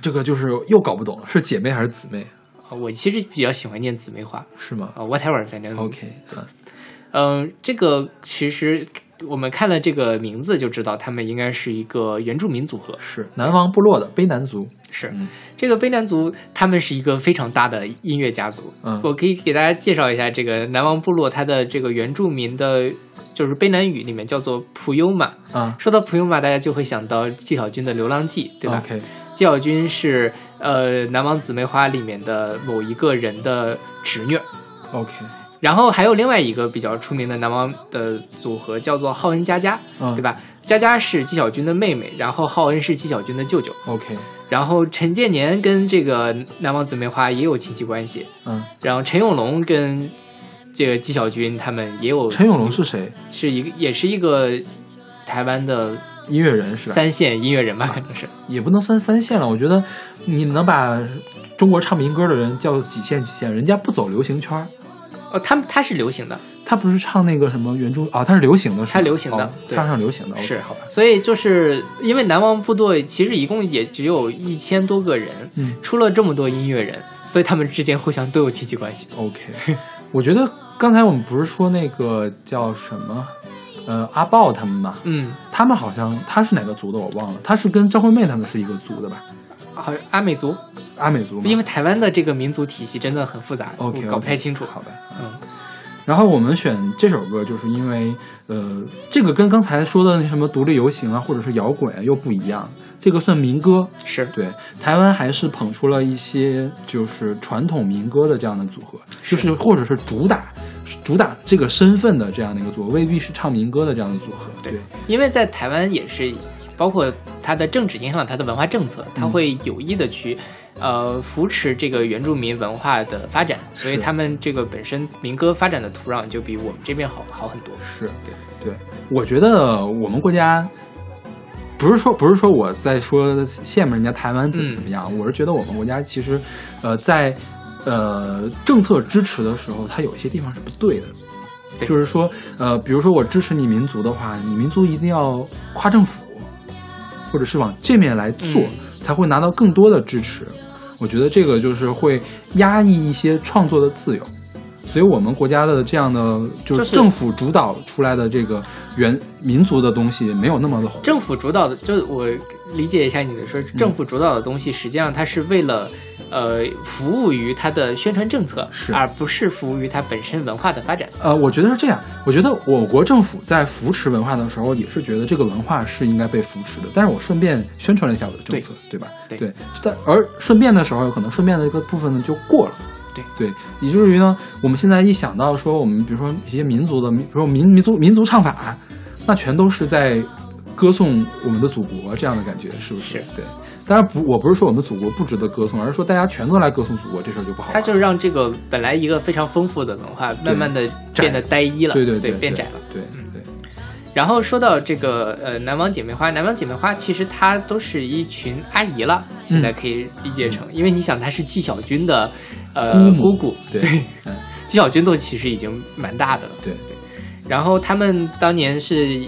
Speaker 2: 这个就是又搞不懂了，是姐妹还是姊妹？
Speaker 1: 啊。我其实比较喜欢念姊妹花呃
Speaker 2: 是吗
Speaker 1: 嗯啊，whatever，反正
Speaker 2: ？OK，嗯
Speaker 1: 嗯，这个其实我们看了这个名字就知道，他们应该是一个原住民组合。
Speaker 2: 是南方部落的卑南族，
Speaker 1: 是、
Speaker 2: 嗯
Speaker 1: 这个卑南族，他们是一个非常大的音乐家族。
Speaker 2: 嗯
Speaker 1: 我可以给大家介绍一下这个南王部落，它的这个原住民的，就是卑南语里面叫做普悠玛。
Speaker 2: 啊
Speaker 1: 说到普悠玛，大家就会想到纪晓君的《流浪记》，对吧？
Speaker 2: 哦？OK，
Speaker 1: 纪晓君是呃《南王姊妹花》里面的某一个人的侄女儿。
Speaker 2: OK，
Speaker 1: 然后还有另外一个比较出名的南王的组合叫做浩恩佳佳，
Speaker 2: 嗯，
Speaker 1: 对？吧？佳佳是纪晓君的妹妹，然后浩恩是纪晓君的舅舅，
Speaker 2: ？OK，
Speaker 1: 然后陈建年跟这个南王姊妹花也有亲戚关系，
Speaker 2: 嗯，
Speaker 1: 然后陈永龙跟这个纪晓君他们也有
Speaker 2: 陈永龙是谁？
Speaker 1: 是一个也是一个台湾的
Speaker 2: 音乐人是吧？
Speaker 1: 三线音乐人吧，可能是
Speaker 2: 也不能算三线了，我觉得你能把中国唱民歌的人叫几线几线，人家不走流行圈儿，
Speaker 1: 哦，他们他是流行的，
Speaker 2: 他不是唱那个什么原著啊，他是流行的是吧，
Speaker 1: 他流行的
Speaker 2: 哦
Speaker 1: 对
Speaker 2: 唱上流行的
Speaker 1: 是
Speaker 2: OK，好吧？
Speaker 1: 所以就是因为南王部队其实一共也只有一千多个人，
Speaker 2: 嗯
Speaker 1: 出了这么多音乐人，所以他们之间互相都有亲戚关系。 [laughs]
Speaker 2: ，OK，我觉得刚才我们不是说那个叫什么，呃，阿豹他们嘛，
Speaker 1: 嗯，
Speaker 2: 他们好像他是哪个族的我忘了，他是跟张惠妹他们是一个族的吧？
Speaker 1: 好，阿美族，
Speaker 2: 阿美族嘛，
Speaker 1: 因为台湾的这个民族体系真的很复杂
Speaker 2: OK，
Speaker 1: 我搞不太清楚。
Speaker 2: 好吧。
Speaker 1: 嗯，
Speaker 2: 然后我们选这首歌，就是因为，呃，这个跟刚才说的那什么独立游行啊，或者是摇滚啊又不一样，这个算民歌。
Speaker 1: 是
Speaker 2: 对，台湾还是捧出了一些就是传统民歌的这样的组合，就是或者是主打主打这个身份的这样的一个组合，未必是唱民歌的这样的组合。对，
Speaker 1: 因为在台湾也是，包括它的政治影响它的文化政策，
Speaker 2: 嗯
Speaker 1: 它会有意的去。呃，扶持这个原住民文化的发展，所以
Speaker 2: 是
Speaker 1: 他们这个本身民歌发展的土壤就比我们这边好好很多。
Speaker 2: 是对，我觉得我们国家不是说不是说我在说羡慕人家台湾怎么
Speaker 1: 嗯
Speaker 2: 怎么样，我是觉得我们国家其实，呃，在呃政策支持的时候，它有些地方是不对的。
Speaker 1: 对
Speaker 2: 就是说，呃，比如说我支持你民族的话，你民族一定要跨政府，或者是往这面来做，
Speaker 1: 嗯
Speaker 2: 才会拿到更多的支持。我觉得这个就是会压抑一些创作的自由，所以我们国家的这样的就
Speaker 1: 就是
Speaker 2: 是政府主导出来的这个原民族的东西没有那么的火。
Speaker 1: 政府主导的，就是我理解一下你的说，
Speaker 2: 嗯
Speaker 1: 政府主导的东西，实际上它是为了，呃，服务于它的宣传政策，
Speaker 2: 是
Speaker 1: 而不是服务于它本身文化的发展。
Speaker 2: 呃，我觉得是这样。我觉得我国政府在扶持文化的时候，也是觉得这个文化是应该被扶持的。但是我顺便宣传了一下我的政策，对吧？
Speaker 1: 对
Speaker 2: 但而顺便的时候，可能顺便的一个部分呢就过了。
Speaker 1: 对
Speaker 2: 对，以至于呢，我们现在一想到说我们比如说一些民族的，比如说民民族民族唱法，那全都是在歌颂我们的祖国这样的感觉，是不是？
Speaker 1: 是
Speaker 2: 对。当然不，我不是说我们祖国不值得歌颂，而是说大家全都来歌颂祖国，这事儿就不好玩
Speaker 1: 它就是让这个本来一个非常丰富的文化，慢慢的变得单一了，
Speaker 2: 对对对，
Speaker 1: 变窄了。
Speaker 2: 对
Speaker 1: 嗯
Speaker 2: 对。
Speaker 1: 然后说到这个呃南王姐妹花，南王姐妹花其实它都是一群阿姨了，现
Speaker 2: 嗯
Speaker 1: 在可以理解成，因为你想她是纪晓君的呃
Speaker 2: 姑母
Speaker 1: 姑姑，
Speaker 2: 对嗯
Speaker 1: 纪晓君都其实已经蛮大的了。 [laughs]
Speaker 2: 对
Speaker 1: 对，然后他们当年是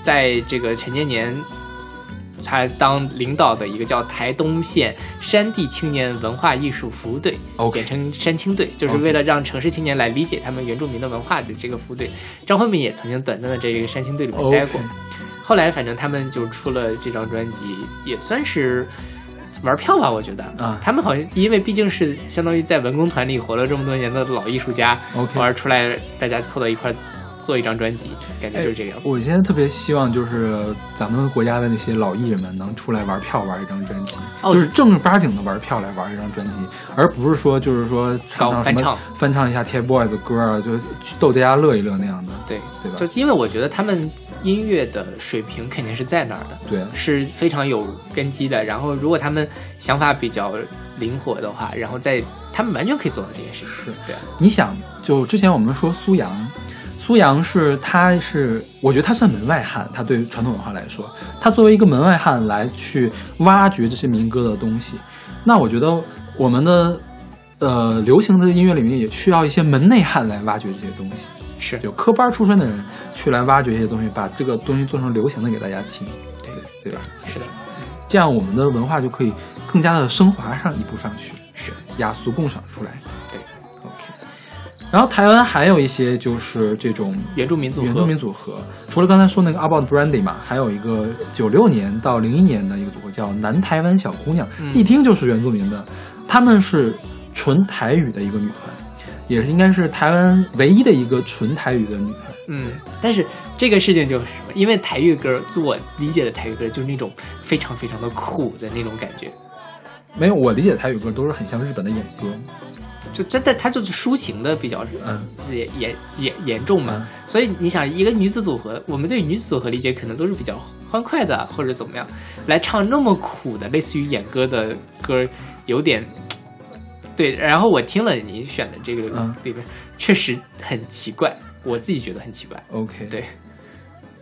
Speaker 1: 在这个陈建年他当领导的一个叫台东县山地青年文化艺术服务队
Speaker 2: OK
Speaker 1: 简称山青队，就是
Speaker 2: OK
Speaker 1: 为了让城市青年来理解他们原住民的文化的这个服务队。张惠妹也曾经短暂的在这个山青队里面待过
Speaker 2: OK
Speaker 1: 后来反正他们就出了这张专辑，也算是。玩票吧，我觉得
Speaker 2: 啊
Speaker 1: 他们好像因为毕竟是相当于在文工团里活了这么多年的老艺术家
Speaker 2: OK
Speaker 1: 玩出来，大家凑到一块儿做一张专辑，感觉就是这个样子。
Speaker 2: 哎我现在特别希望就是咱们国家的那些老艺人们能出来玩票玩一张专辑，
Speaker 1: 哦
Speaker 2: 就是正儿八经的玩票来玩一张专辑，而不是说就是说
Speaker 1: 搞
Speaker 2: 唱唱
Speaker 1: 翻
Speaker 2: 什
Speaker 1: 唱
Speaker 2: 么翻唱一下 TFBOYS 的歌啊，就逗大家乐一乐那样的。
Speaker 1: 对，
Speaker 2: 对吧
Speaker 1: 就因为我觉得他们音乐的水平肯定是在那儿的，
Speaker 2: 对
Speaker 1: 是非常有根基的。然后，如果他们想法比较灵活的话，然后在他们完全可以做到这件事情。
Speaker 2: 是
Speaker 1: 对，啊
Speaker 2: 你想，就之前我们说苏阳，苏阳是他是，我觉得他算门外汉，他对于传统文化来说，他作为一个门外汉来去挖掘这些民歌的东西，那我觉得我们的呃流行的音乐里面也需要一些门内汉来挖掘这些东西，
Speaker 1: 是
Speaker 2: 有科班出身的人去来挖掘这些东西，把这个东西做成流行的给大家听，
Speaker 1: 对
Speaker 2: 对吧？
Speaker 1: 是的，
Speaker 2: 这样我们的文化就可以更加的升华上一步上去，
Speaker 1: 是
Speaker 2: 雅俗共赏出来。
Speaker 1: 对
Speaker 2: OK，然后台湾还有一些就是这种
Speaker 1: 原住民组合
Speaker 2: 原住民组合，除了刚才说那个 About Brandy 嘛，还有一个九六年到零一年的一个组合叫南台湾小姑娘，
Speaker 1: 嗯
Speaker 2: 一听就是原住民的，他们是纯台语的一个女团，也是应该是台湾唯一的一个纯台语的女团。
Speaker 1: 嗯，但是这个事情就是什么？因为台语歌，就我理解的台语歌就是那种非常非常的酷的那种感觉，
Speaker 2: 没有，我理解的台语歌都是很像日本的演歌，
Speaker 1: 就真的它就是抒情的比较，
Speaker 2: 嗯
Speaker 1: 严严严严重嘛。
Speaker 2: 嗯
Speaker 1: 所以你想，一个女子组合，我们对女子组合理解可能都是比较欢快的或者怎么样，来唱那么苦的类似于演歌的歌，有点。对，然后我听了你选的这个
Speaker 2: 嗯
Speaker 1: 里边，确实很奇怪，我自己觉得很奇怪。
Speaker 2: OK，
Speaker 1: 对，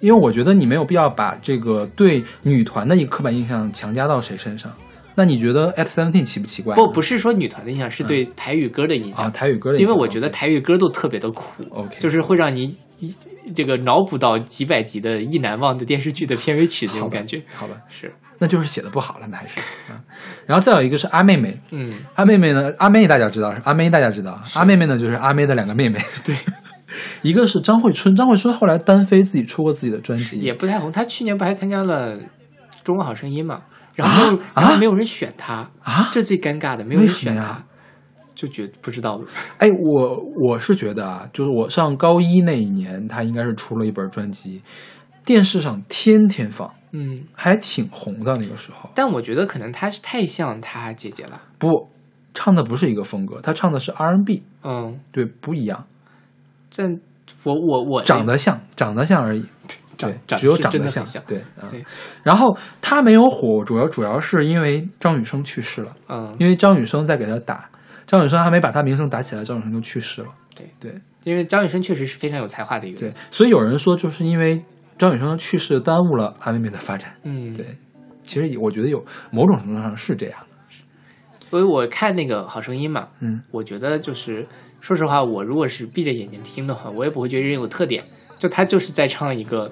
Speaker 2: 因为我觉得你没有必要把这个对女团的一个刻板印象强加到谁身上。那你觉得 At Seventeen 奇不奇怪呢？
Speaker 1: 不，不是说女团的印象，是
Speaker 2: 嗯
Speaker 1: 对台语歌的印象。
Speaker 2: 啊，台语歌的一
Speaker 1: 因
Speaker 2: 个，
Speaker 1: 为我觉得台语歌都特别的苦
Speaker 2: OK
Speaker 1: 就是会让你一这个脑补到几百集的《意难忘》的电视剧的片尾曲那
Speaker 2: 好
Speaker 1: 种
Speaker 2: 吧
Speaker 1: 感觉。嗯
Speaker 2: 好吧，
Speaker 1: 是，
Speaker 2: 那就是写的不好了，那还是。啊然后再有一个是阿妹妹，
Speaker 1: 嗯，
Speaker 2: 阿妹妹呢，阿妹大家知道，阿妹大家知道，阿妹妹呢就是阿妹的两个妹妹，对， [laughs] 一个是张惠春，张惠春后来单飞自己出过自己的专辑，
Speaker 1: 也不太红。他去年不还参加了《中国好声音》嘛，然后没有，
Speaker 2: 啊
Speaker 1: 然后没有人选他，
Speaker 2: 啊
Speaker 1: 这最尴尬的，没有人
Speaker 2: 为什
Speaker 1: 选
Speaker 2: 么呀
Speaker 1: 他，就觉得不知道
Speaker 2: 哎，我我是觉得啊，就是我上高一那一年，她应该是出了一本专辑，电视上天天放，
Speaker 1: 嗯，
Speaker 2: 还挺红的那个时候。
Speaker 1: 但我觉得可能他是太像他姐姐了，
Speaker 2: 不，唱的不是一个风格，她唱的是 R&B，
Speaker 1: 嗯，
Speaker 2: 对，不一样，
Speaker 1: 但我我我
Speaker 2: 长得像，长得像而已。对，
Speaker 1: 长
Speaker 2: 只有
Speaker 1: 是
Speaker 2: 长
Speaker 1: 真
Speaker 2: 得
Speaker 1: 的
Speaker 2: 像，
Speaker 1: 很像
Speaker 2: 对啊
Speaker 1: 对。
Speaker 2: 然后她没有火，主要主要是因为张雨生去世了，
Speaker 1: 嗯，
Speaker 2: 因为张雨生在给她打，张雨生还没把她名声打起来，张雨生就去世了。
Speaker 1: 对
Speaker 2: 对，
Speaker 1: 因为张雨生确实是非常有才华的一个人
Speaker 2: 对，，所以有人说，就是因为张雨生的去世耽误了阿妹妹的发展。
Speaker 1: 嗯，
Speaker 2: 对，其实也我觉得有某种程度上是这样的。
Speaker 1: 所以我看那个《好声音》嘛，
Speaker 2: 嗯，
Speaker 1: 我觉得就是说实话，我如果是闭着眼睛听的话，我也不会觉得人有特点。就他就是在唱一个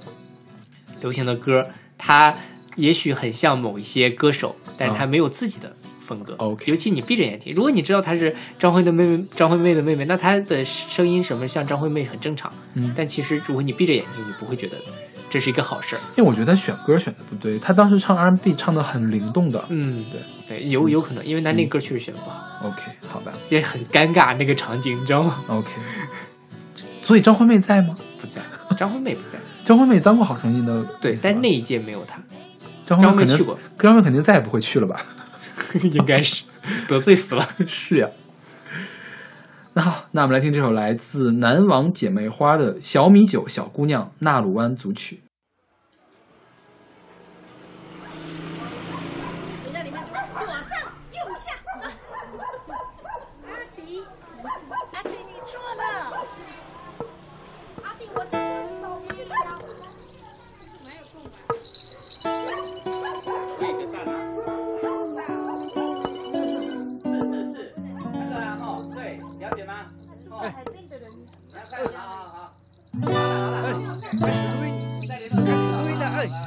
Speaker 1: 流行的歌，他也许很像某一些歌手，但是他
Speaker 2: 嗯
Speaker 1: 没有自己的风格。
Speaker 2: 哦 OK
Speaker 1: 尤其你闭着眼听，如果你知道她是张惠的妹妹，张惠妹的妹妹，那她的声音什么像张惠妹很正常。
Speaker 2: 嗯
Speaker 1: 但其实如果你闭着眼睛，你不会觉得这是一个好事儿。
Speaker 2: 因为我觉得他选歌选的不对，他当时唱 R&B 唱的很灵动的。
Speaker 1: 嗯，
Speaker 2: 对嗯
Speaker 1: 对，有有可能，因为他那歌确实选的不好，
Speaker 2: OK，好吧
Speaker 1: 也很尴尬那个场景，你知道吗？
Speaker 2: ，OK。所以张惠妹在吗？
Speaker 1: 不在，张惠妹不在。
Speaker 2: 张惠妹当过《好声音》的，
Speaker 1: [laughs] 对，但那一届没有她， [laughs]
Speaker 2: 张惠
Speaker 1: 张惠
Speaker 2: 妹
Speaker 1: 妹
Speaker 2: 肯定
Speaker 1: 去过，
Speaker 2: 张惠妹肯定再也不会去了吧？ [laughs]
Speaker 1: 应该是 [laughs] 得罪死了。
Speaker 2: 是呀。那好，那我们来听这首来自南王姐妹花的《小米酒小姑娘纳鲁湾组曲》。
Speaker 5: 你在里面左上右下。阿迪，阿迪，你错了。阿迪，我是说手机啊。
Speaker 8: 是是是，那个啊，哦，对，了解吗？哦，海边的人。好好好。好了好了，好了，再联
Speaker 7: 哎啊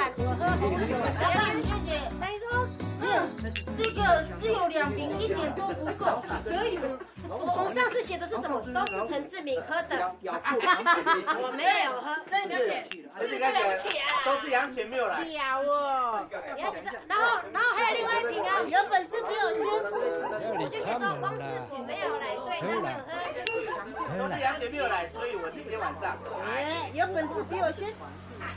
Speaker 5: 老板，谢谢。他说，嗯，这个自由两瓶一点都不够，可以。我从上次写的是什么？都是陈志敏喝的。 [laughs] 我没有喝，真了解，是不是了不起啊？
Speaker 8: 都是杨泉没有来。
Speaker 5: 呀哦，了解是。然后，然后还有另外一瓶啊，有本事给我吃。我就写说方志敏没有来，所以他没有喝。
Speaker 8: 都是杨姐没有来，所以我今天晚上
Speaker 5: 哎，有本事比我先。哎，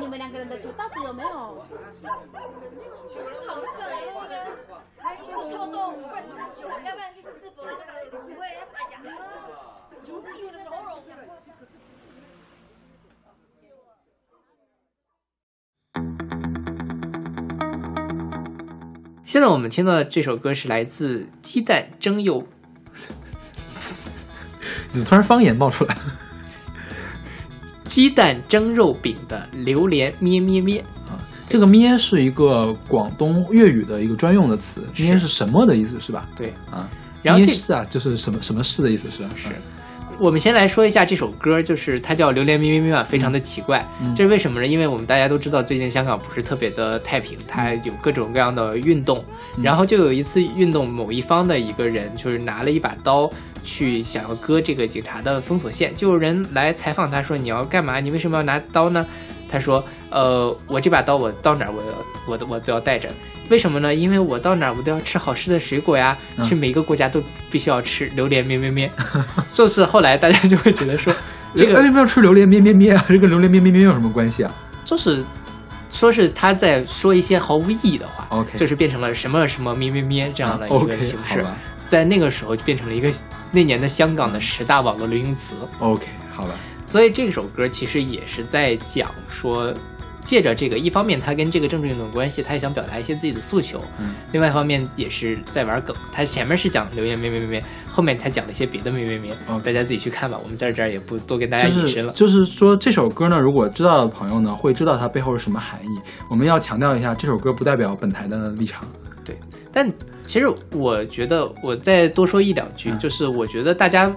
Speaker 5: 你们两个人的酒到底有没有？酒好像有的，还不是臭豆腐，不然就是酒，要不然就是淄博那个卤味，要不然讲酒是有的喉咙。
Speaker 1: 现在我们听到的这首歌是来自鸡蛋蒸鼬
Speaker 2: 怎么突然方言冒出来？
Speaker 1: 鸡蛋蒸肉饼的榴莲咩咩咩，
Speaker 2: [laughs] 这个“咩”是一个广东粤语的一个专用的词，“咩”是什么的意思是吧？
Speaker 1: 对，
Speaker 2: 啊，
Speaker 1: 然后
Speaker 2: 咩
Speaker 1: 这
Speaker 2: 是啊，就是什么什么事的意思是吧？啊
Speaker 1: 是。我们先来说一下这首歌，就是它叫《榴莲咪咪咪》嘛，非常的奇怪。
Speaker 2: 嗯
Speaker 1: 这是为什么呢？因为我们大家都知道，最近香港不是特别的太平，它有各种各样的运动。
Speaker 2: 嗯
Speaker 1: 然后就有一次运动，某一方的一个人就是拿了一把刀去想要割这个警察的封锁线，就有人来采访他说：“你要干嘛？你为什么要拿刀呢？”他说：“呃，我这把刀我到哪儿我我都我都要带着，为什么呢？因为我到哪儿我都要吃好吃的水果呀，
Speaker 2: 嗯
Speaker 1: 去每一个国家都必须要吃榴莲咩咩咩。就是后来大家就会觉得
Speaker 2: [laughs]
Speaker 1: 说，这
Speaker 2: 哎为
Speaker 1: 个
Speaker 2: 什么要吃榴莲咩咩咩啊？这跟榴莲咩咩咩有什么关系啊？
Speaker 1: 就是说是他在说一些毫无意义的话
Speaker 2: OK
Speaker 1: 就是变成了什么什么咩咩咩这样的一
Speaker 2: 啊 OK，
Speaker 1: 个形
Speaker 2: 好
Speaker 1: 式，
Speaker 2: 吧
Speaker 1: 在那个时候就变成了一个那年的香港的十大网络流行词。
Speaker 2: ，OK，好吧，
Speaker 1: 所以这首歌其实也是在讲说，借着这个，一方面他跟这个政治运动有关系，他也想表达一些自己的诉求；
Speaker 2: 嗯
Speaker 1: 另外一方面也是在玩梗。他前面是讲留言咩咩咩咩，后面他讲了一些别的咩咩咩，
Speaker 2: OK
Speaker 1: 大家自己去看吧。我们在这儿也不多跟大家
Speaker 2: 哦就
Speaker 1: 引申
Speaker 2: 是
Speaker 1: 哎了。
Speaker 2: 就是说这首歌呢，如果知道的朋友呢，会知道它背后是什么含义。我们要强调一下，这首歌不代表本台的立场。
Speaker 1: 对，但其实我觉得，我再多说一两句，
Speaker 2: 嗯
Speaker 1: 就是我觉得大家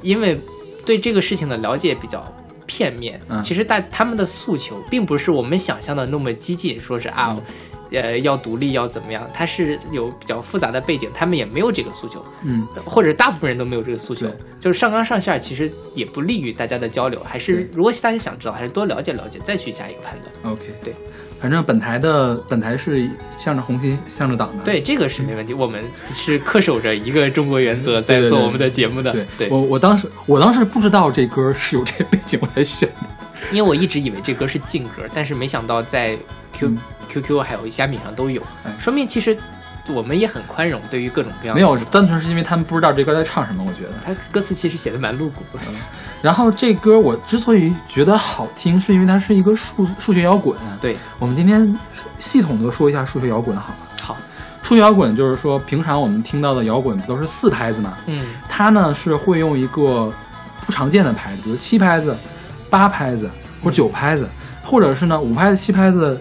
Speaker 1: 因为对这个事情的了解比较。片面
Speaker 2: 嗯，
Speaker 1: 其实大他们的诉求并不是我们想象的那么激进，说是
Speaker 2: 嗯
Speaker 1: 啊，呃，要独立要怎么样，它是有比较复杂的背景，他们也没有这个诉求，
Speaker 2: 嗯，
Speaker 1: 或者大部分人都没有这个诉求
Speaker 2: 对，
Speaker 1: 就是上纲上线其实也不利于大家的交流，还是
Speaker 2: 对
Speaker 1: 如果大家想知道，还是多了解了解，再去下一个判断。
Speaker 2: OK，
Speaker 1: 对，
Speaker 2: 反正本台的本台是向着红心向着党的。
Speaker 1: 对，这个是没问题。我们是恪守着一个中国原则在
Speaker 2: 对对
Speaker 1: 做
Speaker 2: 对
Speaker 1: 我们的节目的。
Speaker 2: 对，
Speaker 1: 对，
Speaker 2: 我我当时我当时不知道这歌是有这背景我才选的。
Speaker 1: 因为我一直以为这歌是禁歌，但是没想到在 Q、
Speaker 2: 嗯
Speaker 1: QQ 还有虾米上都有
Speaker 2: 哎，
Speaker 1: 说明其实我们也很宽容对于各种各样的。
Speaker 2: 没有，，单纯是因为他们不知道这歌在唱什么，我觉得。
Speaker 1: 他歌词其实写的蛮露骨的。
Speaker 2: 嗯然后这歌我之所以觉得好听，是因为它是一个数数学摇滚。
Speaker 1: 对，
Speaker 2: 我们今天系统的说一下数学摇滚好了。
Speaker 1: 好，
Speaker 2: 数学摇滚就是说，平常我们听到的摇滚不都是四拍子吗？
Speaker 1: 嗯，
Speaker 2: 它呢是会用一个不常见的拍子，比如七拍子、八拍子或者九拍子，或者是呢五拍子、七拍子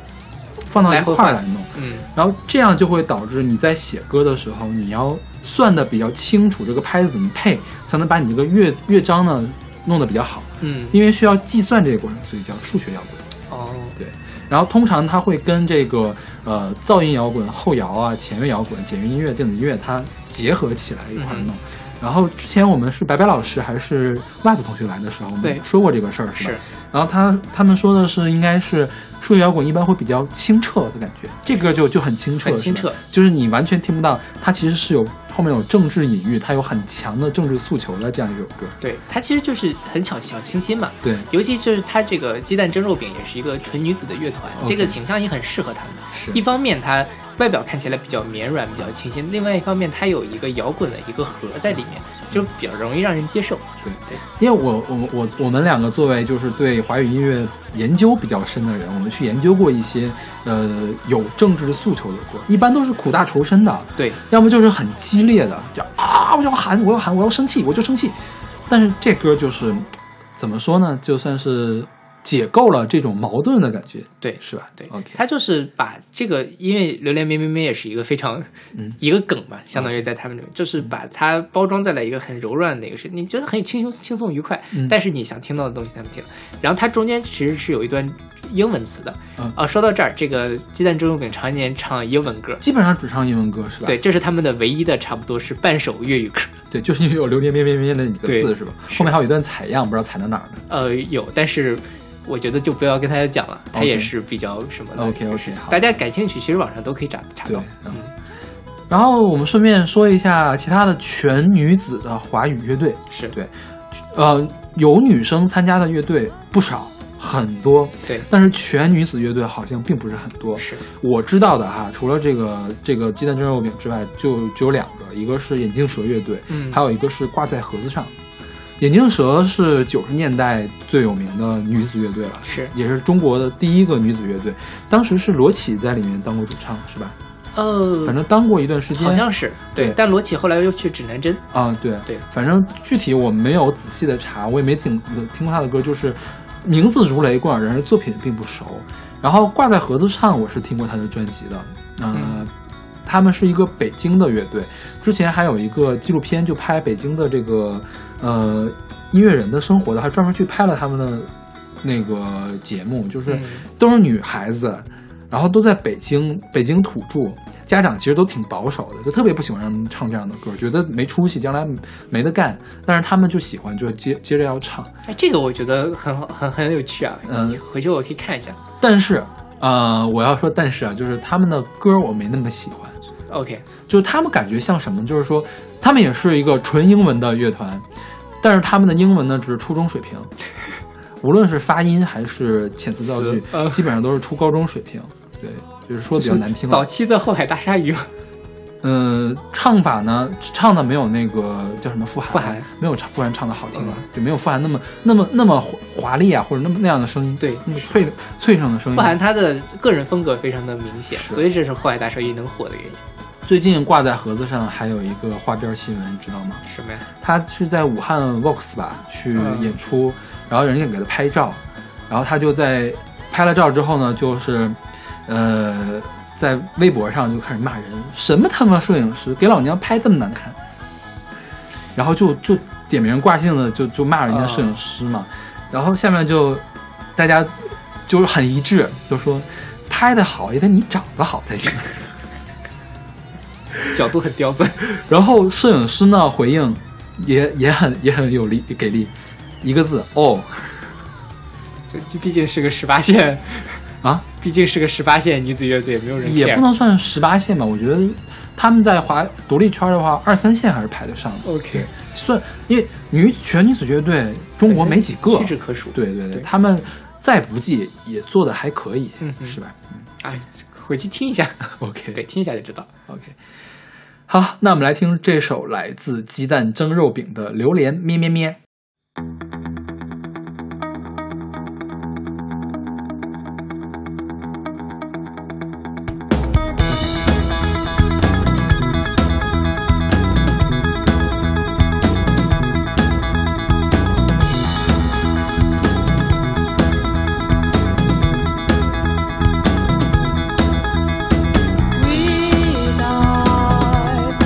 Speaker 2: 放到一块儿来弄。
Speaker 1: 嗯，
Speaker 2: 然后呃这样就会导致你在写歌的时候，你要算的比较清楚，这个拍子怎么配，才能把你这个乐乐章呢弄得比较好。
Speaker 1: 嗯，
Speaker 2: 因为需要计算这个过程，所以叫数学摇滚。
Speaker 1: 哦，
Speaker 2: 对，然后通常它会跟这个呃噪音摇滚、后摇啊、前卫摇滚、简约音乐、电子音乐它结合呃起来一块儿弄。然后之前我们是白白老师还是袜子同学来的时候，我
Speaker 1: 对
Speaker 2: 们说过这个事儿是吧？
Speaker 1: 是
Speaker 2: 然后他他们说的是，应该是数学摇滚一般会比较清澈的感觉，这歌就就很清澈，
Speaker 1: 很清
Speaker 2: 是吧
Speaker 1: 澈，
Speaker 2: 就是你完全听不到，它其实是有后面有政治隐喻，它有很强的政治诉求的这样一首歌。
Speaker 1: 对，它其实就是很小小清新嘛。
Speaker 2: 对，
Speaker 1: 尤其就是它这个鸡蛋蒸肉饼也是一个纯女子的乐团，
Speaker 2: OK
Speaker 1: 这个形象也很适合他们。
Speaker 2: 是
Speaker 1: 一方面它外表看起来比较绵软、比较清新，另外一方面它有一个摇滚的一个核在里面，就比较容易让人接受。
Speaker 2: 对
Speaker 1: 对，
Speaker 2: 因为我我我我们两个作为就是对华语音乐研究比较深的人，我们去研究过一些呃有政治诉求的歌，一般都是苦大仇深的，
Speaker 1: 对，
Speaker 2: 要么就是很激烈的，就啊我要喊我要喊我要生气我就生气，但是这歌就是怎么说呢，就算是解构了这种矛盾的感觉，
Speaker 1: 对
Speaker 2: 是吧？
Speaker 1: 对
Speaker 2: OK
Speaker 1: 他就是把这个，因为《榴莲咩咩咩》也是一个非常、
Speaker 2: 嗯
Speaker 1: 一个梗嘛，相当于在他们里面，就是把它包装在了一个很柔软的一个事，你觉得很轻松、轻松愉快，
Speaker 2: 嗯
Speaker 1: 但是你想听到的东西他们听了。然后它中间其实是有一段英文词的。
Speaker 2: 嗯
Speaker 1: 啊，说到这儿，这个鸡蛋蒸肉饼常年唱英文歌，
Speaker 2: 基本上只唱英文歌是吧？
Speaker 1: 对，这是他们的唯一的，差不多是半首粤语歌。
Speaker 2: 对，就是因为有“榴莲咩咩咩”那几个
Speaker 1: 对
Speaker 2: 字是吧？后面还有一段采样，不知道采到哪儿了。
Speaker 1: 呃，有，但是我觉得就不要跟大家讲了，它
Speaker 2: OK
Speaker 1: 也是比较什么的
Speaker 2: OK，OK，
Speaker 1: 事情
Speaker 2: 好
Speaker 1: 大家感兴趣，其实网上都可以查查
Speaker 2: 对
Speaker 1: 到。
Speaker 2: 嗯然后我们顺便说一下其他的全女子的华语乐队，
Speaker 1: 是
Speaker 2: 对呃，有女生参加的乐队不少，很多，
Speaker 1: 对，
Speaker 2: 但是全女子乐队好像并不是很多。
Speaker 1: 是
Speaker 2: 我知道的哈，除了这个这个鸡蛋蒸肉饼之外，就只有两个，一个是眼镜蛇乐队，
Speaker 1: 嗯
Speaker 2: 还有一个是挂在盒子上。眼镜蛇是九十年代最有名的女子乐队了，
Speaker 1: 是，
Speaker 2: 也是中国的第一个女子乐队。当时是罗琦在里面当过主唱，是吧？
Speaker 1: 呃，
Speaker 2: 反正当过一段时间，
Speaker 1: 好像是对
Speaker 2: 对，
Speaker 1: 但罗琦后来又去指南针，
Speaker 2: 啊，对
Speaker 1: 对
Speaker 2: 反正具体我没有仔细的查，我也没听听过他的歌，就是名字如雷贯耳，然而作品并不熟。然后挂在盒子上，我是听过他的专辑的，呃、
Speaker 1: 嗯
Speaker 2: 他们是一个北京的乐队，之前还有一个纪录片就拍北京的这个呃音乐人的生活的，还专门去拍了他们的那个节目，就是
Speaker 1: 嗯
Speaker 2: 都是女孩子，然后都在北京，北京土著，家长其实都挺保守的，就特别不喜欢让他们唱这样的歌，觉得没出息，将来没得干。但是他们就喜欢，就接接着要唱。
Speaker 1: 哎，这个我觉得很好，很很有趣啊。
Speaker 2: 嗯
Speaker 1: 你回去我可以看一下。
Speaker 2: 但是，呃，我要说，但是啊，就是他们的歌我没那么喜欢，
Speaker 1: OK，
Speaker 2: 就是他们感觉像什么？就是说，他们也是一个纯英文的乐团，但是他们的英文呢只是初中水平，无论是发音还是遣词造句
Speaker 1: 词，嗯
Speaker 2: 基本上都是初高中水平。对，就是说比较难听了。啊
Speaker 1: 早期的后海大鲨鱼嘛，
Speaker 2: 嗯，唱法呢，唱的没有那个叫什么傅
Speaker 1: 傅
Speaker 2: 函，
Speaker 1: 函
Speaker 2: 没有唱傅函唱的好
Speaker 1: 嗯
Speaker 2: 听啊，就没有傅函那么那么那么华华丽啊，或者那么那样的声音，
Speaker 1: 对
Speaker 2: 那么脆脆声的声音。
Speaker 1: 富含他的个人风格非常的明显，
Speaker 2: 是
Speaker 1: 所以这是后海大鲨鱼能火的原因。
Speaker 2: 最近挂在盒子上还有一个花边新闻，你知道吗？
Speaker 1: 什么呀？
Speaker 2: 他是在武汉 Vox 吧去
Speaker 1: 嗯
Speaker 2: 演出，然后人家给他拍照，然后他就在拍了照之后呢，就是呃在微博上就开始骂人，什么他妈摄影师给老娘拍这么难看，然后就就点名挂姓的就就骂人家摄影师嘛，然后下面就大家就是很一致，就说拍的好也得你长得好才行。
Speaker 1: 角度很刁钻。 [laughs]
Speaker 2: 然后摄影师呢回应也也很也很有力给力，一个字哦
Speaker 1: 这这毕竟是个十八线，
Speaker 2: 啊，
Speaker 1: 毕竟是个十八线女子乐队，没有人 care
Speaker 2: 也不能算十八线吧，我觉得他们在华独立圈的话，二三线还是排得上的。
Speaker 1: OK，
Speaker 2: 算，因为女全女子乐队中国没几个，
Speaker 1: 屈指可数。
Speaker 2: 对对对，
Speaker 1: 对
Speaker 2: 他们再不济也做的还可以，
Speaker 1: 嗯哼
Speaker 2: 是吧
Speaker 1: 哎，回去听一下，
Speaker 2: [laughs] ？OK
Speaker 1: 对，听一下就知道。
Speaker 2: OK，好，那我们来听这首来自鸡蛋蒸肉饼的《榴莲咩咩咩》。
Speaker 3: We dive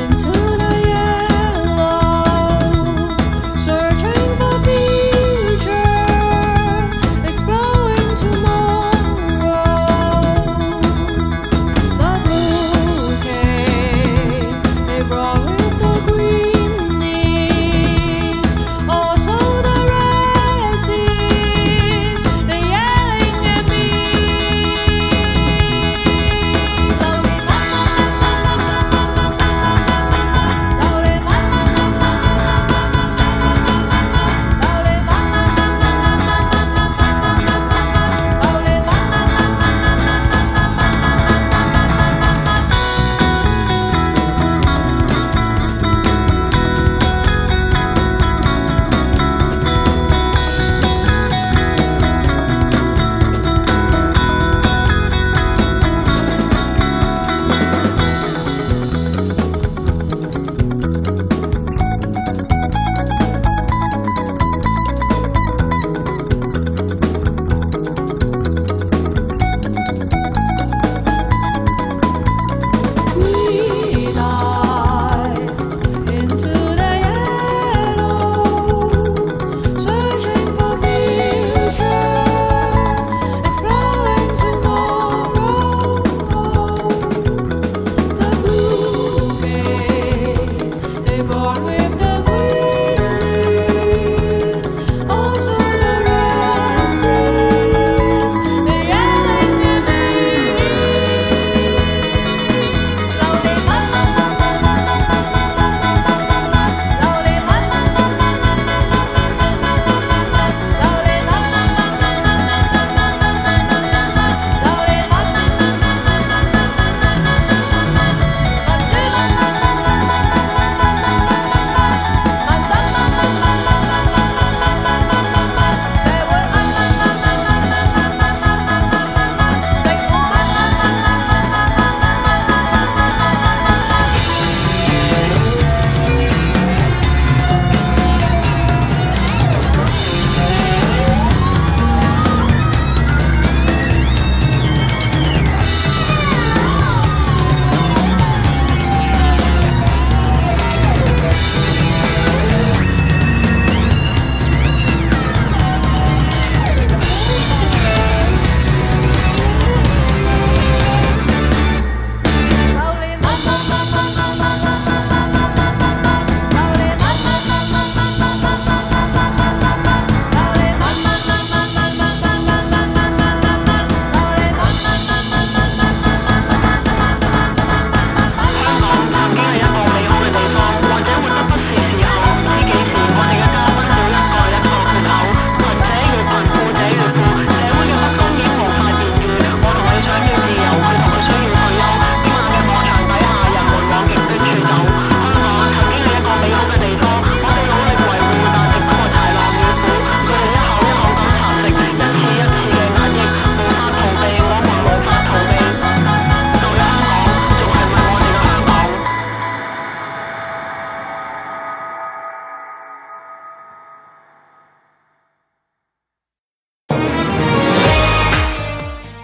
Speaker 3: into the yellow, searching for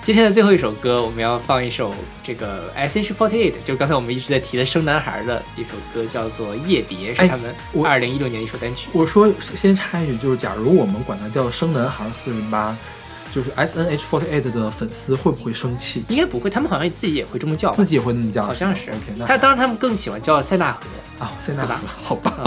Speaker 1: 今天的最后一首歌，我们要放一首这个 S H Forty Eight，就刚才我们一直在提的生男孩的一首歌，叫做《夜蝶》，
Speaker 2: 哎
Speaker 1: 是他们
Speaker 2: 我
Speaker 1: 二零一六年的一首单曲。
Speaker 2: 我说先插一句，就是假如我们管它叫生男孩四零八，就是 S N H forty eight 的粉丝会不会生气？
Speaker 1: 应该不会，他们好像自己也会这么叫吧，
Speaker 2: 自己也会那么叫吧，
Speaker 1: 好像是
Speaker 2: OK，。那
Speaker 1: 他当然他们更喜欢叫塞纳河，
Speaker 2: 啊，塞纳
Speaker 1: 对吧
Speaker 2: 河，好吧
Speaker 1: 啊，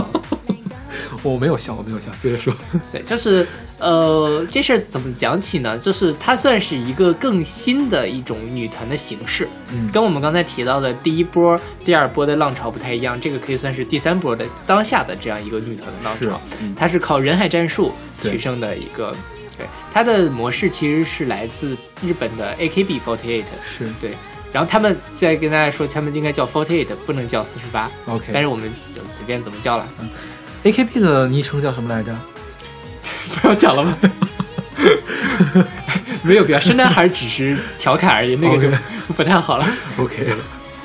Speaker 2: [laughs] 我没有笑，我没有笑，接着说。
Speaker 1: 对，就是呃，这事儿怎么讲起呢？就是它算是一个更新的一种女团的形式，
Speaker 2: 嗯
Speaker 1: 跟我们刚才提到的第一波、第二波的浪潮不太一样，这个可以算是第三波的当下的这样一个女团的浪
Speaker 2: 是
Speaker 1: 潮，
Speaker 2: 嗯
Speaker 1: 它是靠人海战术
Speaker 2: 对
Speaker 1: 取胜的一个，对，它的模式其实是来自日本的 AKB48，
Speaker 2: 是
Speaker 1: 对。然后他们再跟大家说，他们应该叫 forty eight，不能叫四十八。
Speaker 2: OK
Speaker 1: 但是我们就随便怎么叫了，
Speaker 2: A K B 的昵称叫什么来着？
Speaker 1: 不要讲了吧。 [laughs] 没有必要，生男孩只是调侃而已，那个就
Speaker 2: OK
Speaker 1: 不太好了。
Speaker 2: OK，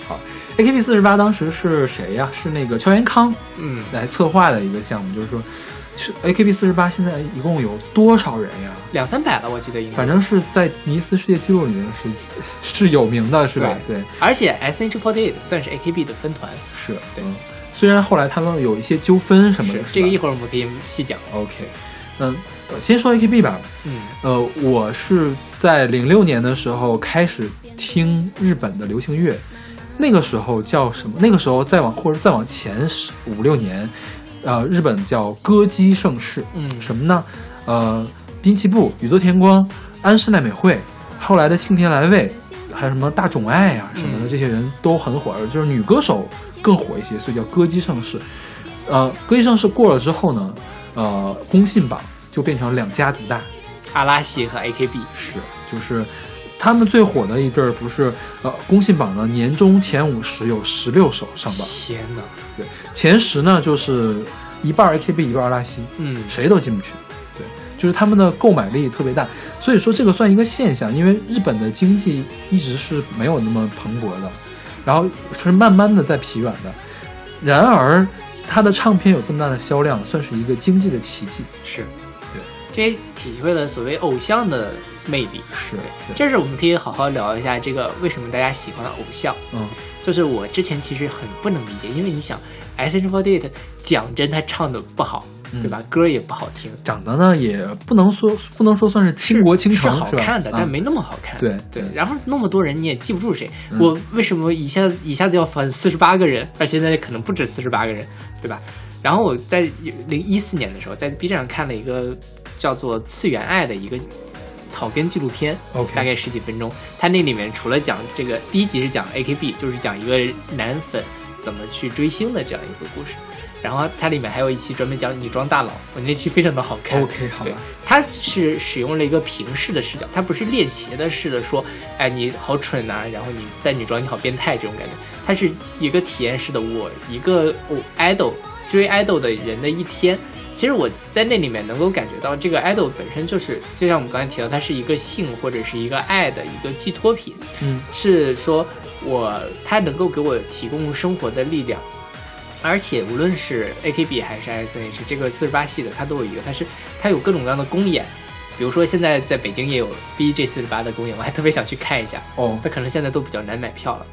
Speaker 2: 好，AKB 四十八当时是谁呀、是那个乔元康
Speaker 1: 嗯，
Speaker 2: 来策划的一个项目，就是说，是 AKB 四十八现在一共有多少人呀、
Speaker 1: 两三百了，我记得应该。
Speaker 2: 反正是在尼斯世界纪录里面是是有名的，是吧？对，
Speaker 1: 而且 S H Forty Eight 算是 A K B 的分团，
Speaker 2: 是
Speaker 1: 对
Speaker 2: 嗯虽然后来他们有一些纠纷什么的，是吧
Speaker 1: 这个一会儿我们可以细讲。
Speaker 2: OK，嗯，呃先说 AKB 吧。
Speaker 1: 嗯
Speaker 2: 呃，我是在零六年的时候开始听日本的流行乐，那个时候叫什么？那个时候再往或者再往前十五六年，呃，日本叫歌姬盛世，
Speaker 1: 嗯
Speaker 2: 什么呢？呃，滨崎步、宇多田光、安室奈美惠，后来的幸田来未，还有什么大冢爱啊什么的，
Speaker 1: 嗯
Speaker 2: 这些人都很火，就是女歌手更火一些，所以叫歌姬盛世。呃，歌姬盛世过了之后呢，呃，公信榜就变成两家独大，
Speaker 1: 阿拉西和 A K B
Speaker 2: 是，就是他们最火的一阵儿，不是呃，公信榜呢，年终前五十有十六首上榜，
Speaker 1: 天哪，
Speaker 2: 对，前十呢就是一半儿 AKB 一半儿阿拉西，
Speaker 1: 嗯
Speaker 2: 谁都进不去，对，就是他们的购买力特别大，所以说这个算一个现象，因为日本的经济一直是没有那么蓬勃的，然后是慢慢的在疲软的，然而它的唱片有这么大的销量，算是一个经济的奇迹，
Speaker 1: 是，
Speaker 2: 对，
Speaker 1: 这也体会了所谓偶像的魅力。
Speaker 2: 是，对，
Speaker 1: 这是我们可以好好聊一下这个为什么大家喜欢偶像。
Speaker 2: 嗯，
Speaker 1: 就是我之前其实很不能理解，因为你想，S H Forty Eight 讲真，他唱的不好，
Speaker 2: 嗯
Speaker 1: 对吧？歌也不好听，
Speaker 2: 长得呢也不能说不能说算是倾国倾
Speaker 1: 是
Speaker 2: 城，
Speaker 1: 好
Speaker 2: 吧
Speaker 1: 看的，
Speaker 2: 啊
Speaker 1: 但没那么好看。
Speaker 2: 对
Speaker 1: 对
Speaker 2: 对，
Speaker 1: 然后那么多人你也记不住谁，
Speaker 2: 嗯
Speaker 1: 我为什么一下子一下子要翻四十八个人，而现在可能不止四十八个人，对吧？然后我在零一四年的时候，在 B 站上看了一个叫做《次元爱》的一个草根纪录片
Speaker 2: OK
Speaker 1: 大概十几分钟。它那里面除了讲这个，第一集是讲 AKB，就是讲一个男粉怎么去追星的这样一个故事。然后它里面还有一期专门讲女装大佬，我那期非常的好看。
Speaker 2: OK，好吧
Speaker 1: 对，它是使用了一个平视的视角，它不是猎奇的似的说，哎，你好蠢呐、然后你带女装你好变态这种感觉，它是一个体验式的，我一个我 idol 追 idol 的人的一天。其实我在那里面能够感觉到，这个 idol 本身就是，就像我们刚才提到，它是一个性或者是一个爱的一个寄托品，
Speaker 2: 嗯，
Speaker 1: 是说我它能够给我提供生活的力量，而且无论是 AKB 还是 SNH 这个四十八系的，它都有一个，它是它有各种各样的公演，比如说现在在北京也有 BJ 四十八的公演，我还特别想去看一下，
Speaker 2: 哦
Speaker 1: 但可能现在都比较难买票了。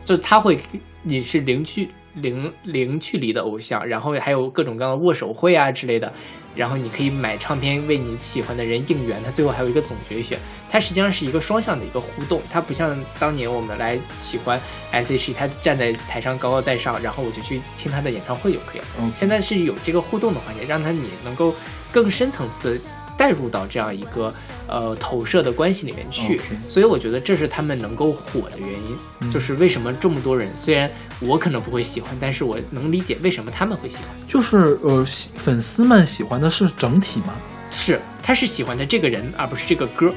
Speaker 1: 就是它会，你是零距零零距离的偶像，然后还有各种各样的握手会啊之类的，然后你可以买唱片为你喜欢的人应援，它最后还有一个总决选，它实际上是一个双向的一个互动，它不像当年我们来喜欢 S.H.E，他站在台上高高在上，然后我就去听他的演唱会就可以了。
Speaker 2: ，OK，
Speaker 1: 现在是有这个互动的环节，让他你能够更深层次的带入到这样一个呃投射的关系里面去
Speaker 2: OK
Speaker 1: 所以我觉得这是他们能够火的原因，
Speaker 2: 嗯
Speaker 1: 就是为什么这么多人，虽然我可能不会喜欢，但是我能理解为什么他们会喜欢。
Speaker 2: 就是呃，喜粉丝们喜欢的是整体嘛，
Speaker 1: 是，他是喜欢的这个人，而不是这个歌。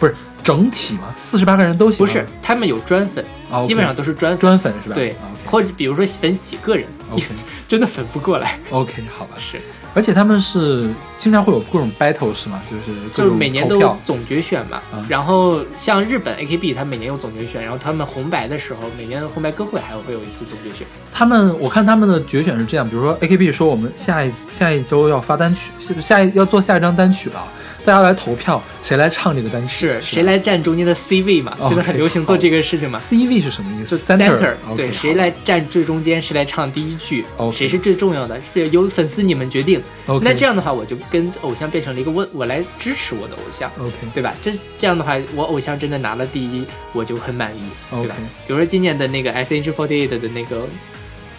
Speaker 2: 不是整体嘛？四十八个人都喜
Speaker 1: 不
Speaker 2: 欢，
Speaker 1: 是，他们有专粉
Speaker 2: 啊，OK
Speaker 1: 基本上都是专粉。
Speaker 2: 专粉是吧？啊
Speaker 1: 对或者比如说粉几个人
Speaker 2: OK
Speaker 1: [laughs] 真的粉不过来。
Speaker 2: ，OK，OK，好吧。
Speaker 1: 是，
Speaker 2: 而且他们是经常会有各种 battle 是吗？就是各
Speaker 1: 就是
Speaker 2: 种
Speaker 1: 每年
Speaker 2: 投
Speaker 1: 都有
Speaker 2: 票
Speaker 1: 总决选嘛
Speaker 2: 嗯，
Speaker 1: 然后像日本 AKB，他每年有总决选，然后他们红白的时候，每年的红白歌会还会有一次总决选。
Speaker 2: 他们，我看他们的决选是这样，比如说 AKB 说我们下一下一周要发单曲，下下一要做下一张单曲了，大家来投票，谁来唱这个单曲？
Speaker 1: 是
Speaker 2: 吧
Speaker 1: 谁来来占中间的 C 位嘛，
Speaker 2: 哦
Speaker 1: 现在很流行做这个事情嘛。
Speaker 2: C V 是什么意思
Speaker 1: 就 center，
Speaker 2: OK，
Speaker 1: 对，
Speaker 2: 好
Speaker 1: 谁来站最中间，谁来唱第一句
Speaker 2: OK
Speaker 1: 谁是最重要的，是由粉丝你们决定。
Speaker 2: OK
Speaker 1: 那这样的话，我就跟偶像变成了一个我我来支持我的偶像，
Speaker 2: ？OK
Speaker 1: 对吧？这这样的话，我偶像真的拿了第一，我就很满意，对
Speaker 2: OK
Speaker 1: 吧？比如说今年的那个 S H 4 8的那个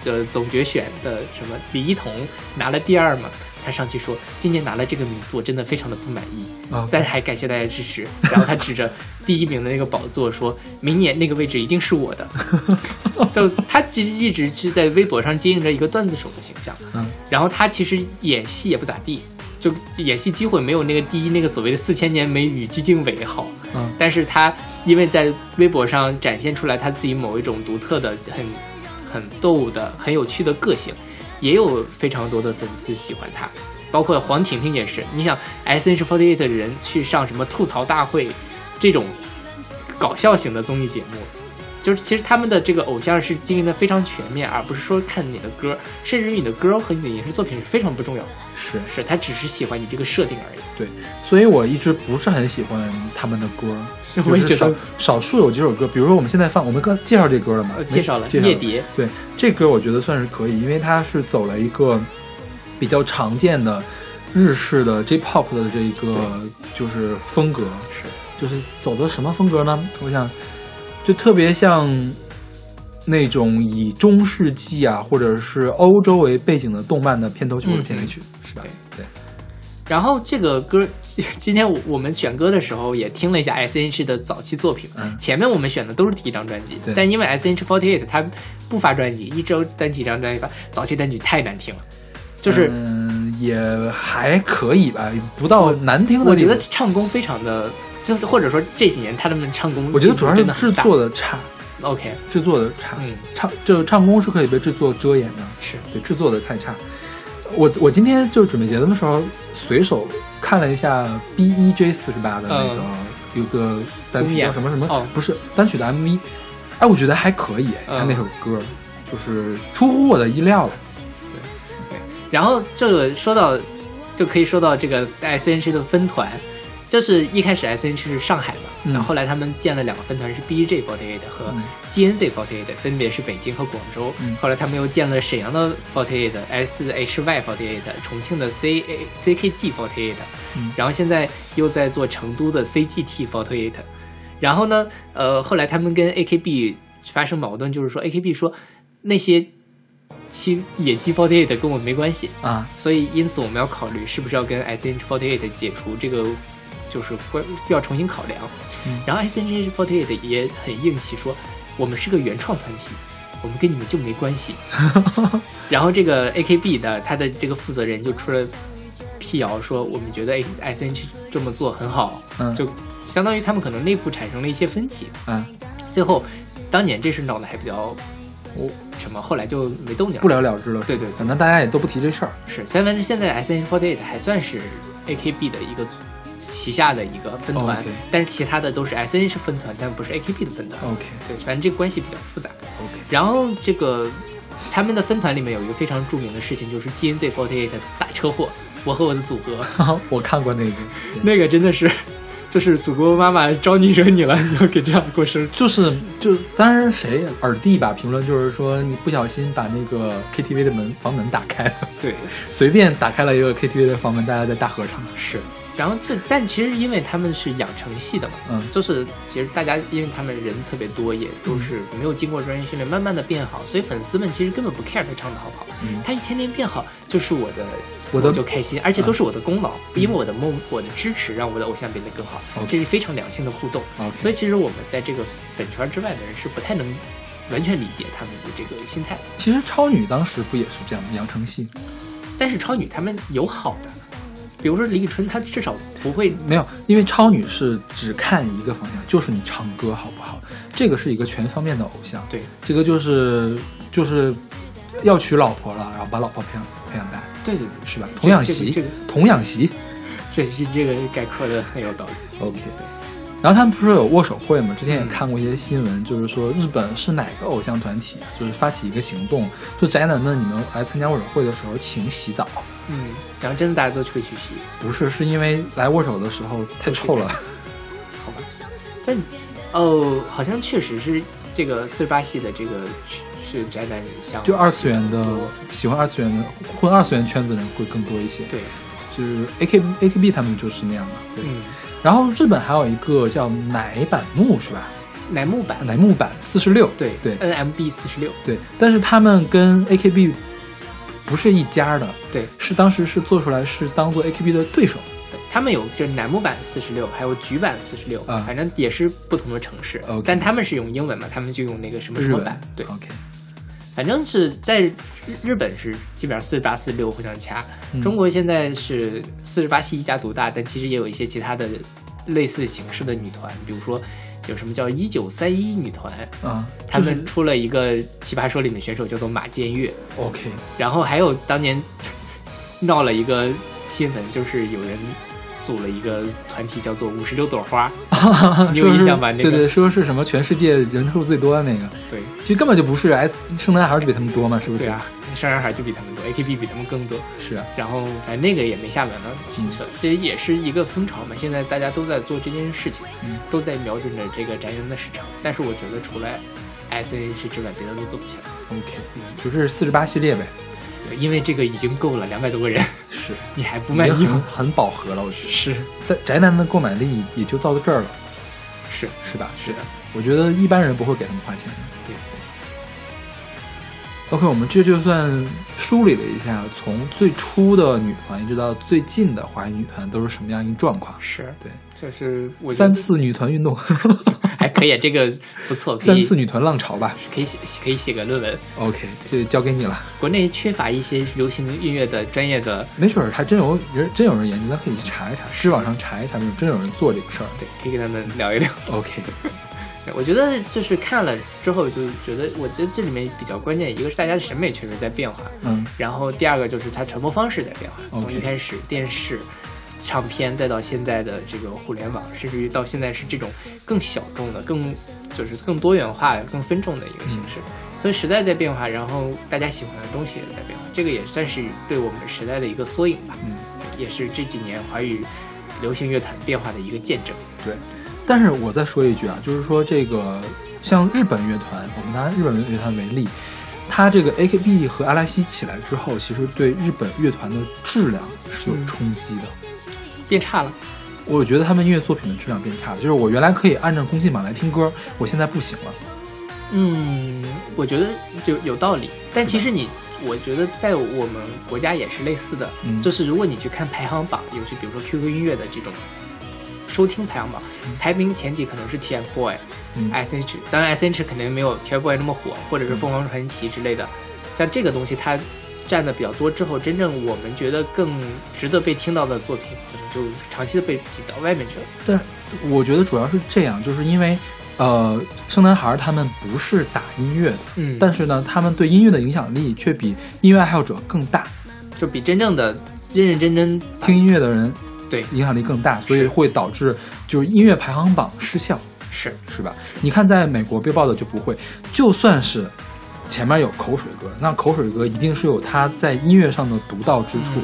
Speaker 1: 就总决选的什么李一桐拿了第二嘛，他上去说今年拿了这个名次，我真的非常的不满意。但
Speaker 2: OK
Speaker 1: 是还感谢大家支持。然后他指着第一名的那个宝座说：“明年那个位置一定是我
Speaker 2: [laughs]
Speaker 1: 的。”就他其实一直是在微博上经营着一个段子手的形象，
Speaker 2: 嗯，
Speaker 1: 然后他其实演戏也不咋地，就演戏机会没有那个第一那个所谓的四千年美女鞠婧祎好，
Speaker 2: 嗯
Speaker 1: 但是他因为在微博上展现出来他自己某一种独特的、很很逗的、很有趣的个性，也有非常多的粉丝喜欢他，包括黄婷婷也是。你想，S H 4 8的人去上什么吐槽大会这种搞笑型的综艺节目，就是其实他们的这个偶像是经营的非常全面，而不是说看你的歌，甚至于你的歌和你的影视作品是非常不重要的，
Speaker 2: 是
Speaker 1: 是他只是喜欢你这个设定而已。
Speaker 2: 对，所以我一直不是很喜欢他们的歌，
Speaker 1: [laughs] 我也
Speaker 2: 就是
Speaker 1: 觉得
Speaker 2: 少少数有几首歌，比如说我们现在放，我们刚介绍这歌了嘛
Speaker 1: 呃，介绍了
Speaker 2: 介
Speaker 1: 夜蝶，
Speaker 2: 对这歌我觉得算是可以，因为它是走了一个比较常见的日式的 J-pop 的这一个就是风格，
Speaker 1: 是
Speaker 2: 就是走的什么风格呢？我想就特别像那种以中世纪啊，或者是欧洲为背景的动漫的片头
Speaker 1: 嗯
Speaker 2: 曲或者片尾曲，是吧？对，
Speaker 1: 然后这个歌， [laughs] 今天我我们选歌的时候也听了一下 S H 的早期作品，
Speaker 2: 嗯
Speaker 1: 前面我们选的都是第一张专辑
Speaker 2: 对，
Speaker 1: 但因为 S H 4 8它不发专辑，一周单曲一张专辑发，早期单曲太难听了，就是
Speaker 2: 嗯，也还可以吧，不到难听的地步。
Speaker 1: 我觉得唱功非常的，就是或者说这几年他们唱功，
Speaker 2: 我觉得主要是
Speaker 1: 真的
Speaker 2: 制
Speaker 1: 很大
Speaker 2: 作的差，
Speaker 1: OK
Speaker 2: 制作的差，
Speaker 1: 嗯
Speaker 2: 唱这唱功是可以被制作遮掩的，
Speaker 1: 是
Speaker 2: 对制作的太差。我我今天就是准备节目的时候，随手看了一下 B E J 四十八的那个、有个
Speaker 1: 嗯
Speaker 2: 单
Speaker 1: 公
Speaker 2: 曲
Speaker 1: 演
Speaker 2: 叫什么什么，
Speaker 1: 哦
Speaker 2: 不是单曲的 M V，哎，我觉得还可以，他、
Speaker 1: 嗯
Speaker 2: 那首歌就是出乎我的意料了。
Speaker 1: 然后这个说到，就可以说到这个 S N H 的分团，就是一开始 S N H 是上海嘛，
Speaker 2: 嗯
Speaker 1: 然后后来他们建了两个分团，是 B J 4 8和
Speaker 2: 嗯
Speaker 1: G N Z 4 8分别是北京和广州。
Speaker 2: 嗯
Speaker 1: 后来他们又建了沈阳的4 8 S H Y 4 8重庆的 C A C K G 4 8
Speaker 2: 嗯
Speaker 1: 然后现在又在做成都的 C G T 4 8然后呢，呃，后来他们跟 A K B 发生矛盾，就是说 A K B 说那些七野鸡4 8跟我没关系，
Speaker 2: 啊，
Speaker 1: 所以因此我们要考虑是不是要跟 SNH48 解除这个，就是关要重新考量。
Speaker 2: 嗯
Speaker 1: 然后 SNH48 也很硬气说，我们是个原创团体，我们跟你们就没关
Speaker 2: [laughs]
Speaker 1: 系。然后这个 AKB 的他的这个负责人就出了辟谣说，我们觉得哎 SNH 这么做很好，
Speaker 2: 嗯
Speaker 1: 就相当于他们可能内部产生了一些分歧。
Speaker 2: 嗯，
Speaker 1: 最后当年这事闹得还比较。什么？后来就没动静了，
Speaker 2: 哦不了了之了。
Speaker 1: 对对对
Speaker 2: 反正大家也都不提这事儿。
Speaker 1: 是，三分之现在 S H 4 8还算是 A K B 的一个旗下的一个分团
Speaker 2: OK 哦
Speaker 1: 但是其他的都是 S H 分团，但不是 A K B 的分团。
Speaker 2: OK
Speaker 1: 对，反正这个关系比较复杂。
Speaker 2: OK，
Speaker 1: 然后这个他们的分团里面有一个非常著名的事情，就是 G N Z 4 8大车祸，我和我的祖国，
Speaker 2: [laughs] 我看过那个，
Speaker 1: [laughs]
Speaker 2: 对
Speaker 1: 那个真的是，就是祖国妈妈招你惹你了，你要给这样过生日。
Speaker 2: 就是就当时谁耳弟吧，评论就是说你不小心把那个 KTV 的门房门打开了，
Speaker 1: 对，
Speaker 2: 随便打开了一个 KTV 的房门，大家在大合唱。
Speaker 1: 是。然后这，但其实因为他们是养成系的嘛，
Speaker 2: 嗯
Speaker 1: 就是其实大家因为他们人特别多，也都是没有经过专业训练，慢慢的变好，所以粉丝们其实根本不 care 他唱的好不好，
Speaker 2: 嗯
Speaker 1: 他一天天变好就是我的，
Speaker 2: 我的嗯
Speaker 1: 就开心，而且都是我的功劳，因为我的梦，我的支持让我的偶像变得更好
Speaker 2: OK，
Speaker 1: 这是非常良性的互动。
Speaker 2: OK
Speaker 1: 所以其实我们在这个粉圈之外的人是不太能完全理解他们的这个心态的，
Speaker 2: 其实超女当时不也是这样吗？养成系
Speaker 1: 但是超女他们有好的，比如说李宇春，她至少不会
Speaker 2: 没有，因为超女是只看一个方向，就是你唱歌好不好，这个是一个全方面的偶像。
Speaker 1: 对。
Speaker 2: 这个就是就是要娶老婆了，然后把老婆培养培养大，
Speaker 1: 对对对，
Speaker 2: 是吧？
Speaker 1: 这
Speaker 2: 童养
Speaker 1: 这个
Speaker 2: 媳，
Speaker 1: 这个
Speaker 2: 童养媳。
Speaker 1: 这是这个概括的很有道理。
Speaker 2: OK。然后他们不是有握手会吗？之前也
Speaker 1: 嗯
Speaker 2: 看过一些新闻，就是说日本是哪个偶像团体，就是发起一个行动，说宅男们你们来参加握手会的时候请洗澡，
Speaker 1: 嗯，然后真的大家都去会去洗，
Speaker 2: 不是是因为来握手的时候太臭了，
Speaker 1: 好吧？但哦，好像确实是这个四十八系的这个是宅男像
Speaker 2: [laughs] 就二次元的
Speaker 1: 多
Speaker 2: 喜欢二次元的混二次元圈子的人会更多一些。，
Speaker 1: 对，
Speaker 2: 就是 A K A K B 他们就是那样嘛。对。
Speaker 1: 嗯，
Speaker 2: 然后日本还有一个叫乃坂木是吧？
Speaker 1: 乃木坂
Speaker 2: 乃木坂四十六。
Speaker 1: 对
Speaker 2: 对
Speaker 1: NMB 四十六
Speaker 2: 对，但是他们跟 A K B 不是一家的，
Speaker 1: 对
Speaker 2: 是当时是做出来是当做 A K B 的对手。
Speaker 1: 他们有就是楠木版四十六，还有菊版四十六
Speaker 2: 啊，
Speaker 1: 反正也是不同的城市
Speaker 2: OK，
Speaker 1: 但他们是用英文嘛，他们就用那个什么什
Speaker 2: 日嗯
Speaker 1: 么
Speaker 2: 本
Speaker 1: 版，对，
Speaker 2: ，OK，
Speaker 1: 反正是在日日本是基本上四十八、四十六互相掐。
Speaker 2: 嗯
Speaker 1: 中国现在是四十八系一家独大，但其实也有一些其他的类似形式的女团，比如说有什么叫一九三一女团，
Speaker 2: 啊，
Speaker 1: 他
Speaker 2: 就
Speaker 1: 们
Speaker 2: 是
Speaker 1: 出了一个《奇葩说》里面选手叫做马建岳，
Speaker 2: OK， [laughs]
Speaker 1: 然后还有当年闹了一个新闻，就是有人组了一个团体叫做五十六朵
Speaker 2: [laughs]
Speaker 1: 花，你有
Speaker 2: 说
Speaker 1: 印
Speaker 2: 是
Speaker 1: 象吧那
Speaker 2: 对
Speaker 1: 个
Speaker 2: 对，说是什么全世界人数最多的那个，
Speaker 1: 对
Speaker 2: 其实根本就不是 S 生男孩就比他们多嘛，是不是？
Speaker 1: 对啊，上海孩就比他们多，AKB 比他们更多。
Speaker 2: 是啊，
Speaker 1: 然后反正那个也没下文了，
Speaker 2: 嗯
Speaker 1: 这这也是一个风潮嘛。现在大家都在做这件事情，
Speaker 2: 嗯
Speaker 1: 都在瞄准着这个宅男的市场。但是我觉得除了 S N H 之外，别的都做不起来，
Speaker 2: ，OK，就是四十八系列呗，
Speaker 1: 对因为这个已经够了，两百多个人，
Speaker 2: 是，
Speaker 1: 你还不
Speaker 2: 已
Speaker 1: 卖
Speaker 2: 经
Speaker 1: 衣服
Speaker 2: [laughs] 很？很饱和了，我觉得，
Speaker 1: 是
Speaker 2: 在宅男的购买力也就到这儿了，
Speaker 1: 是，
Speaker 2: 是吧？
Speaker 1: 是的，
Speaker 2: 我觉得一般人不会给他们花钱的。
Speaker 1: 对。
Speaker 2: OK，我们这就算梳理了一下，从最初的女团一直到最近的华语女团都是什么样一个状况。
Speaker 1: 是，
Speaker 2: 对，
Speaker 1: 这是我觉得 [laughs]
Speaker 2: 三次女团运动， [laughs]
Speaker 1: 还可以，这个不错，可
Speaker 2: 三
Speaker 1: 以
Speaker 2: 次女团浪潮吧。
Speaker 1: 可以写可以写个论文。
Speaker 2: OK，这交给你了。
Speaker 1: 国内缺乏一些流行音乐的专业的，
Speaker 2: 没准儿还真有人，真有人研究，咱可以去查一查，知网上查一查，没准真有人做这个事儿。
Speaker 1: 对，可以跟他们聊一聊。
Speaker 2: OK，
Speaker 1: 我觉得就是看了之后就觉得，我觉得这里面比较关键，一个是大家的审美确实在变化，
Speaker 2: 嗯，
Speaker 1: 然后第二个就是它传播方式在变化，
Speaker 2: OK
Speaker 1: 从一开始电视、唱片，再到现在的这个互联网，甚至于到现在是这种更小众的、更就是更多元化、更分众的一个形式。
Speaker 2: 嗯
Speaker 1: 所以时代在变化，然后大家喜欢的东西也在变化，这个也算是对我们时代的一个缩影吧，
Speaker 2: 嗯，
Speaker 1: 也是这几年华语流行乐坛变化的一个见证。
Speaker 2: 对。但是我再说一句啊，就是说这个像日本乐团，我们拿日本乐团为例，它这个 AKB 和阿拉西起来之后，其实对日本乐团的质量是有冲击的。
Speaker 1: 变差了，
Speaker 2: 我觉得他们音乐作品的质量变差了，就是我原来可以按照公信榜来听歌，我现在不行了。
Speaker 1: 嗯，我觉得有有道理，但其实你，我觉得在我们国家也是类似的，
Speaker 2: 嗯
Speaker 1: 就是如果你去看排行榜，尤其比如说 QQ 音乐的这种收听排行榜，排名前几可能是 TFBOY、
Speaker 2: 嗯
Speaker 1: SH，当然 SH 肯定没有 TFBOY 那么火，或者是凤凰传奇之类的，像这个东西它占的比较多之后，真正我们觉得更值得被听到的作品，可能就长期的被挤到外面去了。
Speaker 2: 但是我觉得主要是这样，就是因为，呃，生男孩他们不是打音乐的，
Speaker 1: 嗯
Speaker 2: 但是呢，他们对音乐的影响力却比音乐爱好者更大，
Speaker 1: 就比真正的认认真真
Speaker 2: 听音乐的人
Speaker 1: 对
Speaker 2: 影响力更大，所以会导致就是音乐排行榜失效，
Speaker 1: 是
Speaker 2: 是吧？你看，在美国 Billboard 就不会，就算是前面有口水歌，那口水歌一定是有它在音乐上的独到之处，
Speaker 1: 嗯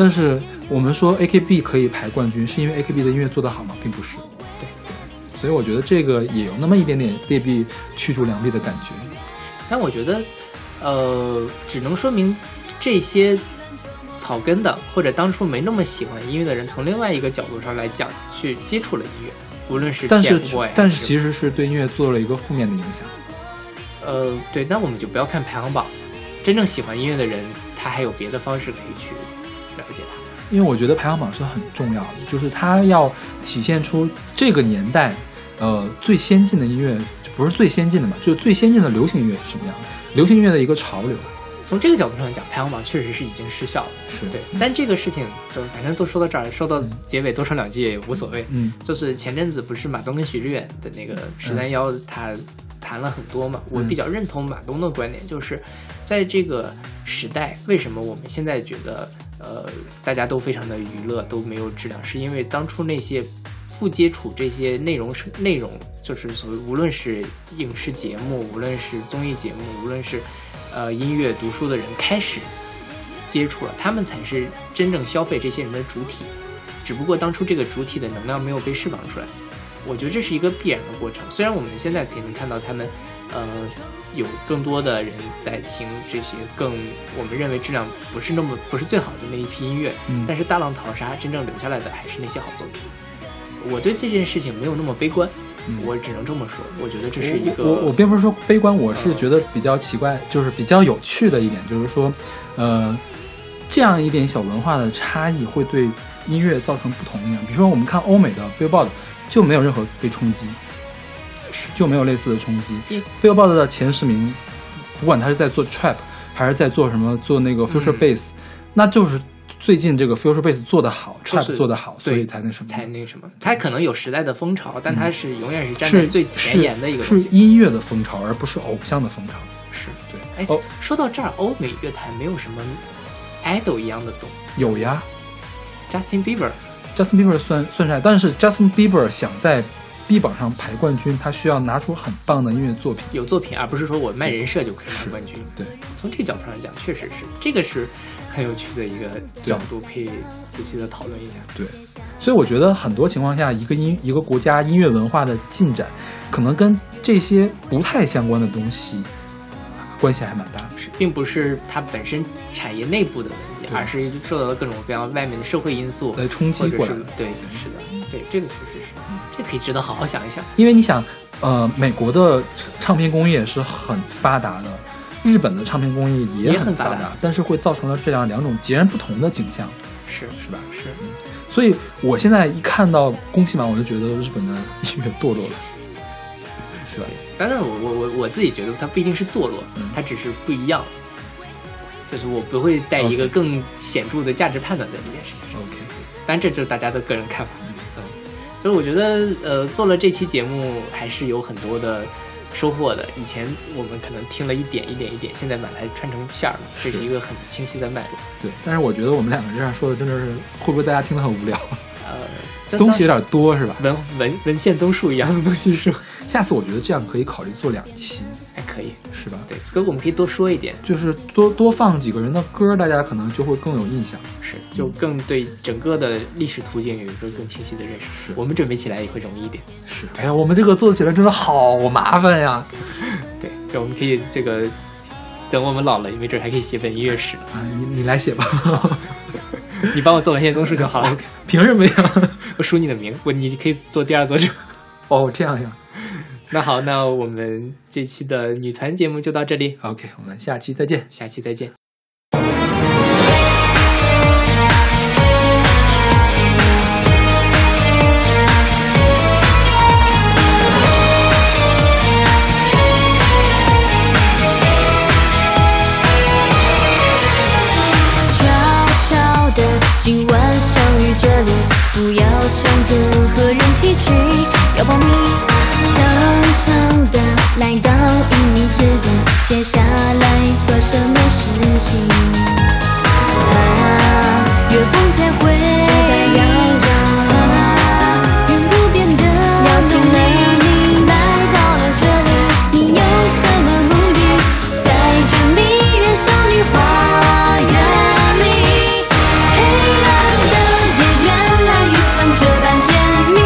Speaker 2: 但是我们说 AKB 可以排冠军，是因为 AKB 的音乐做得好吗？并不是，对，所以我觉得这个也有那么一点点劣币驱逐良币的感觉。
Speaker 1: 但我觉得，呃，只能说明这些草根的或者当初没那么喜欢音乐的人，从另外一个角度上来讲，去接触了音乐，无论是
Speaker 2: 但是
Speaker 1: TFBOY
Speaker 2: 但
Speaker 1: 还
Speaker 2: 是
Speaker 1: 是
Speaker 2: 其实是对音乐做了一个负面的影响。
Speaker 1: 呃，对，那我们就不要看排行榜，真正喜欢音乐的人，他还有别的方式可以去了解他。
Speaker 2: 因为我觉得排行榜是很重要的，就是它要体现出这个年代，呃，最先进的音乐，不是最先进的嘛，就是最先进的流行音乐是什么样的，流行音乐的一个潮流
Speaker 1: 从这个角度上讲，排行榜确实是已经失效了。
Speaker 2: 是
Speaker 1: 对，但这个事情就是反正都说到这儿，说到结尾多说两句也无所谓。
Speaker 2: 嗯，
Speaker 1: 就是前阵子不是马东跟许知远的那个十三幺，他谈了很多嘛。我
Speaker 2: 嗯
Speaker 1: 比较认同马东的观点，就是在这个时代，为什么我们现在觉得呃大家都非常的娱乐，都没有质量，是因为当初那些不接触这些内容是内容，就是所谓无论是影视节目，无论是综艺节目，无论是呃音乐、读书的人开始接触了，他们才是真正消费这些人的主体。只不过当初这个主体的能量没有被释放出来，我觉得这是一个必然的过程。虽然我们现在可以能看到他们，呃，有更多的人在听这些更我们认为质量不是那么不是最好的那一批音乐，
Speaker 2: 嗯
Speaker 1: 但是大浪淘沙真正留下来的还是那些好作品。我对这件事情没有那么悲观，我只能这么说。我觉得这是一个
Speaker 2: 嗯我我我并不是说悲观，我是觉得比较奇怪，就是比较有趣的一点，就是说，呃，这样一点小文化的差异会对音乐造成不同影响。比如说，我们看欧美的 Billboard 就没有任何被冲击，就没有类似的冲击
Speaker 1: 因。
Speaker 2: Billboard 的前十名，不管他是在做 trap 还是在做什么，做那个 future
Speaker 1: 嗯
Speaker 2: bass，、那就是最近这个 future bass 做得好
Speaker 1: 是
Speaker 2: ，trap 做得好，所以
Speaker 1: 对
Speaker 2: 才那什么。
Speaker 1: 才那个什么，它可能有时代的风潮，但它是永远是站在
Speaker 2: 嗯是
Speaker 1: 最前沿的一个东
Speaker 2: 是
Speaker 1: 西
Speaker 2: 是。音乐的风潮，而不是偶像的风潮。
Speaker 1: 是
Speaker 2: 对，
Speaker 1: 哎
Speaker 2: 哦，
Speaker 1: 说到这儿，欧美乐坛没有什么 idol 一样的懂
Speaker 2: 有呀
Speaker 1: ，Justin Bieber，
Speaker 2: ，Justin Bieber 算算啥？但是 Justin Bieber 想在 B 榜上排冠军，他需要拿出很棒的音乐作品。
Speaker 1: 有作品，而不是说我卖人设就可以拿冠军。
Speaker 2: 对，
Speaker 1: 从这角度上讲，确实是这个是很有趣的一个角度，可以仔细的讨论一下。
Speaker 2: 对，所以我觉得很多情况下，一个音一个国家音乐文化的进展，可能跟这些不太相关的东西关系还蛮大的。
Speaker 1: 是，并不是它本身产业内部的问题，
Speaker 2: 对
Speaker 1: 而是受到了各种各样外面的社会因素
Speaker 2: 来呃冲击
Speaker 1: 或者
Speaker 2: 过
Speaker 1: 是
Speaker 2: 来
Speaker 1: 对，是的，对，这个确实是，这可以值得好好想一想。
Speaker 2: 因为你想，呃，美国的唱片工业是很发达的，日本的唱片工业也
Speaker 1: 也很
Speaker 2: 很
Speaker 1: 发
Speaker 2: 发
Speaker 1: 达
Speaker 2: 达，但是会造成了这样两种截然不同的景象。
Speaker 1: 是是吧？是，
Speaker 2: 所以我现在一看到宫崎满，我就觉得日本的音乐堕落了，是吧？
Speaker 1: 但是我我我我自己觉得它不一定是堕落，
Speaker 2: 嗯
Speaker 1: 它只是不一样，就是我不会带一个更显著的价值判断在这件事情上。
Speaker 2: OK，
Speaker 1: 但这就是大家的个人看法。嗯，就是我觉得呃，做了这期节目还是有很多的收获的。以前我们可能听了一点一点一点，现在把它串成线儿了，这是
Speaker 2: 是
Speaker 1: 一个很清晰的脉络。
Speaker 2: 对。但是我觉得我们两个这样说的，真的是会不会大家听得很无聊？
Speaker 1: 呃，就
Speaker 2: 东西有
Speaker 1: 像
Speaker 2: 点多，是吧？
Speaker 1: 文文文献综述一样的东西说，
Speaker 2: 下次我觉得这样可以考虑做两期，
Speaker 1: 还可以。
Speaker 2: 是吧？
Speaker 1: 对，所以我们可以多说一点，
Speaker 2: 就是多多放几个人的歌，大家可能就会更有印象。
Speaker 1: 是就更对整个的历史途径有一个更清晰的认识
Speaker 2: 是。
Speaker 1: 我们准备起来也会容易一点。
Speaker 2: 是，哎呀，我们这个做起来真的好麻烦呀！
Speaker 1: 对，就我们可以这个，等我们老了，没准还可以写本音乐史呢。 [laughs]
Speaker 2: 啊，你你来写吧，
Speaker 1: 你帮我做文献综述就好 [laughs] 了。
Speaker 2: 凭什么呀？
Speaker 1: 我署你的名，我你可以做第二作者。
Speaker 2: 哦，这样呀。
Speaker 1: [laughs] 那好，那我们这期的女团节目就到这里，
Speaker 2: OK，我们下期再见。
Speaker 1: 下期再见。
Speaker 5: 悄悄的，今晚相遇这里，不要想着和人提起，要保密。悄悄的来到一米之隔，接下来做什么事情？啊，月光才会遮盖妖娆，啊，云雾变得撩起美丽。来到了这里，你有什么目的？在这迷人少女花园里，黑暗的夜原来蕴藏这般甜蜜，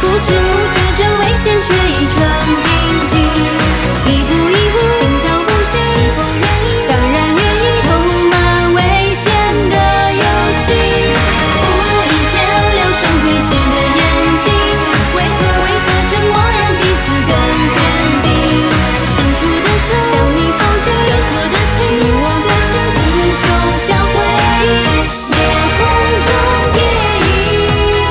Speaker 5: 不知不觉这危险却已成禁忌。一步一步，心跳不息，当然愿意，充满危险的游戏。无意间留神对峙的眼睛，为何为何沉默让彼此更坚定？伸出的手，向你靠近，交错的情，你我的心厮守相辉，夜空中蝶影。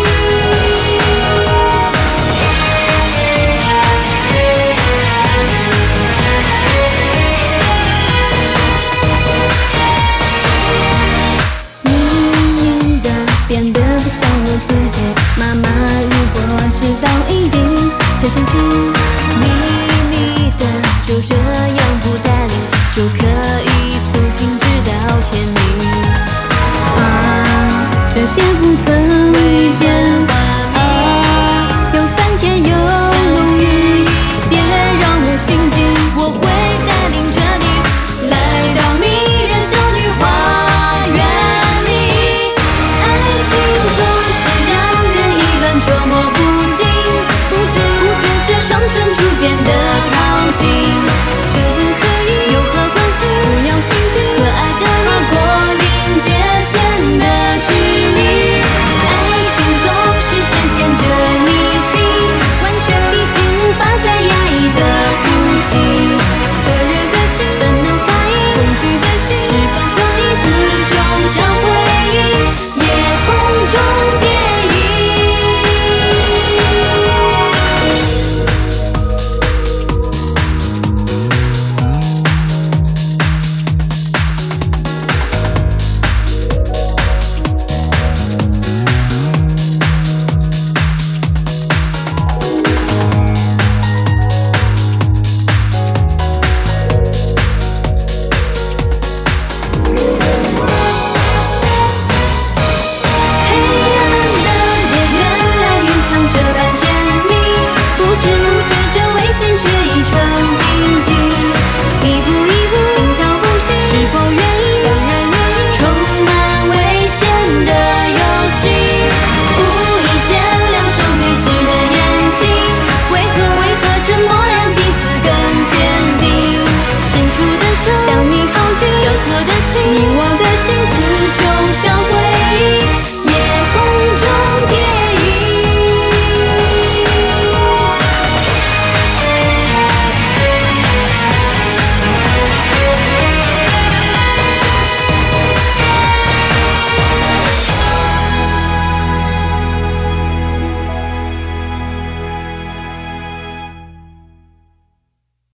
Speaker 5: 你隐的变得不像我自己。妈妈如果知道，一定很生气。秘密的就这样不搭理，就可以从今直到天明。啊，这些不曾遇见，啊，有酸甜有浓郁，别让我心急，我会带领着你来到迷人少女花园里。爱情总是让人一般捉摸不定，不记